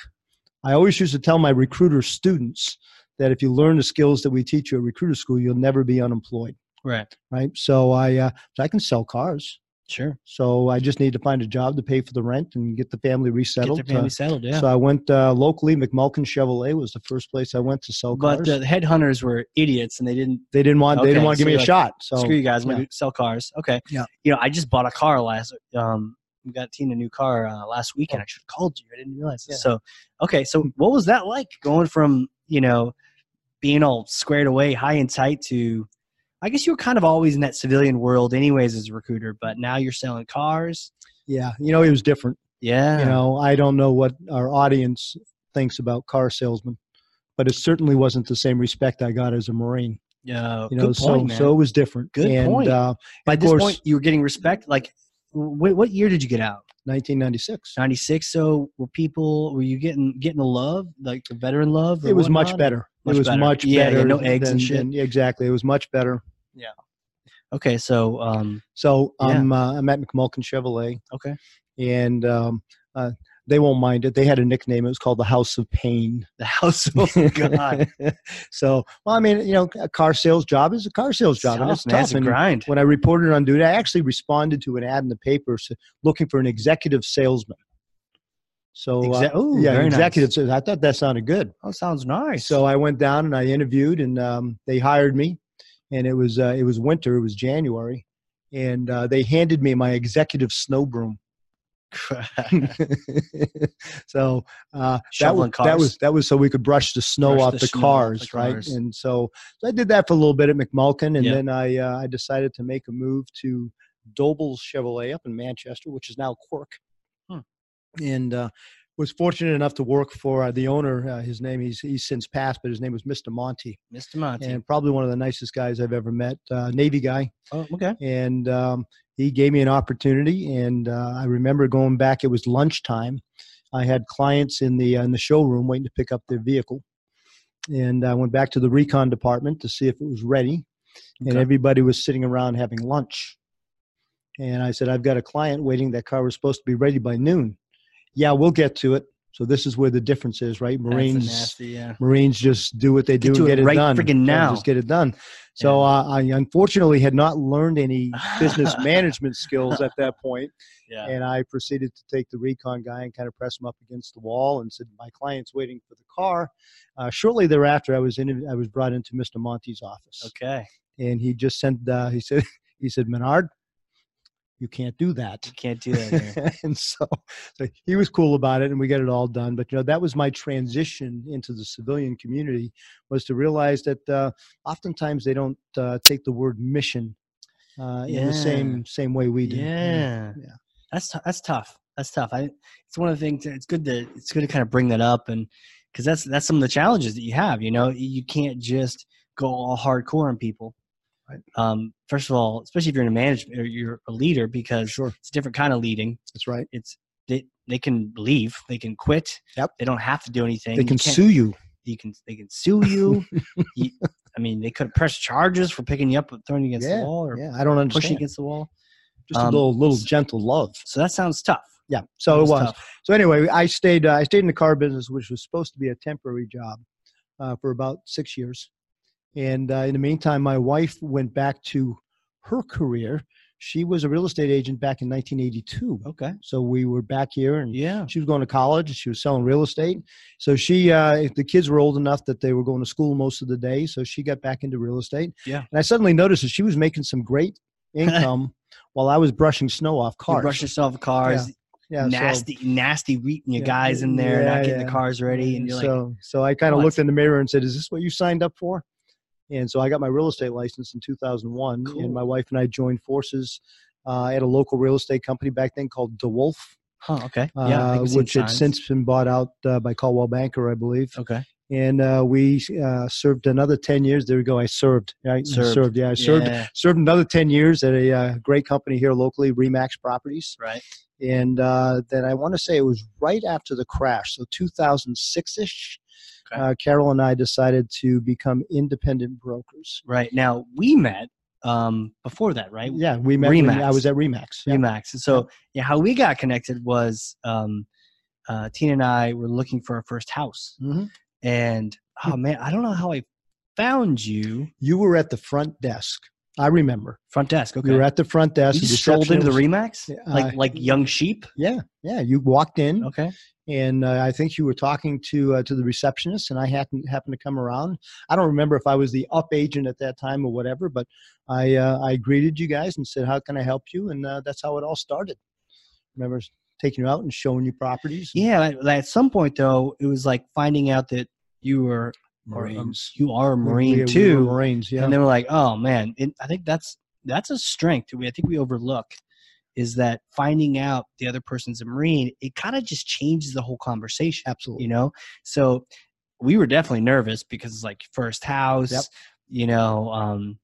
Speaker 2: I always used to tell my recruiter students that if you learn the skills that we teach you at recruiter school, you'll never be unemployed.
Speaker 1: Right.
Speaker 2: Right. So I, uh, so I can sell cars.
Speaker 1: Sure.
Speaker 2: So I just need to find a job to pay for the rent and get the family
Speaker 1: Get
Speaker 2: resettled.
Speaker 1: their
Speaker 2: Uh,
Speaker 1: family settled. Yeah.
Speaker 2: So I went uh, locally. McMulkin Chevrolet was the first place I went to sell
Speaker 1: but
Speaker 2: cars.
Speaker 1: the headhunters were idiots and they didn't
Speaker 2: they didn't want. they
Speaker 1: okay,
Speaker 2: didn't want to
Speaker 1: so
Speaker 2: give me
Speaker 1: you're
Speaker 2: a
Speaker 1: like,
Speaker 2: shot. So
Speaker 1: screw you guys. I'm
Speaker 2: yeah.
Speaker 1: going to sell cars. Okay.
Speaker 2: Yeah.
Speaker 1: You know, I just bought a car last, um, we got Tina a new car uh, last
Speaker 2: Oh.
Speaker 1: weekend. I should have called you. I didn't realize this. So, okay. So, what was that like going from, you know, being all squared away, high and tight to, I guess you were kind of always in that civilian world, anyways, as a recruiter, but now you're selling cars.
Speaker 2: yeah, you know, it was different.
Speaker 1: Yeah.
Speaker 2: You know, I don't know what our audience thinks about car salesmen, but it certainly wasn't the same respect I got as a Marine.
Speaker 1: Yeah,
Speaker 2: You know,
Speaker 1: Oh, good
Speaker 2: so
Speaker 1: point, man.
Speaker 2: so it was different.
Speaker 1: Good
Speaker 2: and,
Speaker 1: point.
Speaker 2: Uh,
Speaker 1: By
Speaker 2: of
Speaker 1: this
Speaker 2: course-
Speaker 1: point, you were getting respect. Like, wh- what year did you get out?
Speaker 2: 1996.
Speaker 1: Ninety six. So were people? Were you getting getting the love, like the veteran love? or
Speaker 2: It was much
Speaker 1: whatnot?
Speaker 2: better.
Speaker 1: Much
Speaker 2: it was
Speaker 1: better.
Speaker 2: much
Speaker 1: Yeah, yeah,
Speaker 2: better.
Speaker 1: no eggs and
Speaker 2: than-
Speaker 1: shit.
Speaker 2: than- exactly. It was much better.
Speaker 1: Okay, so um,
Speaker 2: So
Speaker 1: Yeah.
Speaker 2: I'm uh, I'm at McMulkin Chevrolet.
Speaker 1: okay,
Speaker 2: and um, uh, they won't mind it. They had a nickname. It was called the House of Pain.
Speaker 1: the house. Oh God,
Speaker 2: so, well, I mean, you know, a car sales job is a car sales job, and
Speaker 1: Tough,
Speaker 2: it's
Speaker 1: man,
Speaker 2: tough.
Speaker 1: a
Speaker 2: And
Speaker 1: grind.
Speaker 2: when I reported on duty, I actually responded to an ad in the paper s- looking for an executive salesman. So, uh,
Speaker 1: Exe- ooh,
Speaker 2: yeah,
Speaker 1: very nice.
Speaker 2: executive. sales. I thought that sounded good.
Speaker 1: Oh, sounds nice.
Speaker 2: So I went down and I interviewed, and um, they hired me. And it was uh, it was winter. It was January, and uh, they handed me my executive snow broom. so uh, that,
Speaker 1: Shoveling
Speaker 2: was, that
Speaker 1: cars.
Speaker 2: was that was so we could brush the snow
Speaker 1: Brush
Speaker 2: off
Speaker 1: the
Speaker 2: the,
Speaker 1: snow off
Speaker 2: cars,
Speaker 1: the
Speaker 2: right?
Speaker 1: cars.
Speaker 2: And so, so I did that for a little bit at McMulkin, and
Speaker 1: Yeah.
Speaker 2: then I uh, I decided to make a move to Doble Chevrolet up in Manchester, which is now Cork,
Speaker 1: Hmm.
Speaker 2: and. Uh, was fortunate enough to work for uh, the owner. Uh, his name he's he's since passed, but his name was Mr. Monty,
Speaker 1: Mr. Monty.
Speaker 2: and probably one of the nicest guys I've ever met. Uh, Navy guy,
Speaker 1: oh, okay.
Speaker 2: and um, he gave me an opportunity. And uh, I remember going back; it was lunchtime. I had clients in the uh, in the showroom waiting to pick up their vehicle, and I went back to the recon department to see if it was ready. And
Speaker 1: Okay.
Speaker 2: everybody was sitting around having lunch. And I said, "I've got a client waiting. That car was supposed to be ready by noon. Yeah, we'll get to it." So this is where the difference is, right?
Speaker 1: That's a
Speaker 2: Marines
Speaker 1: nasty, yeah.
Speaker 2: Marines just do what they
Speaker 1: Get
Speaker 2: do and
Speaker 1: to
Speaker 2: get
Speaker 1: it
Speaker 2: it
Speaker 1: right
Speaker 2: done.
Speaker 1: friggin'
Speaker 2: Yeah,
Speaker 1: now.
Speaker 2: Just get it done. So uh, I unfortunately had not learned any business management skills at that point,
Speaker 1: Yeah.
Speaker 2: and I proceeded to take the recon guy and kind of press him up against the wall and said, "My client's waiting for the car." Uh, shortly thereafter, I was in, I was brought into Mr. Monty's office,
Speaker 1: Okay.
Speaker 2: and he just sent. Uh, he said, "He said, Menard, you can't do that."
Speaker 1: You can't do that here.
Speaker 2: and so, so he was cool about it and we got it all done but you know that was my transition into the civilian community was to realize that uh, oftentimes they don't uh, take the word mission uh, in
Speaker 1: Yeah.
Speaker 2: the same same way we do
Speaker 1: Yeah.
Speaker 2: Yeah.
Speaker 1: That's t- that's tough. That's tough. I it's one of the things that it's good to it's good to kind of bring that up and cuz that's that's some of the challenges that you have, you know. You can't just go all hardcore on people.
Speaker 2: Right.
Speaker 1: Um first of all, especially if you're in a management or you're a leader because
Speaker 2: sure
Speaker 1: it's a different kind of leading.
Speaker 2: that's right
Speaker 1: It's they they can leave, they can quit.
Speaker 2: Yep.
Speaker 1: They don't have to do anything.
Speaker 2: they
Speaker 1: You
Speaker 2: can
Speaker 1: can't-
Speaker 2: sue you
Speaker 1: you can they can sue you. you I mean, they could press charges for picking you up and throwing you against
Speaker 2: Yeah,
Speaker 1: the wall or
Speaker 2: yeah i don't
Speaker 1: pushing
Speaker 2: understand
Speaker 1: against the wall.
Speaker 2: just a
Speaker 1: um,
Speaker 2: little little gentle love
Speaker 1: So that sounds tough.
Speaker 2: yeah so uh, it
Speaker 1: Sounds
Speaker 2: was
Speaker 1: tough.
Speaker 2: so anyway i stayed uh, i stayed in the car business which was supposed to be a temporary job uh, for about six years and uh, in the meantime my wife went back to her career she was a real estate agent back in 1982
Speaker 1: Okay.
Speaker 2: so we were back here and
Speaker 1: Yeah.
Speaker 2: she was going to college she was selling real estate so she uh, the kids were old enough that they were going to school most of the day so she got back into real estate
Speaker 1: Yeah.
Speaker 2: and i suddenly noticed that she was making some great income while i was brushing snow off
Speaker 1: You
Speaker 2: cars
Speaker 1: brush yourself with cars.
Speaker 2: yeah, so-
Speaker 1: nasty, nasty beating your
Speaker 2: Yeah.
Speaker 1: guys in there, not
Speaker 2: Yeah,
Speaker 1: getting
Speaker 2: yeah.
Speaker 1: the cars ready, and you're like,
Speaker 2: so, so I kind of
Speaker 1: "What?"
Speaker 2: looked in the mirror and said, "Is this what you signed up for?" And so I got my real estate license in 2001,
Speaker 1: Cool.
Speaker 2: and my wife and I joined forces uh, at a local real estate company back then called DeWolf,
Speaker 1: huh? Okay.
Speaker 2: uh,
Speaker 1: Yeah. I think I've seen
Speaker 2: which had
Speaker 1: signs.
Speaker 2: since been bought out uh, by Caldwell Banker, I believe.
Speaker 1: Okay.
Speaker 2: And uh, we uh, served another 10 years. There we go. I served. Right?
Speaker 1: Served.
Speaker 2: I served. Yeah, I served.
Speaker 1: Yeah,
Speaker 2: Served another 10 years at a uh, great company here locally, Remax Properties
Speaker 1: Right.
Speaker 2: and uh, then I want to say it was right after the crash, so 2006 ish.
Speaker 1: Okay.
Speaker 2: Uh, Carol and I decided to become independent brokers.
Speaker 1: Right. Now we met um, before that, right?
Speaker 2: Yeah, we met. when
Speaker 1: Remax.
Speaker 2: I was at Remax. Yeah.
Speaker 1: Remax. And so yeah, how we got connected was um, uh, Tina and I were looking for our first house,
Speaker 2: Mhm.
Speaker 1: and oh
Speaker 2: Hmm.
Speaker 1: man, I don't know how I found you.
Speaker 2: You were at the front desk. I remember.
Speaker 1: Front desk. Okay.
Speaker 2: You were at the front desk.
Speaker 1: You
Speaker 2: the
Speaker 1: just strolled into the
Speaker 2: receptionist-
Speaker 1: Remax,
Speaker 2: Yeah,
Speaker 1: like
Speaker 2: uh,
Speaker 1: like young sheep.
Speaker 2: Yeah, yeah. You walked in,
Speaker 1: Okay.
Speaker 2: and uh, I think you were talking to uh, to the receptionist, and I happened happened to come around. I don't remember if I was the up agent at that time or whatever, but I uh, I greeted you guys and said, "How can I help you?" And uh, that's how it all started. Remember taking you out and showing you properties. and
Speaker 1: Yeah. like- At some point though, it was like finding out that you were or, um, you are a
Speaker 2: We- we-
Speaker 1: Marine
Speaker 2: we were
Speaker 1: too.
Speaker 2: Marines. Yeah.
Speaker 1: And they were like, "Oh man!" And I think that's that's a strength that we I think we overlook is that finding out the other person's a Marine. It kind of just changes the whole conversation,
Speaker 2: Absolutely.
Speaker 1: you know. So we were definitely nervous because it's like first house,
Speaker 2: Yep.
Speaker 1: you know. Um,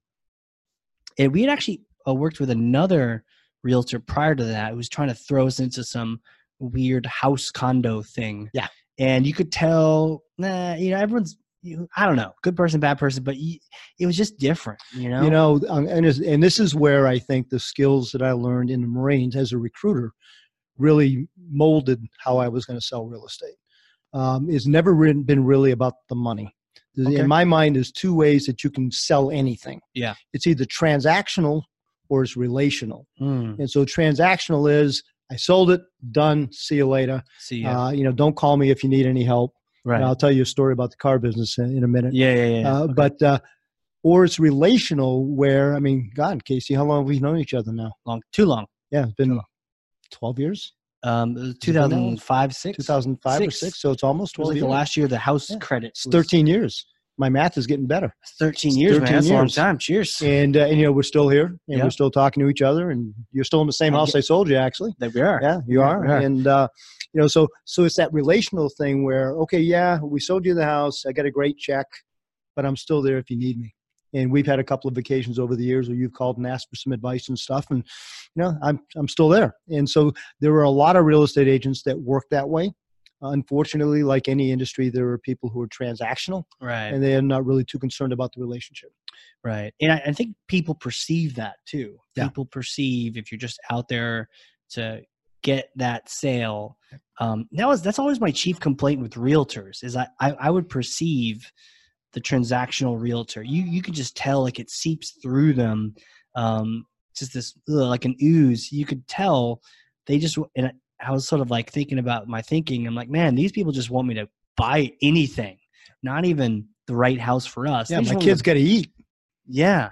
Speaker 1: and we had actually uh, worked with another realtor prior to that who was trying to throw us into some weird house condo thing.
Speaker 2: Yeah.
Speaker 1: And you could tell, nah, you know, everyone's, you, I don't know, good person, bad person, but you, it was just different, you know?
Speaker 2: You know, um, and is- and this is where I think the skills that I learned in the Marines as a recruiter really molded how I was going to sell real estate. Um, it's never re- been really about the money.
Speaker 1: Okay.
Speaker 2: In my mind, there's two ways that you can sell anything.
Speaker 1: Yeah.
Speaker 2: it's either transactional or it's relational.
Speaker 1: Mm,
Speaker 2: And so transactional is I sold it, done, see you later.
Speaker 1: see, yeah.
Speaker 2: Uh, you know, don't call me if you need any help.
Speaker 1: right.
Speaker 2: And I'll tell you a story about the car business in, in a minute.
Speaker 1: yeah, yeah, yeah.
Speaker 2: Uh, But uh, or it's relational, where I mean, God, Casey, how long have we known each other now?
Speaker 1: long, too long.
Speaker 2: Yeah, it's been twelve years.
Speaker 1: Um, 2005, six,
Speaker 2: 2005
Speaker 1: Six.
Speaker 2: or six. So it's almost
Speaker 1: It was
Speaker 2: 12
Speaker 1: like the
Speaker 2: years.
Speaker 1: last year the house
Speaker 2: Yeah.
Speaker 1: credits.
Speaker 2: It's
Speaker 1: was-
Speaker 2: 13 years. My math is getting better.
Speaker 1: 13 years, man.
Speaker 2: 13
Speaker 1: That's a long
Speaker 2: years.
Speaker 1: time. Cheers.
Speaker 2: And, uh, and you know, we're still here and
Speaker 1: Yeah.
Speaker 2: we're still talking to each other. And you're still in the same
Speaker 1: I
Speaker 2: house I sold you, actually.
Speaker 1: There we are.
Speaker 2: Yeah, you
Speaker 1: Yeah,
Speaker 2: are.
Speaker 1: we are.
Speaker 2: And uh, you know, so so it's that relational thing where okay, yeah, we sold you the house. I got a great check, but I'm still there if you need me. And we've had a couple of vacations over the years where you've called and asked for some advice and stuff, and you know, I'm I'm still there. And so there were a lot of real estate agents that work that way. Unfortunately, like any industry, there are people who are transactional
Speaker 1: Right.
Speaker 2: and they are not really too concerned about the relationship.
Speaker 1: Right. And I, I think people perceive that too.
Speaker 2: Yeah.
Speaker 1: People perceive if you're just out there to get that sale. Um, that was that's always my chief complaint with realtors is I, I, I would perceive the transactional realtor. You you could just tell like it seeps through them. Um, just this ugh, like an ooze. You could tell they just and I- I was sort of like thinking about my thinking. I'm like, man, these people just want me to buy anything, not even the right house for us.
Speaker 2: Yeah,
Speaker 1: They just
Speaker 2: my
Speaker 1: want me to
Speaker 2: kids got to eat.
Speaker 1: yeah.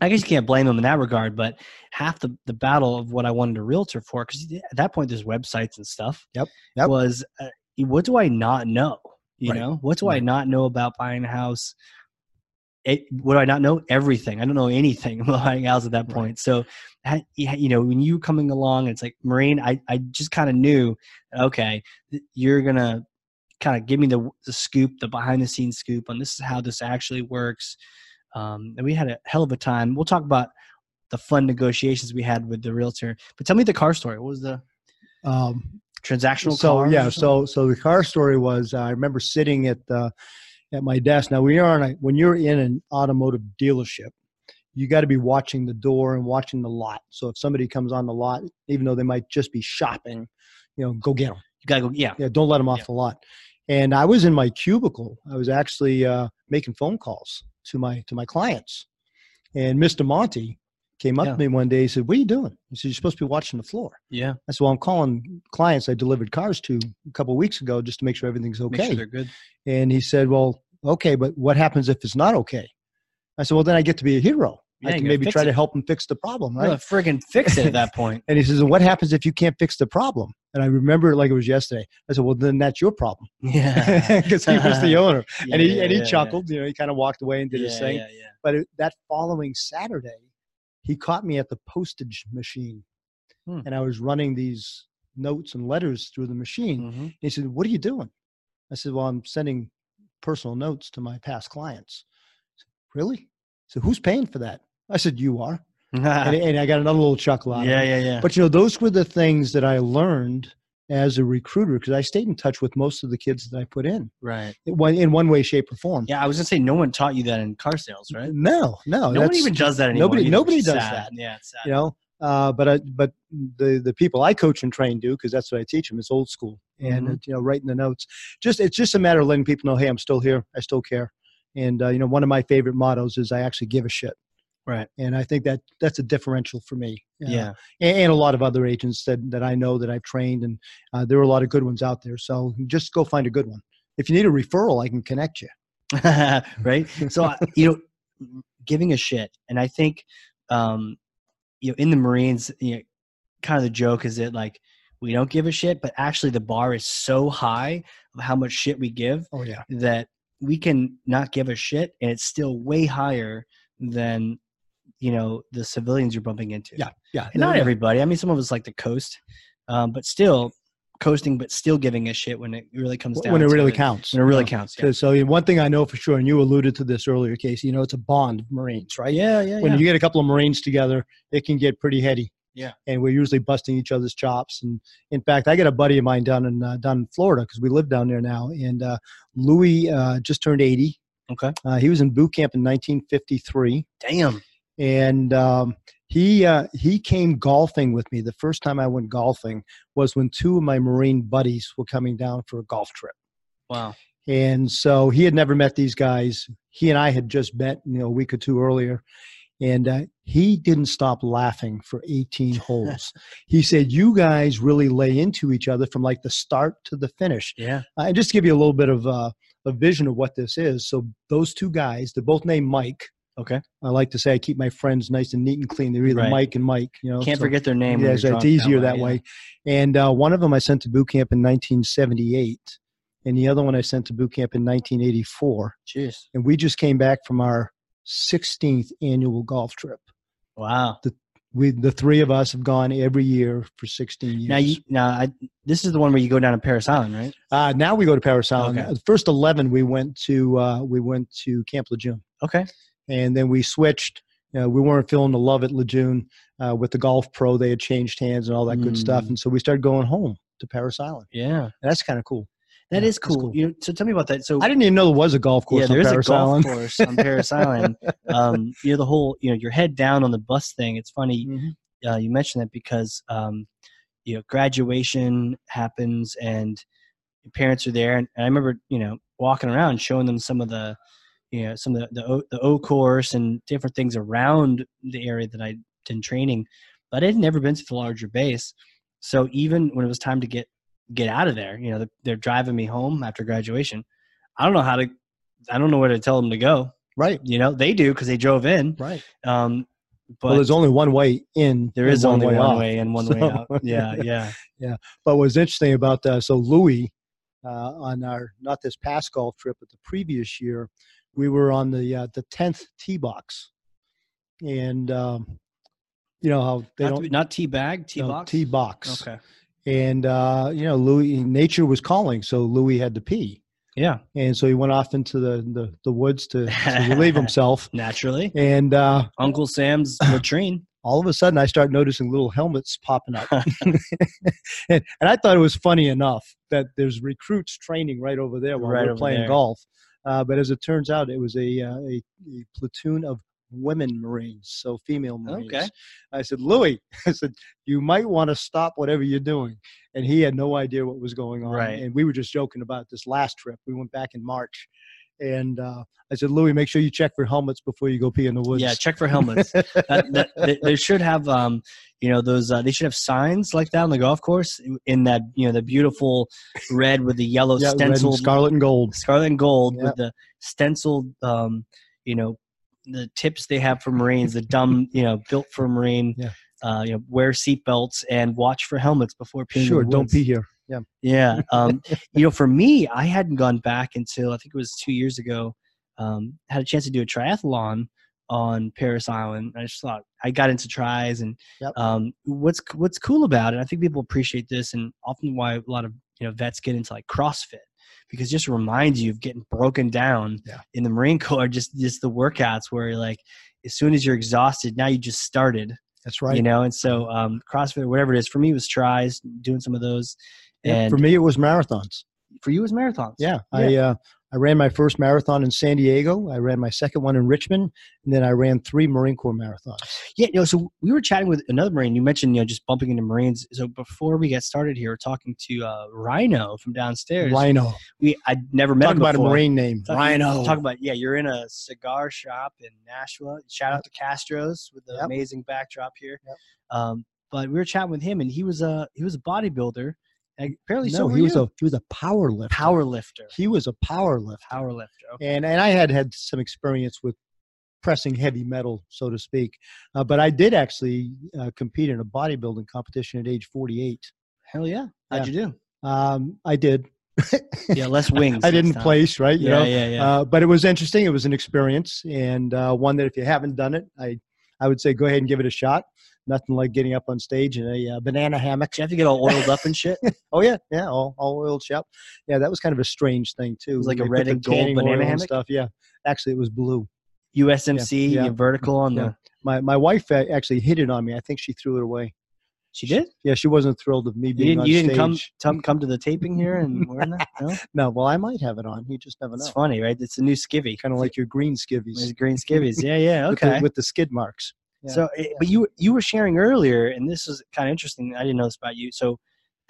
Speaker 1: I guess you can't blame them in that regard, but half the, the battle of what I wanted a realtor for, because at that point there's websites and stuff.
Speaker 2: Yep, yep.
Speaker 1: Was uh, what do I not know? You
Speaker 2: Right,
Speaker 1: know, what do I
Speaker 2: right.
Speaker 1: not know about buying a house? It, what do I not know? Everything. I don't know anything about buying a house at that
Speaker 2: Right.
Speaker 1: point. So, ha- you you know, when you were coming along, it's like Marine. I I just kind of knew. Okay, th- you're gonna kind of give me the, the scoop, the behind the scenes scoop on this is how this actually works. Um, and we had a hell of a time. We'll talk about the fun negotiations we had with the realtor. But tell me the car story. What was the
Speaker 2: Um,
Speaker 1: transactional
Speaker 2: so
Speaker 1: cars
Speaker 2: yeah
Speaker 1: or something?
Speaker 2: so so the car story was uh, i remember sitting at uh, at my desk now when you're on a, when you're in an automotive dealership you got to be watching the door and watching the lot so if somebody comes on the lot even though they might just be shopping you know go get them
Speaker 1: you gotta go. Yeah,
Speaker 2: yeah don't let them off
Speaker 1: Yeah.
Speaker 2: the lot and i was in my cubicle i was actually uh, making phone calls to my to my clients and mr monty came up
Speaker 1: Yeah.
Speaker 2: to me one day he said what are you doing he said you're supposed to be watching the floor
Speaker 1: yeah.
Speaker 2: I said, well, I'm calling clients I delivered cars to a couple of weeks ago just to make sure everything's
Speaker 1: Make
Speaker 2: okay.
Speaker 1: sure they're good.
Speaker 2: and he said, well, okay, but what happens if it's not okay? I said, well, then I get to be a hero.
Speaker 1: Yeah,
Speaker 2: I
Speaker 1: you
Speaker 2: can
Speaker 1: gotta
Speaker 2: maybe
Speaker 1: fix
Speaker 2: try
Speaker 1: it.
Speaker 2: to help him fix the problem,
Speaker 1: I'm
Speaker 2: right?
Speaker 1: gonna friggin' fix it at that point.
Speaker 2: And he says, and what happens if you can't fix the problem? And I remember it like it was yesterday. I said, well, then that's your problem
Speaker 1: yeah,
Speaker 2: because he was the owner.
Speaker 1: Yeah,
Speaker 2: and he,
Speaker 1: yeah,
Speaker 2: and he
Speaker 1: yeah,
Speaker 2: chuckled, you know, he kind of walked away and
Speaker 1: Yeah,
Speaker 2: did his
Speaker 1: yeah,
Speaker 2: thing.
Speaker 1: yeah, yeah.
Speaker 2: But it, that following Saturday, he caught me at the postage machine.
Speaker 1: Hmm.
Speaker 2: And I was running these notes and letters through the machine.
Speaker 1: Mhm.
Speaker 2: He said, What are you doing? I said, Well, I'm sending personal notes to my past clients. He said, really? So who's paying for that? I said, You are. and, and I got another little chuckle out
Speaker 1: yeah,
Speaker 2: of it.
Speaker 1: yeah, yeah.
Speaker 2: But you know, those were the things that I learned as a recruiter because I stayed in touch with most of the kids that I put in
Speaker 1: right.
Speaker 2: in one, in one way, shape, or form.
Speaker 1: Yeah, I was gonna say no one taught you that in car sales, right?
Speaker 2: No, no.
Speaker 1: no one
Speaker 2: that's-
Speaker 1: even does that anymore.
Speaker 2: nobody-
Speaker 1: either,
Speaker 2: nobody
Speaker 1: which is
Speaker 2: does
Speaker 1: sad.
Speaker 2: that.
Speaker 1: Yeah, it's sad.
Speaker 2: you know uh, but I, but the the people I coach and train do because that's what I teach them. It's old school, and
Speaker 1: Mhm.
Speaker 2: it, you know, writing the notes. Just it's just a matter of letting people know, hey, I'm still here, I still care, and uh, you know, one of my favorite mottos is I actually give a shit,
Speaker 1: Right.
Speaker 2: and I think that that's a differential for me. uh,
Speaker 1: yeah.
Speaker 2: and, and a lot of other agents that that I know that I've trained, and uh, there are a lot of good ones out there. So just go find a good one. If you need a referral, I can connect you.
Speaker 1: right? So I- you know, giving a shit, and I think, um, you know, in the Marines, you know, kind of the joke is that like we don't give a shit, but actually the bar is so high of how much shit we give
Speaker 2: Oh yeah,
Speaker 1: that we can not give a shit, and it's still way higher than you know the civilians you're bumping into.
Speaker 2: yeah, yeah.
Speaker 1: And not
Speaker 2: Yeah.
Speaker 1: everybody. I mean, some of us like to coast, um, but still coasting, but still giving a shit when it really comes down
Speaker 2: when it
Speaker 1: to
Speaker 2: really counts.
Speaker 1: When it really
Speaker 2: Yeah.
Speaker 1: counts. Yeah.
Speaker 2: So, so yeah, one thing I know for sure, and you alluded to this earlier, Casey, you know, it's a bond of Marines, right?
Speaker 1: Yeah, yeah,
Speaker 2: When
Speaker 1: yeah.
Speaker 2: you get a couple of Marines together, it can get pretty heady.
Speaker 1: Yeah.
Speaker 2: And we're usually busting each other's chops. And in fact, I got a buddy of mine down in, uh, down in Florida because we live down there now. And uh, Louis uh, just turned 80.
Speaker 1: okay.
Speaker 2: Uh, he was in boot camp in 1953.
Speaker 1: Damn.
Speaker 2: And um, he, uh, he came golfing with me. The first time I went golfing was when two of my Marine buddies were coming down for a golf trip.
Speaker 1: Wow.
Speaker 2: And so he had never met these guys. He and I had just met, you know, a week or two earlier. And uh, he didn't stop laughing for 18 holes. he said, You guys really lay into each other from like the start to the finish.
Speaker 1: Yeah.
Speaker 2: Uh, and just to give you a little bit of uh, a vision of what this is. So, those two guys, they're both named Mike.
Speaker 1: Okay.
Speaker 2: I like to say I keep my friends nice and neat and clean. They're either
Speaker 1: Right.
Speaker 2: Mike and Mike. You know,
Speaker 1: Can't
Speaker 2: so-
Speaker 1: forget their name. when
Speaker 2: Yeah,
Speaker 1: you're
Speaker 2: so it's
Speaker 1: drunk
Speaker 2: easier that
Speaker 1: yeah.
Speaker 2: way. And uh, one of them I sent to boot camp in 1978, and the other one I sent to boot camp in 1984.
Speaker 1: Jeez.
Speaker 2: And we just came back from our 16th annual golf trip.
Speaker 1: Wow.
Speaker 2: We, the three of us, have gone every year for 16 years.
Speaker 1: Now, you, now I, this is the one where you go down to Paris Island, right?
Speaker 2: Uh, now we go to Paris Island.
Speaker 1: Okay.
Speaker 2: The first eleven we went to uh, we went to Camp Lejeune,
Speaker 1: Okay.
Speaker 2: and then we switched. You know, we weren't feeling the love at Lejeune uh, with the golf pro. They had changed hands and all that good stuff,
Speaker 1: Mm.
Speaker 2: and so we started going home to Paris Island.
Speaker 1: Yeah.
Speaker 2: And that's kind of cool.
Speaker 1: that
Speaker 2: Yeah,
Speaker 1: is
Speaker 2: that's
Speaker 1: cool.
Speaker 2: cool.
Speaker 1: You know, so tell me about that. So
Speaker 2: I didn't even know there was a golf course
Speaker 1: yeah,
Speaker 2: on
Speaker 1: there is
Speaker 2: Paris
Speaker 1: a golf
Speaker 2: Island.
Speaker 1: course on Paris Island. Um, you know the whole you know your head down on the bus thing. It's funny
Speaker 2: Mhm.
Speaker 1: uh, you mentioned that because um, you know graduation happens and your parents are there, and, and I remember you know walking around showing them some of the you know some of the the o, the o course and different things around the area that I did in training, but I would never been to the larger base. So even when it was time to get get out of there, you know they're, they're driving me home after graduation. I don't know how to. I don't know where to tell them to go.
Speaker 2: Right,
Speaker 1: You know they do because they drove in.
Speaker 2: right.
Speaker 1: Um, but
Speaker 2: well, there's only one way in.
Speaker 1: there
Speaker 2: and
Speaker 1: is only one
Speaker 2: off.
Speaker 1: way and one way
Speaker 2: So-
Speaker 1: out. Yeah, yeah.
Speaker 2: But what's interesting about uh, so Louis uh, on our not this past golf trip, but the previous year, we were on the uh, the tenth tee box, and um, you know how they
Speaker 1: not,
Speaker 2: don't
Speaker 1: to be- not tea bag, tea box.
Speaker 2: tee box,
Speaker 1: Okay.
Speaker 2: and uh, you know Louis nature was calling, so Louis had to pee,
Speaker 1: Yeah.
Speaker 2: and so he went off into the the, the woods to, to relieve himself,
Speaker 1: Naturally,
Speaker 2: and uh,
Speaker 1: Uncle Sam's latrine.
Speaker 2: all of a sudden I start noticing little helmets popping up. and, and I thought it was funny enough that there's recruits training right over there while
Speaker 1: Right
Speaker 2: we're
Speaker 1: over
Speaker 2: playing
Speaker 1: there.
Speaker 2: golf. Uh, but as it turns out, it was a, uh, a, a platoon of women Marines, so female Marines.
Speaker 1: Okay.
Speaker 2: I said, Louis, I said, you might want to stop whatever you're doing. And he had no idea what was going on.
Speaker 1: Right.
Speaker 2: And we were just joking about this last trip. We went back in March. And uh, I said, Louis, make sure you check for helmets before you go pee in the woods.
Speaker 1: Yeah, check for helmets. that, that, they, they should have, um, you know, those. Uh, they should have signs like that on the golf course in that, you know, the beautiful red with the yellow
Speaker 2: Yeah, red and
Speaker 1: stenciled
Speaker 2: scarlet and gold.
Speaker 1: scarlet and gold
Speaker 2: Yep.
Speaker 1: with the stenciled, um, you know, the tips they have for Marines, the dumb, you know, built for Marine.
Speaker 2: Yeah.
Speaker 1: Uh, you know, wear seatbelts and watch for helmets before peeing. in
Speaker 2: Sure,
Speaker 1: the
Speaker 2: don't
Speaker 1: woods.
Speaker 2: be here.
Speaker 1: Yeah. Um, you know, for me, I hadn't gone back until I think it was two years ago. Um, had a chance to do a triathlon on Paris Island. I just thought I got into tries, and
Speaker 2: Yep.
Speaker 1: um, what's what's cool about it, I think people appreciate this, and often why a lot of you know vets get into like CrossFit because it just reminds you of getting broken down
Speaker 2: Yeah.
Speaker 1: in the Marine Corps. Just just the workouts where like as soon as you're exhausted, now you just started
Speaker 2: That's right.
Speaker 1: you know and so um crossfit whatever it is for me it was tries doing some of those
Speaker 2: Yeah,
Speaker 1: and
Speaker 2: for
Speaker 1: for,
Speaker 2: me, it was marathons.
Speaker 1: you it was marathons
Speaker 2: Yeah, I uh, I ran my first marathon in San Diego. I ran my second one in Richmond, and then I ran three Marine Corps marathons.
Speaker 1: yeah you know so we were chatting with another marine you mentioned you know just bumping into marines so before we got started here we're talking to uh rhino from downstairs
Speaker 2: Rhino.
Speaker 1: we i'd never met
Speaker 2: Talk
Speaker 1: him
Speaker 2: about a
Speaker 1: before.
Speaker 2: Marine name.
Speaker 1: Talk-
Speaker 2: Rhino.
Speaker 1: talk about yeah you're in a cigar shop in nashville shout out to castro's with the
Speaker 2: Yep.
Speaker 1: amazing backdrop here
Speaker 2: Yep.
Speaker 1: um but we were chatting with him and he was a he was a bodybuilder and apparently
Speaker 2: no,
Speaker 1: so were
Speaker 2: he was
Speaker 1: you.
Speaker 2: a he was a power lifter.
Speaker 1: power lifter
Speaker 2: He was a power lifter.
Speaker 1: power lifter okay.
Speaker 2: and and I had had some experience with pressing heavy metal, so to speak. Uh, but I did actually uh, compete in a bodybuilding competition at age 48.
Speaker 1: hell yeah how'd you do
Speaker 2: Um, I did.
Speaker 1: yeah less wings
Speaker 2: I
Speaker 1: next
Speaker 2: didn't
Speaker 1: time.
Speaker 2: place right. You
Speaker 1: yeah,
Speaker 2: know,
Speaker 1: yeah, yeah.
Speaker 2: Uh, but it was interesting. It was an experience and uh, one that if you haven't done it, I, I would say go ahead and give it a shot. Nothing like getting up on stage in a uh, banana hammock.
Speaker 1: Do you have to get all oiled up and shit? It
Speaker 2: Oh yeah, yeah, all, all oiled up. Yeah, that was kind of a strange thing too. It
Speaker 1: was like a red and gold banana hammock?
Speaker 2: stuff. Yeah, actually it was blue.
Speaker 1: USMC
Speaker 2: Yeah, yeah.
Speaker 1: and vertical on the.
Speaker 2: Yeah. My my wife a- actually hit it on me. I think she threw it away.
Speaker 1: She did.
Speaker 2: Yeah, she wasn't thrilled of me
Speaker 1: You
Speaker 2: being
Speaker 1: didn't.
Speaker 2: on
Speaker 1: You didn't
Speaker 2: stage.
Speaker 1: come, come come to the taping here and wearing that. No,
Speaker 2: No, well I might have it on. You just never
Speaker 1: it's
Speaker 2: know.
Speaker 1: funny, right? It's a new skivvy.
Speaker 2: Kind of like your green
Speaker 1: These
Speaker 2: skivvies.
Speaker 1: green skivvies. Yeah, yeah.
Speaker 2: with the-
Speaker 1: Okay.
Speaker 2: with the skid marks. yeah,
Speaker 1: so, it, but you you were sharing earlier, and this was kind of interesting. I didn't know this about you. So,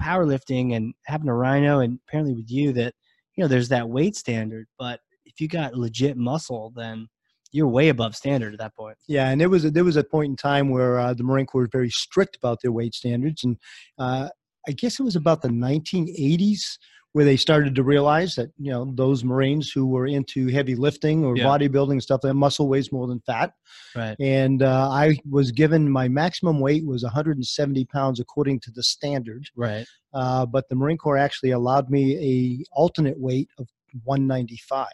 Speaker 1: powerlifting and having a rhino, and apparently with you that you know there's that weight standard, but if you got legit muscle, then you're way above standard at that point.
Speaker 2: Yeah, and there was a, there was a point in time where uh, the Marine Corps was very strict about their weight standards, and uh, I guess it was about the 1980s where they started to realize that you know those Marines who were into heavy lifting or
Speaker 1: Yeah.
Speaker 2: bodybuilding stuff, their muscle weighs more than fat.
Speaker 1: Right.
Speaker 2: And uh, I was given my maximum weight was 170 pounds according to the standard,
Speaker 1: Right.
Speaker 2: uh, but the Marine Corps actually allowed me a alternate weight of 195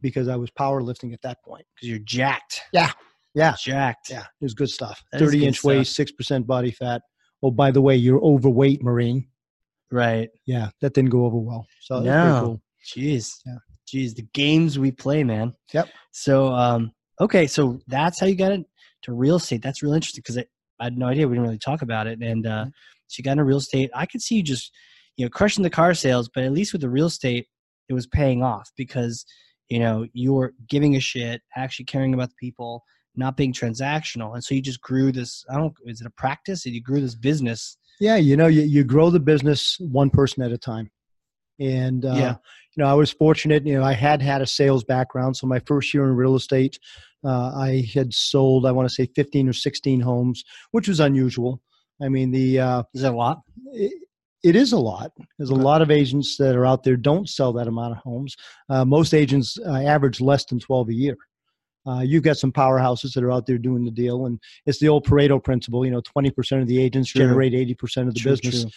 Speaker 2: because I was powerlifting at that point.
Speaker 1: Because you're jacked.
Speaker 2: Yeah. Yeah.
Speaker 1: Jacked.
Speaker 2: Yeah, it was good stuff.
Speaker 1: That is
Speaker 2: 30
Speaker 1: good
Speaker 2: inch waist, six percent body fat. Oh, by the way, you're overweight, Marine.
Speaker 1: Right.
Speaker 2: Yeah, that didn't go over well. So that's
Speaker 1: No.
Speaker 2: pretty cool.
Speaker 1: Jeez.
Speaker 2: Yeah.
Speaker 1: Jeez, the games we play, man.
Speaker 2: Yep.
Speaker 1: So, um, okay, so that's how you got into real estate. That's real interesting because I, I had no idea. We didn't really talk about it. And
Speaker 2: Mm-hmm.
Speaker 1: uh, so you got into real estate. I could see you just, you know, crushing the car sales, but at least with the real estate, it was paying off because, you know, you were giving a shit, actually caring about the people, not being transactional. And so you just grew this, I don't, is it a practice? You grew this business.
Speaker 2: Yeah, you know, you, you grow the business one person at a time. And, uh,
Speaker 1: Yeah.
Speaker 2: you know, I was fortunate, you know, I had had a sales background. So my first year in real estate, uh, I had sold, I want to say 15 or 16 homes, which was unusual. I mean, the, uh,
Speaker 1: Is that a lot?
Speaker 2: it, it is a lot. There's a
Speaker 1: Right.
Speaker 2: lot of agents that are out there don't sell that amount of homes. Uh, most agents uh, average less than 12 a year. Uh, you've got some powerhouses that are out there doing the deal, and it's the old Pareto principle. You know, 20% of the agents
Speaker 1: True.
Speaker 2: generate 80% of the
Speaker 1: True,
Speaker 2: business.
Speaker 1: true.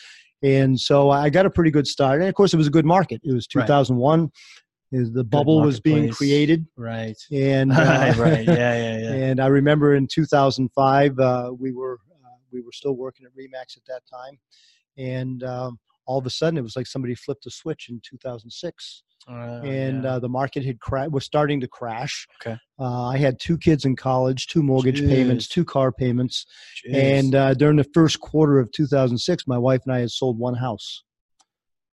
Speaker 2: And so I got a pretty good start. And of course, it was a good market. It was
Speaker 1: Right.
Speaker 2: 2001. is The bubble was being
Speaker 1: marketplace.
Speaker 2: created.
Speaker 1: Right.
Speaker 2: And, uh,
Speaker 1: right, right. Yeah, yeah, yeah.
Speaker 2: and I remember in 2005, uh, we, were, uh, we were still working at Remax at that time. And um, all of a sudden, it was like somebody flipped a switch in 2006.
Speaker 1: Uh,
Speaker 2: and
Speaker 1: yeah.
Speaker 2: uh, the market had cra- was starting to crash.
Speaker 1: Okay.
Speaker 2: Uh, I had two kids in college, two mortgage payments,
Speaker 1: Jeez.
Speaker 2: two car payments.
Speaker 1: Jeez.
Speaker 2: And uh, during the first quarter of 2006, my wife and I had sold one house.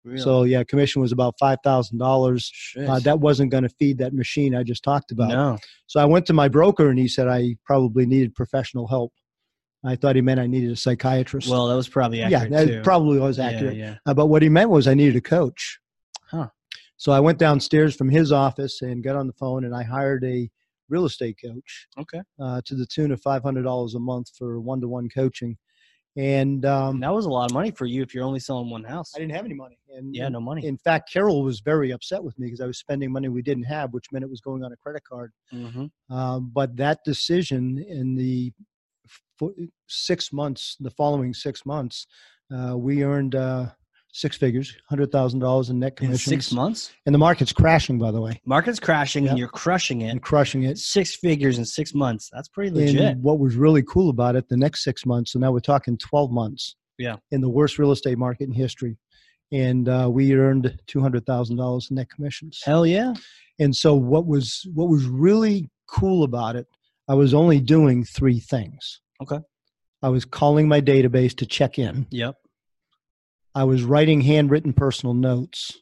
Speaker 1: Really?
Speaker 2: So yeah, commission was about five thousand dollars.
Speaker 1: Shit.
Speaker 2: uh, That wasn't going to feed that machine I just talked about.
Speaker 1: no.
Speaker 2: So I went to my broker and he said I probably needed professional help. I thought he meant I needed a psychiatrist.
Speaker 1: Well, that was probably
Speaker 2: yeah,
Speaker 1: accurate.
Speaker 2: that
Speaker 1: too.
Speaker 2: probably was
Speaker 1: Yeah,
Speaker 2: accurate.
Speaker 1: Yeah,
Speaker 2: Uh, but what he meant was I needed a coach.
Speaker 1: Huh.
Speaker 2: So I went downstairs from his office and got on the phone and I hired a real estate coach
Speaker 1: Okay.
Speaker 2: uh, to the tune of five hundred dollars a month for one-to-one coaching. And um,
Speaker 1: And that was a lot of money for you if you're only selling one house.
Speaker 2: I didn't have any money. And
Speaker 1: Yeah, no money.
Speaker 2: in fact, Carol was very upset with me because I was spending money we didn't have, which meant it was going on a credit card.
Speaker 1: hmm
Speaker 2: Um, but that decision in the fo- six months, the following six months, uh, we earned uh, six figures, hundred thousand dollars in net
Speaker 1: In
Speaker 2: commissions.
Speaker 1: six months,
Speaker 2: and the market's crashing, by the way,
Speaker 1: market's crashing
Speaker 2: Yep.
Speaker 1: and you're crushing it.
Speaker 2: and crushing it.
Speaker 1: Six figures in six months. That's pretty legit.
Speaker 2: And what was really cool about it, the next six months, so now we're talking 12 months.
Speaker 1: Yeah.
Speaker 2: In the worst real estate market in history. And uh, we earned $200,000 in net commissions.
Speaker 1: Hell yeah.
Speaker 2: And so what was what was really cool about it, I was only doing three things.
Speaker 1: Okay.
Speaker 2: I was calling my database to check in.
Speaker 1: Yep.
Speaker 2: I was writing handwritten personal notes.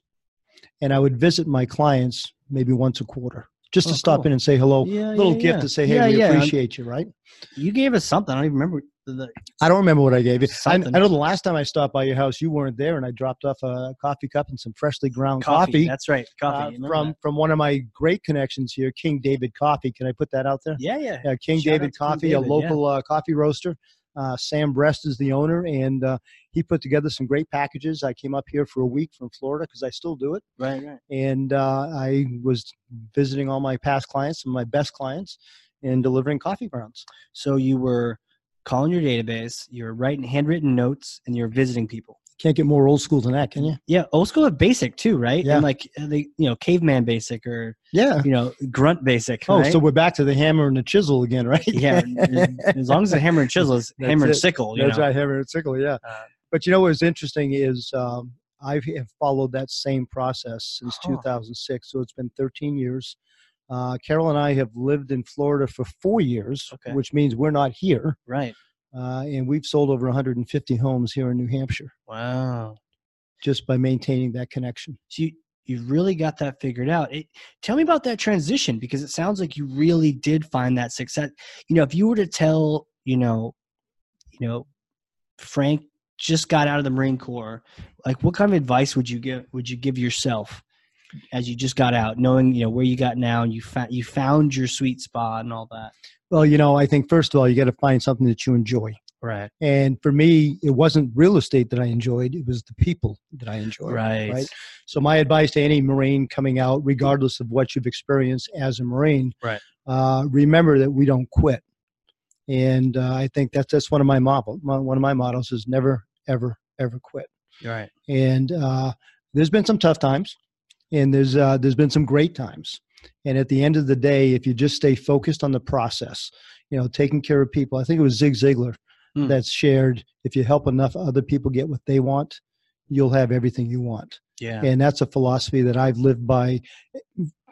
Speaker 2: And I would visit my clients maybe once a quarter just
Speaker 1: Oh,
Speaker 2: to stop
Speaker 1: cool.
Speaker 2: in and say hello.
Speaker 1: yeah,
Speaker 2: Little
Speaker 1: yeah,
Speaker 2: gift
Speaker 1: yeah.
Speaker 2: to say, hey,
Speaker 1: yeah,
Speaker 2: we
Speaker 1: yeah.
Speaker 2: appreciate you, right?
Speaker 1: You gave us something. I don't even remember. The, the-
Speaker 2: I don't remember what I gave you. I, I
Speaker 1: Something.
Speaker 2: know the last time I stopped by your house, you weren't there, and I dropped off a coffee cup and some freshly ground coffee,
Speaker 1: That's right.
Speaker 2: uh,
Speaker 1: Coffee. You remember
Speaker 2: from
Speaker 1: that?
Speaker 2: from one of my great connections here, King David Coffee. Can I put that out there?
Speaker 1: Yeah, yeah.
Speaker 2: Yeah, Uh, King
Speaker 1: Shout out
Speaker 2: David
Speaker 1: to King
Speaker 2: Coffee,
Speaker 1: David,
Speaker 2: a
Speaker 1: yeah.
Speaker 2: local uh, coffee roaster. Uh, Sam Brest is the owner, and uh, he put together some great packages. I came up here for a week from Florida because I still do it,
Speaker 1: Right, right.
Speaker 2: and uh, I was visiting all my past clients, some of my best clients, and delivering coffee grounds.
Speaker 1: So you were calling your database, you were writing handwritten notes, and you were visiting people.
Speaker 2: Can't get more old school than that, can you?
Speaker 1: Yeah, old school at basic too, right?
Speaker 2: Yeah.
Speaker 1: And like the you know caveman basic or
Speaker 2: Yeah.
Speaker 1: you know grunt basic.
Speaker 2: Oh,
Speaker 1: right?
Speaker 2: so we're back to the hammer and the chisel again, right?
Speaker 1: yeah. as- As long as the hammer and chisel is
Speaker 2: That's
Speaker 1: hammer and
Speaker 2: it.
Speaker 1: sickle, you
Speaker 2: That's
Speaker 1: know.
Speaker 2: right, hammer and sickle, yeah.
Speaker 1: Uh,
Speaker 2: But you know what's interesting is um, I have followed that same process since
Speaker 1: Huh.
Speaker 2: 2006, so it's been 13 years. Uh, Carol and I have lived in Florida for four years,
Speaker 1: Okay.
Speaker 2: which means we're not here,
Speaker 1: Right.
Speaker 2: uh, and we've sold over 150 homes here in New Hampshire
Speaker 1: Wow.
Speaker 2: just by maintaining that connection.
Speaker 1: So you you really got that figured out. It, tell me about that transition because it sounds like you really did find that success. You know, if you were to tell you know, you know, Frank just got out of the Marine Corps, like what kind of advice would you give would you give yourself? As you just got out, knowing you know where you got now, and you found you found your sweet spot and all that.
Speaker 2: Well, you know, I think first of all, you got to find something that you enjoy.
Speaker 1: Right.
Speaker 2: And for me, it wasn't real estate that I enjoyed; it was the people that I enjoyed.
Speaker 1: Right.
Speaker 2: Right. So my advice to any Marine coming out, regardless of what you've experienced as a Marine,
Speaker 1: Right.
Speaker 2: uh, remember that we don't quit. And uh, I think that's that's one of my model. my- One of my models is never, ever, ever quit.
Speaker 1: Right.
Speaker 2: And uh, there's been some tough times, and there's uh, there's been some great times. And at the end of the day, if you just stay focused on the process, you know, taking care of people. I think it was Zig Ziglar
Speaker 1: Hmm.
Speaker 2: that shared: if you help enough other people get what they want, you'll have everything you want
Speaker 1: Yeah.
Speaker 2: and that's a philosophy that I've lived by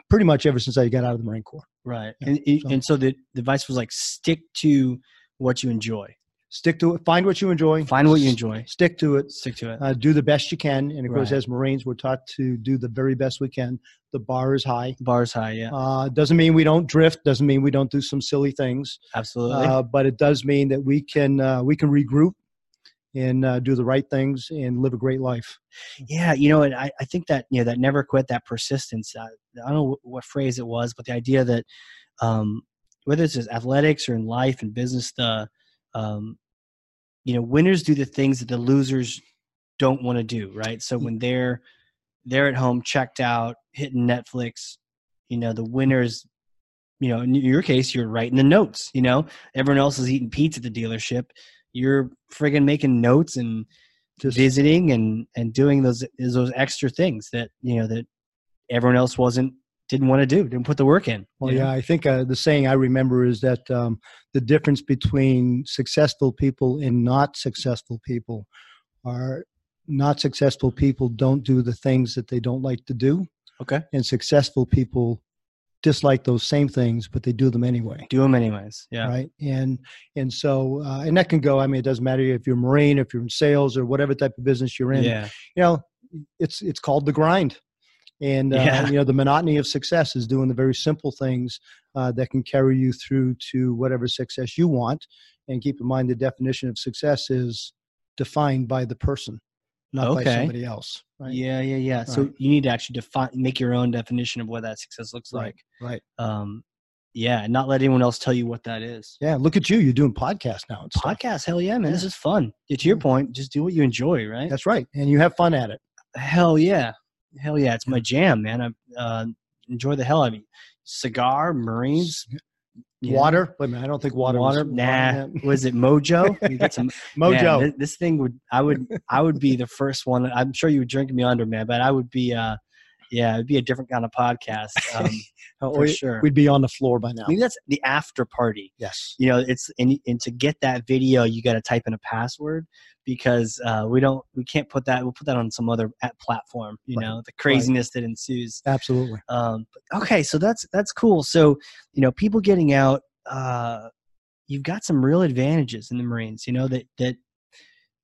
Speaker 2: pretty much ever since I got out of the Marine Corps.
Speaker 1: Right.
Speaker 2: Yeah,
Speaker 1: And and-
Speaker 2: so-
Speaker 1: and so the the advice was like stick to what you enjoy.
Speaker 2: Stick to it. Find what you enjoy.
Speaker 1: Find what you enjoy.
Speaker 2: Stick to it.
Speaker 1: Stick to it.
Speaker 2: Uh, do the best you can. And of course,
Speaker 1: Right.
Speaker 2: as Marines, we're taught to do the very best we can. The bar is high.
Speaker 1: Bars high. Yeah.
Speaker 2: Uh, doesn't mean we don't drift. Doesn't mean we don't do some silly things.
Speaker 1: Absolutely.
Speaker 2: Uh, but it does mean that we can uh, we can regroup and uh, do the right things and live a great life.
Speaker 1: yeah you know and I, I think that you know that never quit that persistence uh, i don't know wh- what phrase it was but the idea that um whether it's in athletics or in life and business the um you know winners do the things that the losers don't want to do right
Speaker 2: Mm.
Speaker 1: so when they're they're at home checked out hitting netflix you know the winners you know in your case you're writing the notes you know everyone else is eating pizza at the dealership you're friggin making notes and
Speaker 2: Just
Speaker 1: visiting and and doing those is those extra things that you know that everyone else wasn't didn't want to do didn't put the work in
Speaker 2: Well,
Speaker 1: you know?
Speaker 2: yeah, I think uh, the saying I remember is that um, the difference between successful people and not successful people are not successful people don't do the things that they don't like to do,
Speaker 1: okay
Speaker 2: and successful people dislike those same things, but they do them anyway.
Speaker 1: do them anyways yeah
Speaker 2: Right, and and so uh, and that can go. I mean, it doesn't matter if you're a marine, if you're in sales, or whatever type of business you're in
Speaker 1: yeah
Speaker 2: you know, it's it's called the grind, and uh,
Speaker 1: Yeah.
Speaker 2: you know the monotony of success is doing the very simple things uh, that can carry you through to whatever success you want. And keep in mind the definition of success is defined by the person, not by
Speaker 1: Okay.
Speaker 2: somebody else. Right.
Speaker 1: yeah yeah yeah so
Speaker 2: Right.
Speaker 1: you need to actually define make your own definition of what that success looks
Speaker 2: Right.
Speaker 1: like
Speaker 2: Right.
Speaker 1: um yeah and not let anyone else tell you what that is
Speaker 2: Yeah. Look at you. You're doing podcasts now. and stuff.
Speaker 1: podcast hell yeah man this is fun Yeah, to your
Speaker 2: Yeah.
Speaker 1: point just do what you enjoy right
Speaker 2: That's right. And you have fun at it.
Speaker 1: hell yeah hell yeah it's my jam man i uh, enjoy the hell out of it cigar marines you know?
Speaker 2: Water. Wait a minute. I don't think water. was-
Speaker 1: water nah
Speaker 2: yeah.
Speaker 1: was it mojo You get some-
Speaker 2: Mojo.
Speaker 1: Man, thi- this thing would I would I would be the first one. I'm sure you would drink me under, man, but I would be uh yeah, it'd be a different kind of podcast. Um,
Speaker 2: Oh,
Speaker 1: for
Speaker 2: we-
Speaker 1: sure.
Speaker 2: We'd be on the floor by now.
Speaker 1: Maybe that's the after party.
Speaker 2: Yes.
Speaker 1: You know, it's and, and to get that video, you got to type in a password because uh, we don't we can't put that we'll put that on some other app platform. You
Speaker 2: Right.
Speaker 1: know, the craziness that ensues.
Speaker 2: Absolutely.
Speaker 1: Um, but- okay, so that's that's cool. So you know, people getting out, uh, you've got some real advantages in the Marines. You know that that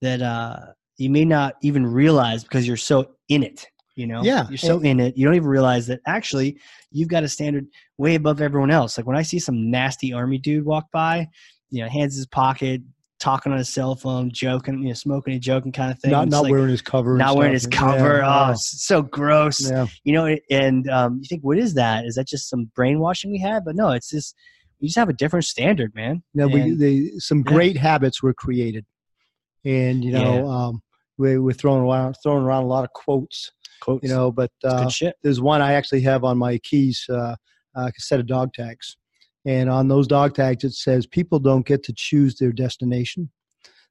Speaker 1: that uh, you may not even realize because you're so in it. You know,
Speaker 2: Yeah,
Speaker 1: you're so
Speaker 2: and-
Speaker 1: in it. You don't even realize that actually you've got a standard way above everyone else. Like when I see some nasty army dude walk by, you know, hands in his pocket, talking on his cell phone, joking, you know, smoking and joking kind of thing.
Speaker 2: Not
Speaker 1: It's
Speaker 2: not
Speaker 1: like,
Speaker 2: wearing his cover. and
Speaker 1: not wearing his
Speaker 2: stuff.
Speaker 1: cover.
Speaker 2: Yeah.
Speaker 1: Oh, it's so gross
Speaker 2: yeah.
Speaker 1: you know it- and um, you think what is that is that just some brainwashing we had but no it's just we just have a different standard man
Speaker 2: No, we,
Speaker 1: And-
Speaker 2: they, some
Speaker 1: Yeah.
Speaker 2: great habits were created, and you know,
Speaker 1: Yeah.
Speaker 2: um, we, we're throwing around throwing around a lot of quotes,
Speaker 1: quotes
Speaker 2: you know. But
Speaker 1: it's
Speaker 2: uh,
Speaker 1: good shit
Speaker 2: there's one I actually have on my keys, uh, uh, a set of dog tags, and on those dog tags it says, "People don't get to choose their destination;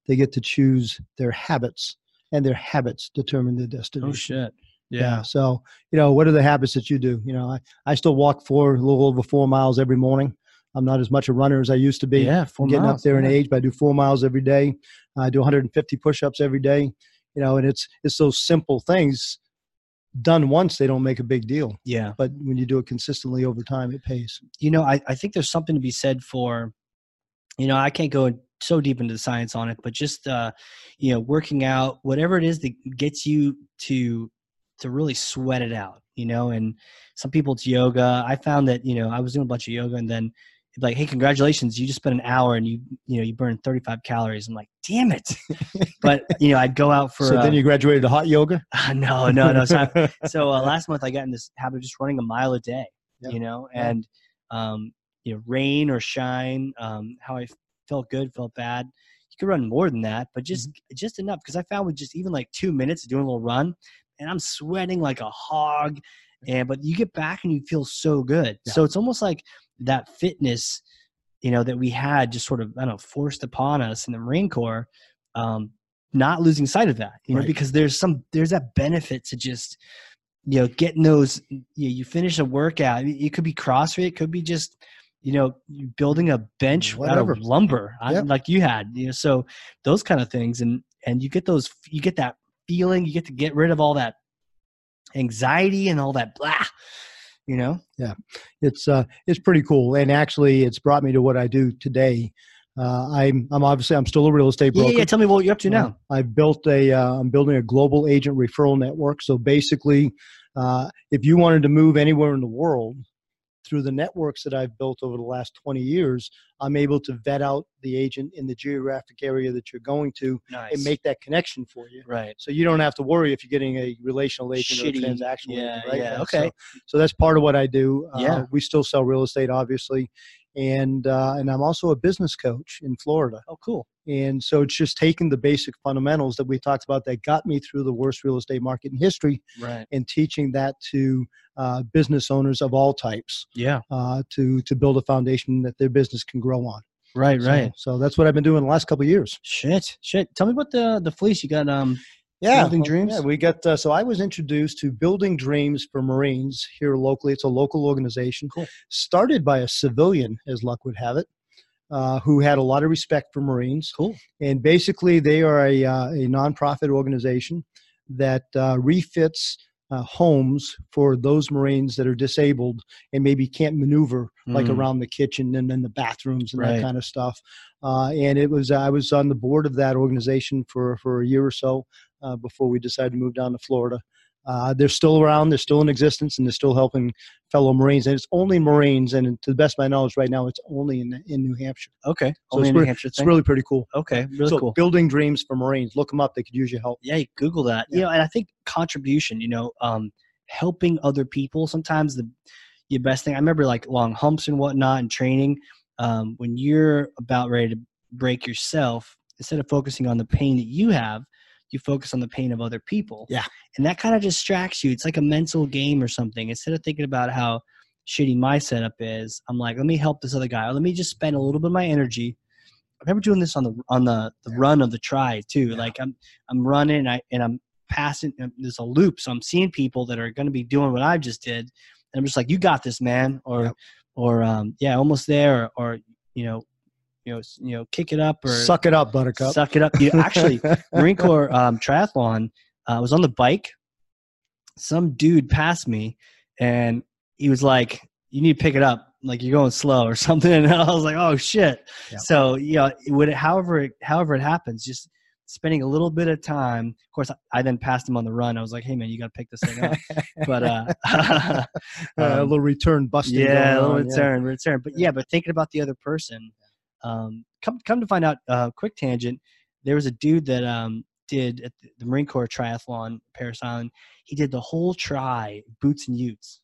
Speaker 2: they get to choose their habits, and their habits determine their destination."
Speaker 1: oh shit yeah,
Speaker 2: So, you know, what are the habits that you do? You know, I, I still walk four, a little over four miles every morning. I'm not as much a runner as I used to be.
Speaker 1: yeah
Speaker 2: I'm
Speaker 1: four
Speaker 2: getting
Speaker 1: miles,
Speaker 2: up there in
Speaker 1: yeah.
Speaker 2: age, but I do four miles every day. I do 150 push-ups every day. You know, and it's it's those simple things done once they don't make a big deal,
Speaker 1: yeah
Speaker 2: but when you do it consistently over time, it pays.
Speaker 1: you know I, I think there's something to be said for you know i can't go so deep into the science on it but just uh you know working out whatever it is that gets you to to really sweat it out you know and some people it's yoga i found that you know i was doing a bunch of yoga and then it'd be like hey congratulations you just spent an hour and you you know you burned 35 calories i'm like damn it but you know i'd go out for
Speaker 2: so
Speaker 1: uh,
Speaker 2: then you graduated to hot yoga.
Speaker 1: no no no so I-
Speaker 2: yeah,
Speaker 1: so uh, last month I got in this habit of just running a mile a day,
Speaker 2: Yeah.
Speaker 1: you know,
Speaker 2: Yeah.
Speaker 1: and um, you know, rain or shine, um, how I felt good, felt bad. you could run more than that, but just
Speaker 2: Mm-hmm.
Speaker 1: just enough. Because I found with just even like two minutes doing a little run, and I'm sweating like a hog, and but you get back and you feel so good. So it's almost like that fitness, you know, that we had just sort of I don't know forced upon us in the Marine Corps. Um, not losing sight of that, you know,
Speaker 2: Right.
Speaker 1: because there's some there's that benefit to just you know getting those you, you finish a workout I mean, it could be crossfit it could be just you know building a bench out
Speaker 2: Whatever.
Speaker 1: of lumber I-
Speaker 2: Yep.
Speaker 1: like you had you know so those kind of things and and you get those you get that feeling you get to get rid of all that anxiety and all that blah you know
Speaker 2: it's uh, it's pretty cool. And actually, it's brought me to what I do today. Uh, I'm I'm obviously I'm still a real estate
Speaker 1: yeah,
Speaker 2: broker.
Speaker 1: yeah, yeah tell me what you're up to now
Speaker 2: I've built a, uh, I'm building a global agent referral network. So basically, uh, if you wanted to move anywhere in the world through the networks that I've built over the last 20 years, I'm able to vet out the agent in the geographic area that you're going to
Speaker 1: nice
Speaker 2: and make that connection for you.
Speaker 1: right
Speaker 2: So you don't have to worry if you're getting a relational agent
Speaker 1: Shitty-
Speaker 2: or a transactional
Speaker 1: yeah,
Speaker 2: agent, right?
Speaker 1: yeah,
Speaker 2: So-
Speaker 1: okay.
Speaker 2: So, that's part of what I do. Uh,
Speaker 1: Yeah.
Speaker 2: we still sell real estate, obviously, and uh, and I'm also a business coach in Florida.
Speaker 1: oh cool
Speaker 2: And so it's just taking the basic fundamentals that we talked about that got me through the worst real estate market in history
Speaker 1: right
Speaker 2: and teaching that to uh, business owners of all types
Speaker 1: yeah
Speaker 2: uh, to, to build a foundation that their business can grow on.
Speaker 1: right
Speaker 2: So-
Speaker 1: right
Speaker 2: So, that's what I've been doing the last couple of years.
Speaker 1: shit shit tell me about the the fleece you got um
Speaker 2: Yeah.
Speaker 1: Building
Speaker 2: well,
Speaker 1: Dreams?
Speaker 2: Yeah, we got, uh, so I was introduced to Building Dreams for Marines here locally. It's a local organization
Speaker 1: Cool.
Speaker 2: started by a civilian, as luck would have it, uh, who had a lot of respect for Marines.
Speaker 1: cool
Speaker 2: And basically, they are a, uh, a nonprofit organization that uh, refits uh, homes for those Marines that are disabled and maybe can't maneuver, like
Speaker 1: Mm.
Speaker 2: around the kitchen and then the bathrooms and
Speaker 1: Right.
Speaker 2: that kind of stuff. Uh, and it was I was on the board of that organization for for a year or so uh, before we decided to move down to Florida. Uh, they're still around. They're still in existence, and they're still helping fellow Marines. And it's only Marines, and to the best of my knowledge, right now, it's only in in New Hampshire.
Speaker 1: Okay.
Speaker 2: So
Speaker 1: Only
Speaker 2: it's
Speaker 1: a New
Speaker 2: re-
Speaker 1: Hampshire
Speaker 2: It's
Speaker 1: thing.
Speaker 2: really pretty cool
Speaker 1: okay. Really
Speaker 2: so
Speaker 1: cool.
Speaker 2: building dreams for Marines. Look them up. They could use your help.
Speaker 1: yeah, you Google that. You
Speaker 2: Yeah.
Speaker 1: know, and I think contribution, you know, um, helping other people sometimes the your best thing. I remember like long humps and whatnot and training. Um, when you're about ready to break yourself, instead of focusing on the pain that you have, you focus on the pain of other people.
Speaker 2: Yeah.
Speaker 1: And that kind of distracts you. It's like a mental game or something. Instead of thinking about how shitty my setup is, I'm like, let me help this other guy. Or let me just spend a little bit of my energy. I remember doing this on the on the, the
Speaker 2: Yeah.
Speaker 1: run of the try too.
Speaker 2: Yeah.
Speaker 1: Like I'm I'm running and I and I'm passing and there's a loop. So I'm seeing people that are gonna be doing what I just did. And I'm just like, You got this, man or
Speaker 2: Yep.
Speaker 1: or um yeah, almost there or, or you know, you know, s- you know, kick it up or
Speaker 2: Suck it up, Buttercup.
Speaker 1: suck it up. You actually Marine Corps um, triathlon. Uh, I was on the bike. Some dude passed me, and he was like, "You need to pick it up. Like you're going slow or something." And I was like, "Oh shit!"
Speaker 2: Yeah.
Speaker 1: So you know, it would however it, however it happens, just spending a little bit of time. Of course, I, I then passed him on the run. I was like, "Hey man, you got to pick this thing up." but uh,
Speaker 2: Uh, a
Speaker 1: um,
Speaker 2: little return busting.
Speaker 1: yeah,
Speaker 2: going
Speaker 1: a
Speaker 2: on,
Speaker 1: little return, return. But yeah, but thinking about the other person, um, come come to find out, uh, quick tangent. There was a dude that um, did at the- the Marine Corps triathlon, Paris Island. He did the whole try, boots and utes.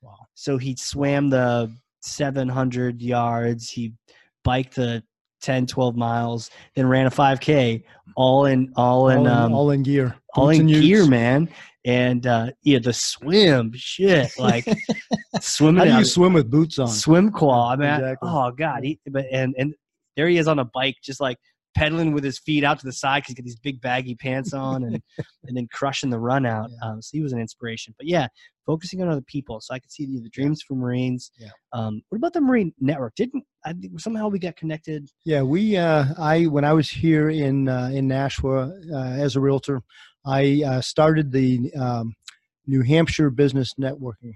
Speaker 2: Wow.
Speaker 1: So he swam the 700 yards. He biked the 10, 12 miles, then ran a 5K, all in, all
Speaker 2: All,
Speaker 1: in,
Speaker 2: in,
Speaker 1: um,
Speaker 2: all in gear.
Speaker 1: all
Speaker 2: Boots
Speaker 1: in
Speaker 2: and utes.
Speaker 1: gear, man. And uh, yeah, the swim, shit, like swimming.
Speaker 2: How do
Speaker 1: out
Speaker 2: you
Speaker 1: of-
Speaker 2: swim with boots on?
Speaker 1: swim qual. I mean, I-
Speaker 2: Exactly.
Speaker 1: oh god, he, but and and there he is on a bike, just like pedaling with his feet out to the side because he's got these big baggy pants on, and and then crushing the run out.
Speaker 2: Yeah.
Speaker 1: Um, so he was an inspiration. But yeah, focusing on other people. So I could see the, the dreams for Marines.
Speaker 2: Yeah.
Speaker 1: Um, what about the Marine Network? Didn't I think somehow we got connected?
Speaker 2: Yeah, we. Uh, I when I was here in uh, in Nashua uh, as a realtor, I uh, started the um, New Hampshire Business Networking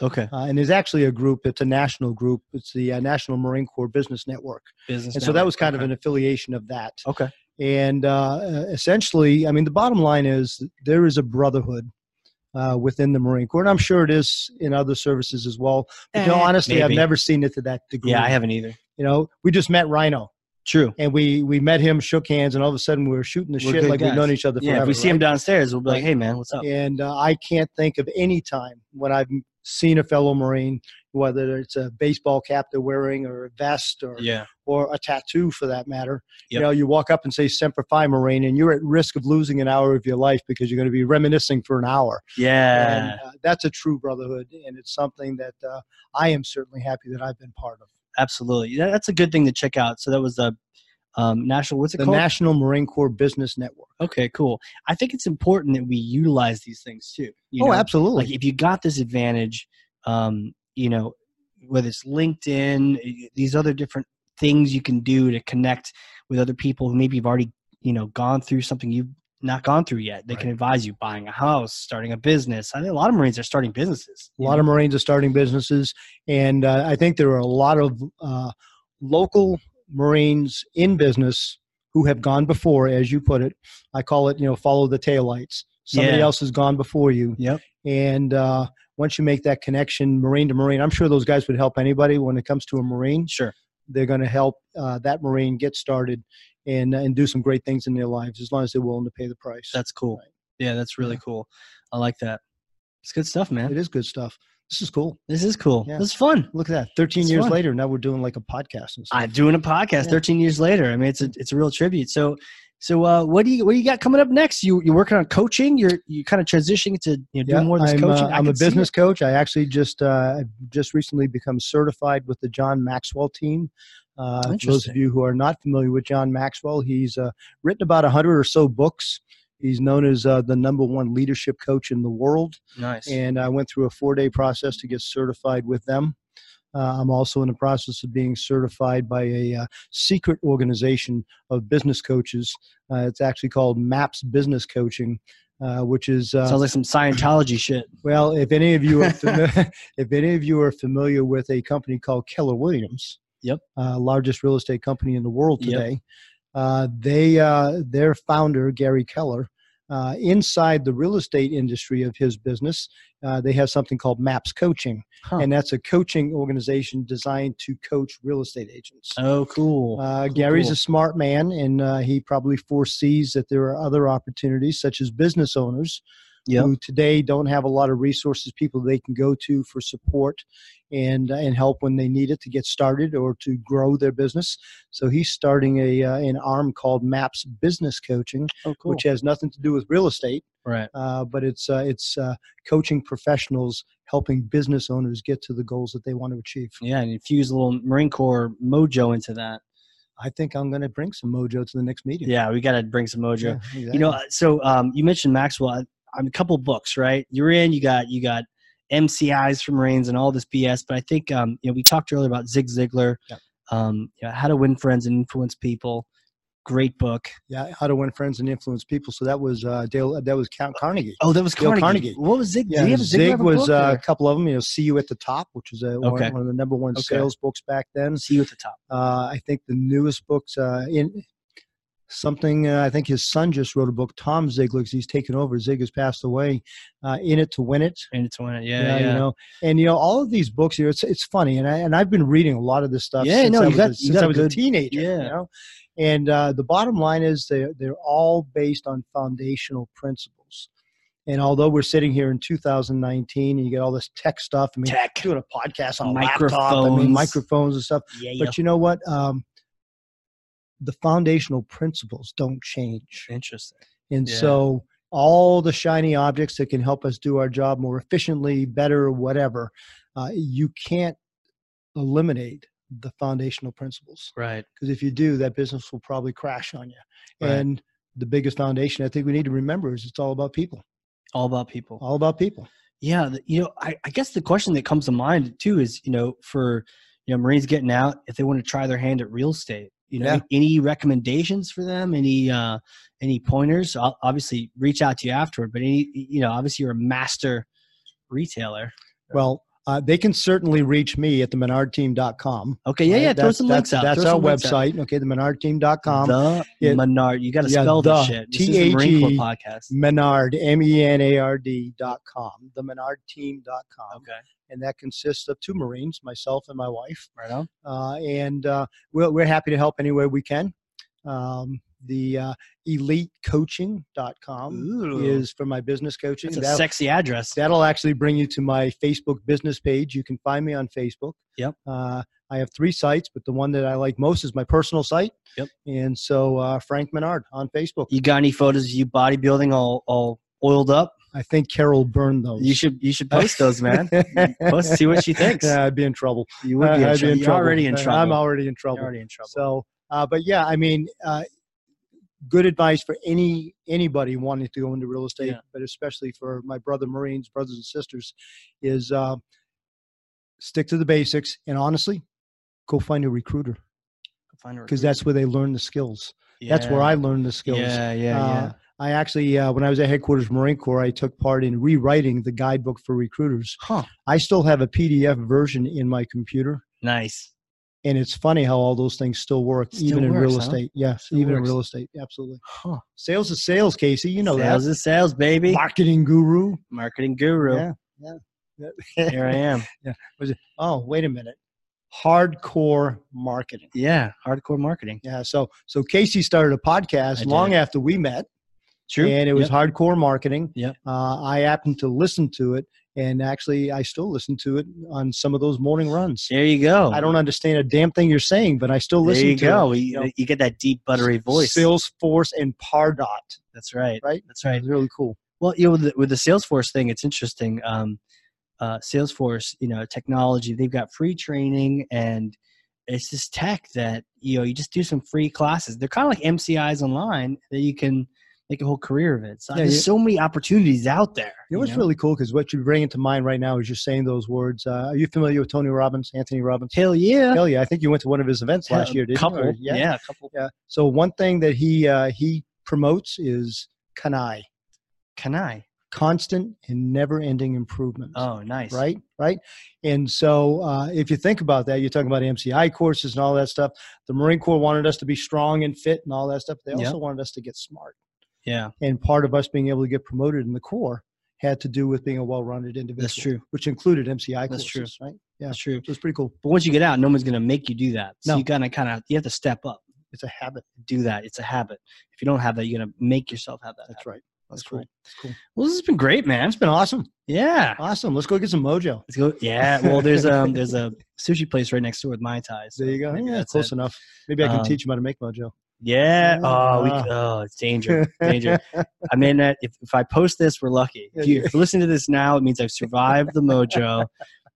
Speaker 1: Okay,
Speaker 2: uh, and is actually a group. It's a national group. It's the uh, National Marine Corps Business Network,
Speaker 1: business.
Speaker 2: and so that
Speaker 1: network.
Speaker 2: was kind of
Speaker 1: Okay.
Speaker 2: an affiliation of that.
Speaker 1: okay.
Speaker 2: And uh, essentially, I mean, the bottom line is there is a brotherhood uh, within the Marine Corps, and I'm sure it is in other services as well. But no,
Speaker 1: Eh,
Speaker 2: honestly, I've
Speaker 1: maybe.
Speaker 2: never seen it to that degree.
Speaker 1: Yeah, I haven't either.
Speaker 2: You know, we just met Rhino,
Speaker 1: True.
Speaker 2: and we we met him, shook hands, and all of a sudden we were shooting the
Speaker 1: We're
Speaker 2: shit
Speaker 1: good
Speaker 2: like
Speaker 1: guys.
Speaker 2: we've known each other
Speaker 1: Yeah,
Speaker 2: forever.
Speaker 1: if we see him downstairs, we'll be like,
Speaker 2: Right.
Speaker 1: "Hey, man, what's up?"
Speaker 2: right? And uh, I can't think of any time when I've seen a fellow Marine, whether it's a baseball cap they're wearing or a vest or
Speaker 1: Yeah.
Speaker 2: or a tattoo for that matter. You
Speaker 1: Yep.
Speaker 2: know, you walk up and say Semper Fi Marine, and you're at risk of losing an hour of your life because you're going to be reminiscing for an hour.
Speaker 1: Yeah.
Speaker 2: And, uh, that's a true brotherhood, and it's something that uh, I am certainly happy that I've been part of.
Speaker 1: Absolutely. That- That's a good thing to check out. So that was the um, national. What's it
Speaker 2: The
Speaker 1: called?
Speaker 2: National Marine Corps Business Network.
Speaker 1: okay. Cool. I think it's important that we utilize these things too. You
Speaker 2: oh,
Speaker 1: know?
Speaker 2: absolutely.
Speaker 1: Like if you got this advantage, um, you know, whether it's LinkedIn, y- these other different things you can do to connect with other people who maybe have already, you know, gone through something you've not gone through yet. They can
Speaker 2: Right.
Speaker 1: advise you buying a house, starting a business. I think a lot of Marines are starting businesses.
Speaker 2: A lot of Marines are starting businesses, and uh, I think there are a lot of uh, local Marines in business who have gone before, as you put it. I call it, you know, follow the taillights. Somebody
Speaker 1: Yeah.
Speaker 2: else has gone before you.
Speaker 1: Yep.
Speaker 2: And uh, once you make that connection, Marine to Marine, I'm sure those guys would help anybody when it comes to a Marine.
Speaker 1: Sure.
Speaker 2: They're going to help uh, that Marine get started and and do some great things in their lives as long as they're willing to pay the price.
Speaker 1: That's cool.
Speaker 2: Right.
Speaker 1: Yeah, that's really
Speaker 2: Yeah.
Speaker 1: cool. I like that. It's good stuff, man.
Speaker 2: it is good stuff. This is cool.
Speaker 1: This is cool.
Speaker 2: Yeah.
Speaker 1: This is fun.
Speaker 2: Look at that. 13
Speaker 1: It's
Speaker 2: years
Speaker 1: fun.
Speaker 2: later, now we're doing like a podcast and stuff.
Speaker 1: I'm doing a podcast
Speaker 2: Yeah.
Speaker 1: 13 years later. I mean, it's a it's a real tribute. So, so uh, what do you what do you got coming up next? You you're working on coaching. You're you kind of transitioning to you know, doing more of this
Speaker 2: I'm,
Speaker 1: coaching.
Speaker 2: uh,
Speaker 1: I
Speaker 2: I'm a
Speaker 1: can see
Speaker 2: business
Speaker 1: it.
Speaker 2: coach. I actually just uh, I've just recently become certified with the John Maxwell team. Uh, for those
Speaker 1: Interesting.
Speaker 2: of you who are not familiar with John Maxwell, he's uh, written about a hundred or so books. He's known as uh, the number one leadership coach in the world,
Speaker 1: Nice.
Speaker 2: and I went through a four-day process to get certified with them. Uh, I'm also in the process of being certified by a uh, secret organization of business coaches. Uh, it's actually called MAPS Business Coaching, uh, which is uh,
Speaker 1: Sounds like some Scientology shit.
Speaker 2: well, if any of you are familiar, if any of you are familiar with a company called Keller Williams,
Speaker 1: Yep.
Speaker 2: uh, largest real estate company in the world
Speaker 1: Yep.
Speaker 2: today, uh, they uh, their founder Gary Keller. Uh, inside the real estate industry of his business, uh, they have something called MAPS Coaching,
Speaker 1: Huh.
Speaker 2: and that's a coaching organization designed to coach real estate agents.
Speaker 1: oh, cool.
Speaker 2: Uh, Gary's
Speaker 1: cool.
Speaker 2: a smart man, and uh, he probably foresees that there are other opportunities, such as business owners,
Speaker 1: Yep.
Speaker 2: who today don't have a lot of resources, people they can go to for support and uh, and help when they need it to get started or to grow their business. So he's starting a uh, an arm called Maps Business Coaching,
Speaker 1: oh, cool.
Speaker 2: which has nothing to do with real estate,
Speaker 1: right.
Speaker 2: uh, but it's uh, it's uh, coaching professionals helping business owners get to the goals that they want to achieve.
Speaker 1: Yeah, and infuse a little Marine Corps mojo into that.
Speaker 2: I think I'm going to bring some mojo to the next meeting.
Speaker 1: Yeah, we got to bring some mojo.
Speaker 2: Yeah,
Speaker 1: you
Speaker 2: exactly.
Speaker 1: know so um, you mentioned maxwell I, i'm a couple books right you're in you got you got mcis from marines and all this bs but i think um, you know we talked earlier about zig ziglar
Speaker 2: Yeah.
Speaker 1: um, you know, how to win friends and influence people great book
Speaker 2: yeah, how to win friends and influence people. So that was uh, Dale. That was Count Carnegie.
Speaker 1: oh that was
Speaker 2: Dale
Speaker 1: carnegie,
Speaker 2: Carnegie.
Speaker 1: what was zig
Speaker 2: Yeah,
Speaker 1: did he have a
Speaker 2: Zig
Speaker 1: Ziglar
Speaker 2: was
Speaker 1: book,
Speaker 2: uh, a
Speaker 1: or-
Speaker 2: couple of them. You know, "See You at the Top," which was a, one-
Speaker 1: Okay.
Speaker 2: one, of the number one
Speaker 1: Okay.
Speaker 2: sales books back then.
Speaker 1: see you at the top
Speaker 2: Uh, I think the newest books uh, in something. Uh, I think his son just wrote a book. Tom Ziegler, 'cause he's taken over. Zig has passed away. Uh, in it to win it.
Speaker 1: and it's one yeah yeah,
Speaker 2: you know, and you know all of these books here. It's it's funny, and I and I've been reading a lot of this stuff.
Speaker 1: Yeah,
Speaker 2: since
Speaker 1: no,
Speaker 2: I
Speaker 1: you
Speaker 2: was,
Speaker 1: got-
Speaker 2: a,
Speaker 1: you
Speaker 2: since
Speaker 1: got
Speaker 2: I
Speaker 1: a
Speaker 2: was
Speaker 1: good-
Speaker 2: a teenager.
Speaker 1: yeah.
Speaker 2: you know, and uh, the bottom line is they are they're all based on foundational principles. And although we're sitting here in 2019, and you get all this tech stuff. I mean,
Speaker 1: Tech.
Speaker 2: doing a podcast on a laptop. I mean,
Speaker 1: Microphones.
Speaker 2: microphones and stuff.
Speaker 1: yeah,
Speaker 2: But you know what? Um, the foundational principles don't change.
Speaker 1: interesting
Speaker 2: And
Speaker 1: Yeah.
Speaker 2: so all the shiny objects that can help us do our job more efficiently, better, whatever, uh, you can't eliminate the foundational principles
Speaker 1: right
Speaker 2: because if you do, that business will probably crash on you.
Speaker 1: Right.
Speaker 2: And the biggest foundation I think we need to remember is it's all about people,
Speaker 1: all about people
Speaker 2: all about people.
Speaker 1: Yeah, the- you know, I, I guess the question that comes to mind too is, you know, for you know Marines getting out if they want to try their hand at real estate, you know,
Speaker 2: Yeah.
Speaker 1: any recommendations for them? Any uh any pointers? I'll obviously reach out to you afterward, but any you know, obviously you're a master retailer.
Speaker 2: Well, uh, they can certainly reach me at themenardteam.com.
Speaker 1: Okay, yeah,
Speaker 2: right?
Speaker 1: yeah. Throw
Speaker 2: That's-
Speaker 1: some
Speaker 2: that's,
Speaker 1: links out.
Speaker 2: That's
Speaker 1: throw
Speaker 2: our
Speaker 1: some links out.
Speaker 2: website. Okay, themenardteam.com.
Speaker 1: The
Speaker 2: Yeah.
Speaker 1: Menard. You got to
Speaker 2: Yeah,
Speaker 1: spell this
Speaker 2: the.
Speaker 1: shit. This is the Marine Corps podcast.
Speaker 2: Menard, M E N A R D dot com, the Menard team dot com.
Speaker 1: Okay,
Speaker 2: And that consists of two Marines, myself and my wife.
Speaker 1: right on.
Speaker 2: Uh, and uh, we're, we're happy to help any way we can. Um, the uh, elitecoaching.com
Speaker 1: Ooh,
Speaker 2: is for my business coaching.
Speaker 1: that's a
Speaker 2: That'll-
Speaker 1: sexy address.
Speaker 2: That'll actually bring you to my Facebook business page. You can find me on Facebook.
Speaker 1: Yep.
Speaker 2: Uh, I have three sites, but the one that I like most is my personal site.
Speaker 1: Yep.
Speaker 2: And so uh, Frank Menard on Facebook.
Speaker 1: You got any photos of you bodybuilding all all oiled up?
Speaker 2: I think Carol burned those.
Speaker 1: You should you should post those, man. Post see what she thinks.
Speaker 2: Yeah, I'd be in trouble.
Speaker 1: You would be, in
Speaker 2: I'd
Speaker 1: trouble. You're already in
Speaker 2: Uh,
Speaker 1: trouble.
Speaker 2: I'm already in trouble.
Speaker 1: You're already in trouble.
Speaker 2: So, uh, but yeah, I mean, uh, good advice for any anybody wanting to go into real estate,
Speaker 1: Yeah.
Speaker 2: but especially for my brother Marines, brothers and sisters, is uh, stick to the basics and honestly, go find a recruiter
Speaker 1: Find a
Speaker 2: because
Speaker 1: recruiter.
Speaker 2: that's where they learn the skills. That's where
Speaker 1: Yeah.
Speaker 2: I learned the skills.
Speaker 1: Yeah, yeah,
Speaker 2: Uh,
Speaker 1: yeah.
Speaker 2: I actually, uh, when I was at headquarters Marine Corps, I took part in rewriting the guidebook for recruiters.
Speaker 1: Huh.
Speaker 2: I still have a PDF version in my computer.
Speaker 1: Nice.
Speaker 2: and it's funny how all those things still work
Speaker 1: Still
Speaker 2: even in real
Speaker 1: works, huh?
Speaker 2: estate yes
Speaker 1: Still
Speaker 2: even in
Speaker 1: works.
Speaker 2: real estate absolutely
Speaker 1: Huh.
Speaker 2: sales is sales casey you know
Speaker 1: sales is sales,
Speaker 2: that
Speaker 1: baby.
Speaker 2: marketing guru
Speaker 1: Marketing guru.
Speaker 2: Yeah.
Speaker 1: Here I am.
Speaker 2: oh wait a minute hardcore marketing
Speaker 1: Yeah, hardcore marketing.
Speaker 2: yeah so so casey started a
Speaker 1: I
Speaker 2: podcast long
Speaker 1: did.
Speaker 2: after we met
Speaker 1: True.
Speaker 2: and it was
Speaker 1: Yep.
Speaker 2: hardcore marketing
Speaker 1: Yep.
Speaker 2: uh, i happened to listen to it and actually i still listen to it on some of those morning runs
Speaker 1: There you go.
Speaker 2: i don't understand a damn thing you're saying but i still
Speaker 1: There
Speaker 2: listen
Speaker 1: you
Speaker 2: to
Speaker 1: go.
Speaker 2: it
Speaker 1: You,
Speaker 2: know.
Speaker 1: you get that deep buttery voice.
Speaker 2: salesforce and pardot
Speaker 1: That's right.
Speaker 2: right
Speaker 1: That's right.
Speaker 2: it's really cool
Speaker 1: Well, you know, with the, with the Salesforce thing, it's interesting. Um, uh, Salesforce, you know, technology, they've got free training and it's this tech that, you know, you just do some free classes. They're kind of like MCIs online that you can make a whole career of it. So
Speaker 2: Yeah,
Speaker 1: there's
Speaker 2: you-
Speaker 1: so many opportunities out there.
Speaker 2: You know what's
Speaker 1: know?
Speaker 2: really cool because what you're bringing to mind right now is you're saying those words. Uh, are you familiar with Tony Robbins, Anthony Robbins?
Speaker 1: Hell yeah.
Speaker 2: Hell yeah! I think you went to one of his events last year, didn't you?
Speaker 1: couple.
Speaker 2: Or-
Speaker 1: Yeah.
Speaker 2: yeah.
Speaker 1: a couple.
Speaker 2: yeah. So one thing that he uh, he promotes is kanai,
Speaker 1: Can I?
Speaker 2: constant and never-ending improvement.
Speaker 1: Oh, nice.
Speaker 2: Right, right, and so uh, if you think about that, you're talking about MCI courses and all that stuff. The Marine Corps wanted us to be strong and fit and all that stuff. They also
Speaker 1: Yeah.
Speaker 2: wanted us to get smart.
Speaker 1: Yeah,
Speaker 2: And part of us being able to get promoted in the Corps had to do with being a well-rounded individual.
Speaker 1: that's true.
Speaker 2: which included MCI
Speaker 1: That's
Speaker 2: courses,
Speaker 1: true.
Speaker 2: right? Yeah,
Speaker 1: That's true.
Speaker 2: so it's pretty cool.
Speaker 1: But once you get out, no one's going to make you do that. So
Speaker 2: No.
Speaker 1: you got to kind of, you have to step up,
Speaker 2: It's a habit.
Speaker 1: do that. It's a habit. If you don't have that, you're going to make yourself have that.
Speaker 2: That's
Speaker 1: habit.
Speaker 2: right.
Speaker 1: That's
Speaker 2: That's
Speaker 1: cool.
Speaker 2: right. That's cool.
Speaker 1: Well, this has been great, man.
Speaker 2: It's been awesome.
Speaker 1: Yeah.
Speaker 2: Awesome. Let's go get some mojo.
Speaker 1: Let's go. Yeah. Well, there's um there's a sushi place right next door with my ties.
Speaker 2: There you go.
Speaker 1: maybe
Speaker 2: Yeah,
Speaker 1: that's
Speaker 2: close
Speaker 1: it.
Speaker 2: enough. Maybe I can
Speaker 1: Um,
Speaker 2: teach him how to make mojo.
Speaker 1: Yeah. Oh, we,
Speaker 2: Ah.
Speaker 1: oh, it's danger. Danger. I mean, that if, if I post this, we're lucky. If you, if you listen to this now, it means I've survived the mojo,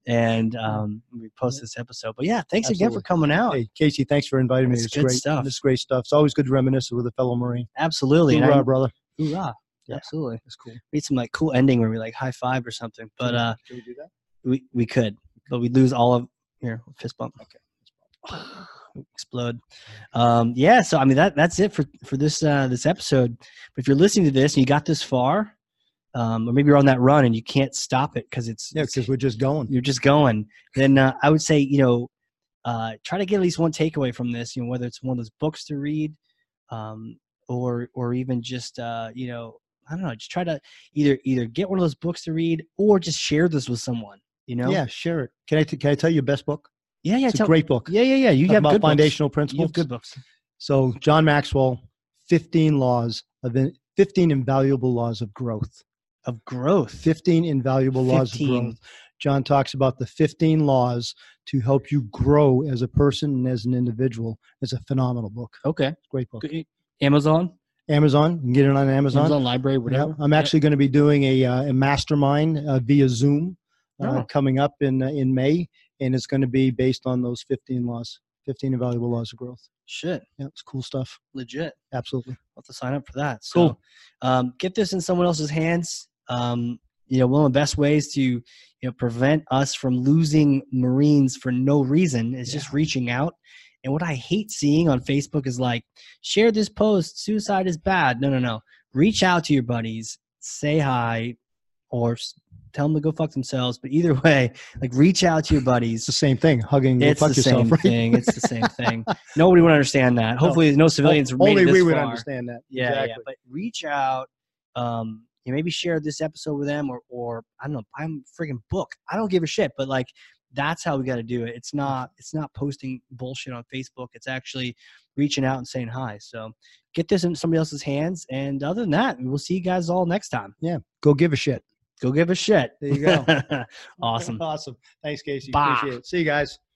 Speaker 1: and um, we post this episode. But yeah, thanks again for
Speaker 2: Absolutely.
Speaker 1: coming out.
Speaker 2: hey, Casey, thanks for inviting me.
Speaker 1: It's
Speaker 2: It's,
Speaker 1: good
Speaker 2: great
Speaker 1: stuff.
Speaker 2: It's great stuff. It's always good to reminisce with a fellow Marine.
Speaker 1: Absolutely. And I-
Speaker 2: Hoorah, brother.
Speaker 1: hoorah.
Speaker 2: Yeah.
Speaker 1: Absolutely.
Speaker 2: That's cool.
Speaker 1: We need some like cool ending where we like high five or something. But uh,
Speaker 2: Can we do that?
Speaker 1: we we could, but we lose all of here fist bump.
Speaker 2: Okay.
Speaker 1: explode. Um, yeah, so I mean that that's it for for this uh, this episode. But if you're listening to this and you got this far, um, or maybe you're on that run and you can't stop it because it's,
Speaker 2: Yeah,
Speaker 1: it's-
Speaker 2: because we're just going.
Speaker 1: you're just going, then uh, I would say you know uh, try to get at least one takeaway from this. You know whether it's one of those books to read, um, or or even just uh, you know I don't know, just try to either either get one of those books to read or just share this with someone. You know,
Speaker 2: Yeah, share it. Can I, t- can I tell you your best book?
Speaker 1: yeah, yeah.
Speaker 2: It's
Speaker 1: tell-
Speaker 2: a great book.
Speaker 1: yeah, yeah, yeah. You
Speaker 2: Talk
Speaker 1: have
Speaker 2: about
Speaker 1: good books.
Speaker 2: foundational
Speaker 1: You
Speaker 2: principles.
Speaker 1: have good books.
Speaker 2: So John Maxwell, 15 laws of in, 15 invaluable laws of growth.
Speaker 1: Of growth.
Speaker 2: 15 invaluable laws of
Speaker 1: 15.
Speaker 2: growth. John talks about the 15 laws to help you grow as a person and as an individual. It's a phenomenal book.
Speaker 1: Okay.
Speaker 2: It's a great book.
Speaker 1: Good. Amazon,
Speaker 2: Amazon, you can get it on Amazon.
Speaker 1: Amazon, Library,
Speaker 2: Yeah.
Speaker 1: whatever.
Speaker 2: I'm actually going to be doing a, uh, a mastermind uh, via Zoom uh,
Speaker 1: Oh.
Speaker 2: coming up in uh, in May, and it's going to be based on those 15 laws, 15 invaluable laws of growth.
Speaker 1: shit,
Speaker 2: Yeah, it's cool stuff.
Speaker 1: legit.
Speaker 2: Absolutely.
Speaker 1: I'll have to sign up for that. So,
Speaker 2: Cool.
Speaker 1: um, get this in someone else's hands. Um, you know, one of the best ways to you know prevent us from losing Marines for no reason is just reaching out. And what I hate seeing on Facebook is like, share this post. Suicide is bad. No, no, no. Reach out to your buddies. Say hi, or s- tell them to go fuck themselves. But either way, like, reach out to your buddies.
Speaker 2: It's the same thing. Hugging, go
Speaker 1: It's
Speaker 2: fuck
Speaker 1: the
Speaker 2: yourself.
Speaker 1: same
Speaker 2: right?
Speaker 1: thing. It's the same thing. Nobody would understand that. Hopefully, no, civilians made
Speaker 2: Only
Speaker 1: it this
Speaker 2: we would
Speaker 1: far.
Speaker 2: understand that.
Speaker 1: Yeah, yeah.
Speaker 2: exactly.
Speaker 1: But reach out. Um, you maybe share this episode with them, or, or I don't know, buy them a freaking book. I don't give a shit. But like, That's how we got to do it. It's not it's not posting bullshit on Facebook. It's actually reaching out and saying hi. So get this in somebody else's hands. And other than that, we'll see you guys all next time.
Speaker 2: Yeah. Go give a shit.
Speaker 1: Go give a shit.
Speaker 2: There you go.
Speaker 1: awesome.
Speaker 2: awesome. Thanks, Casey.
Speaker 1: Bye.
Speaker 2: Appreciate it. See you guys.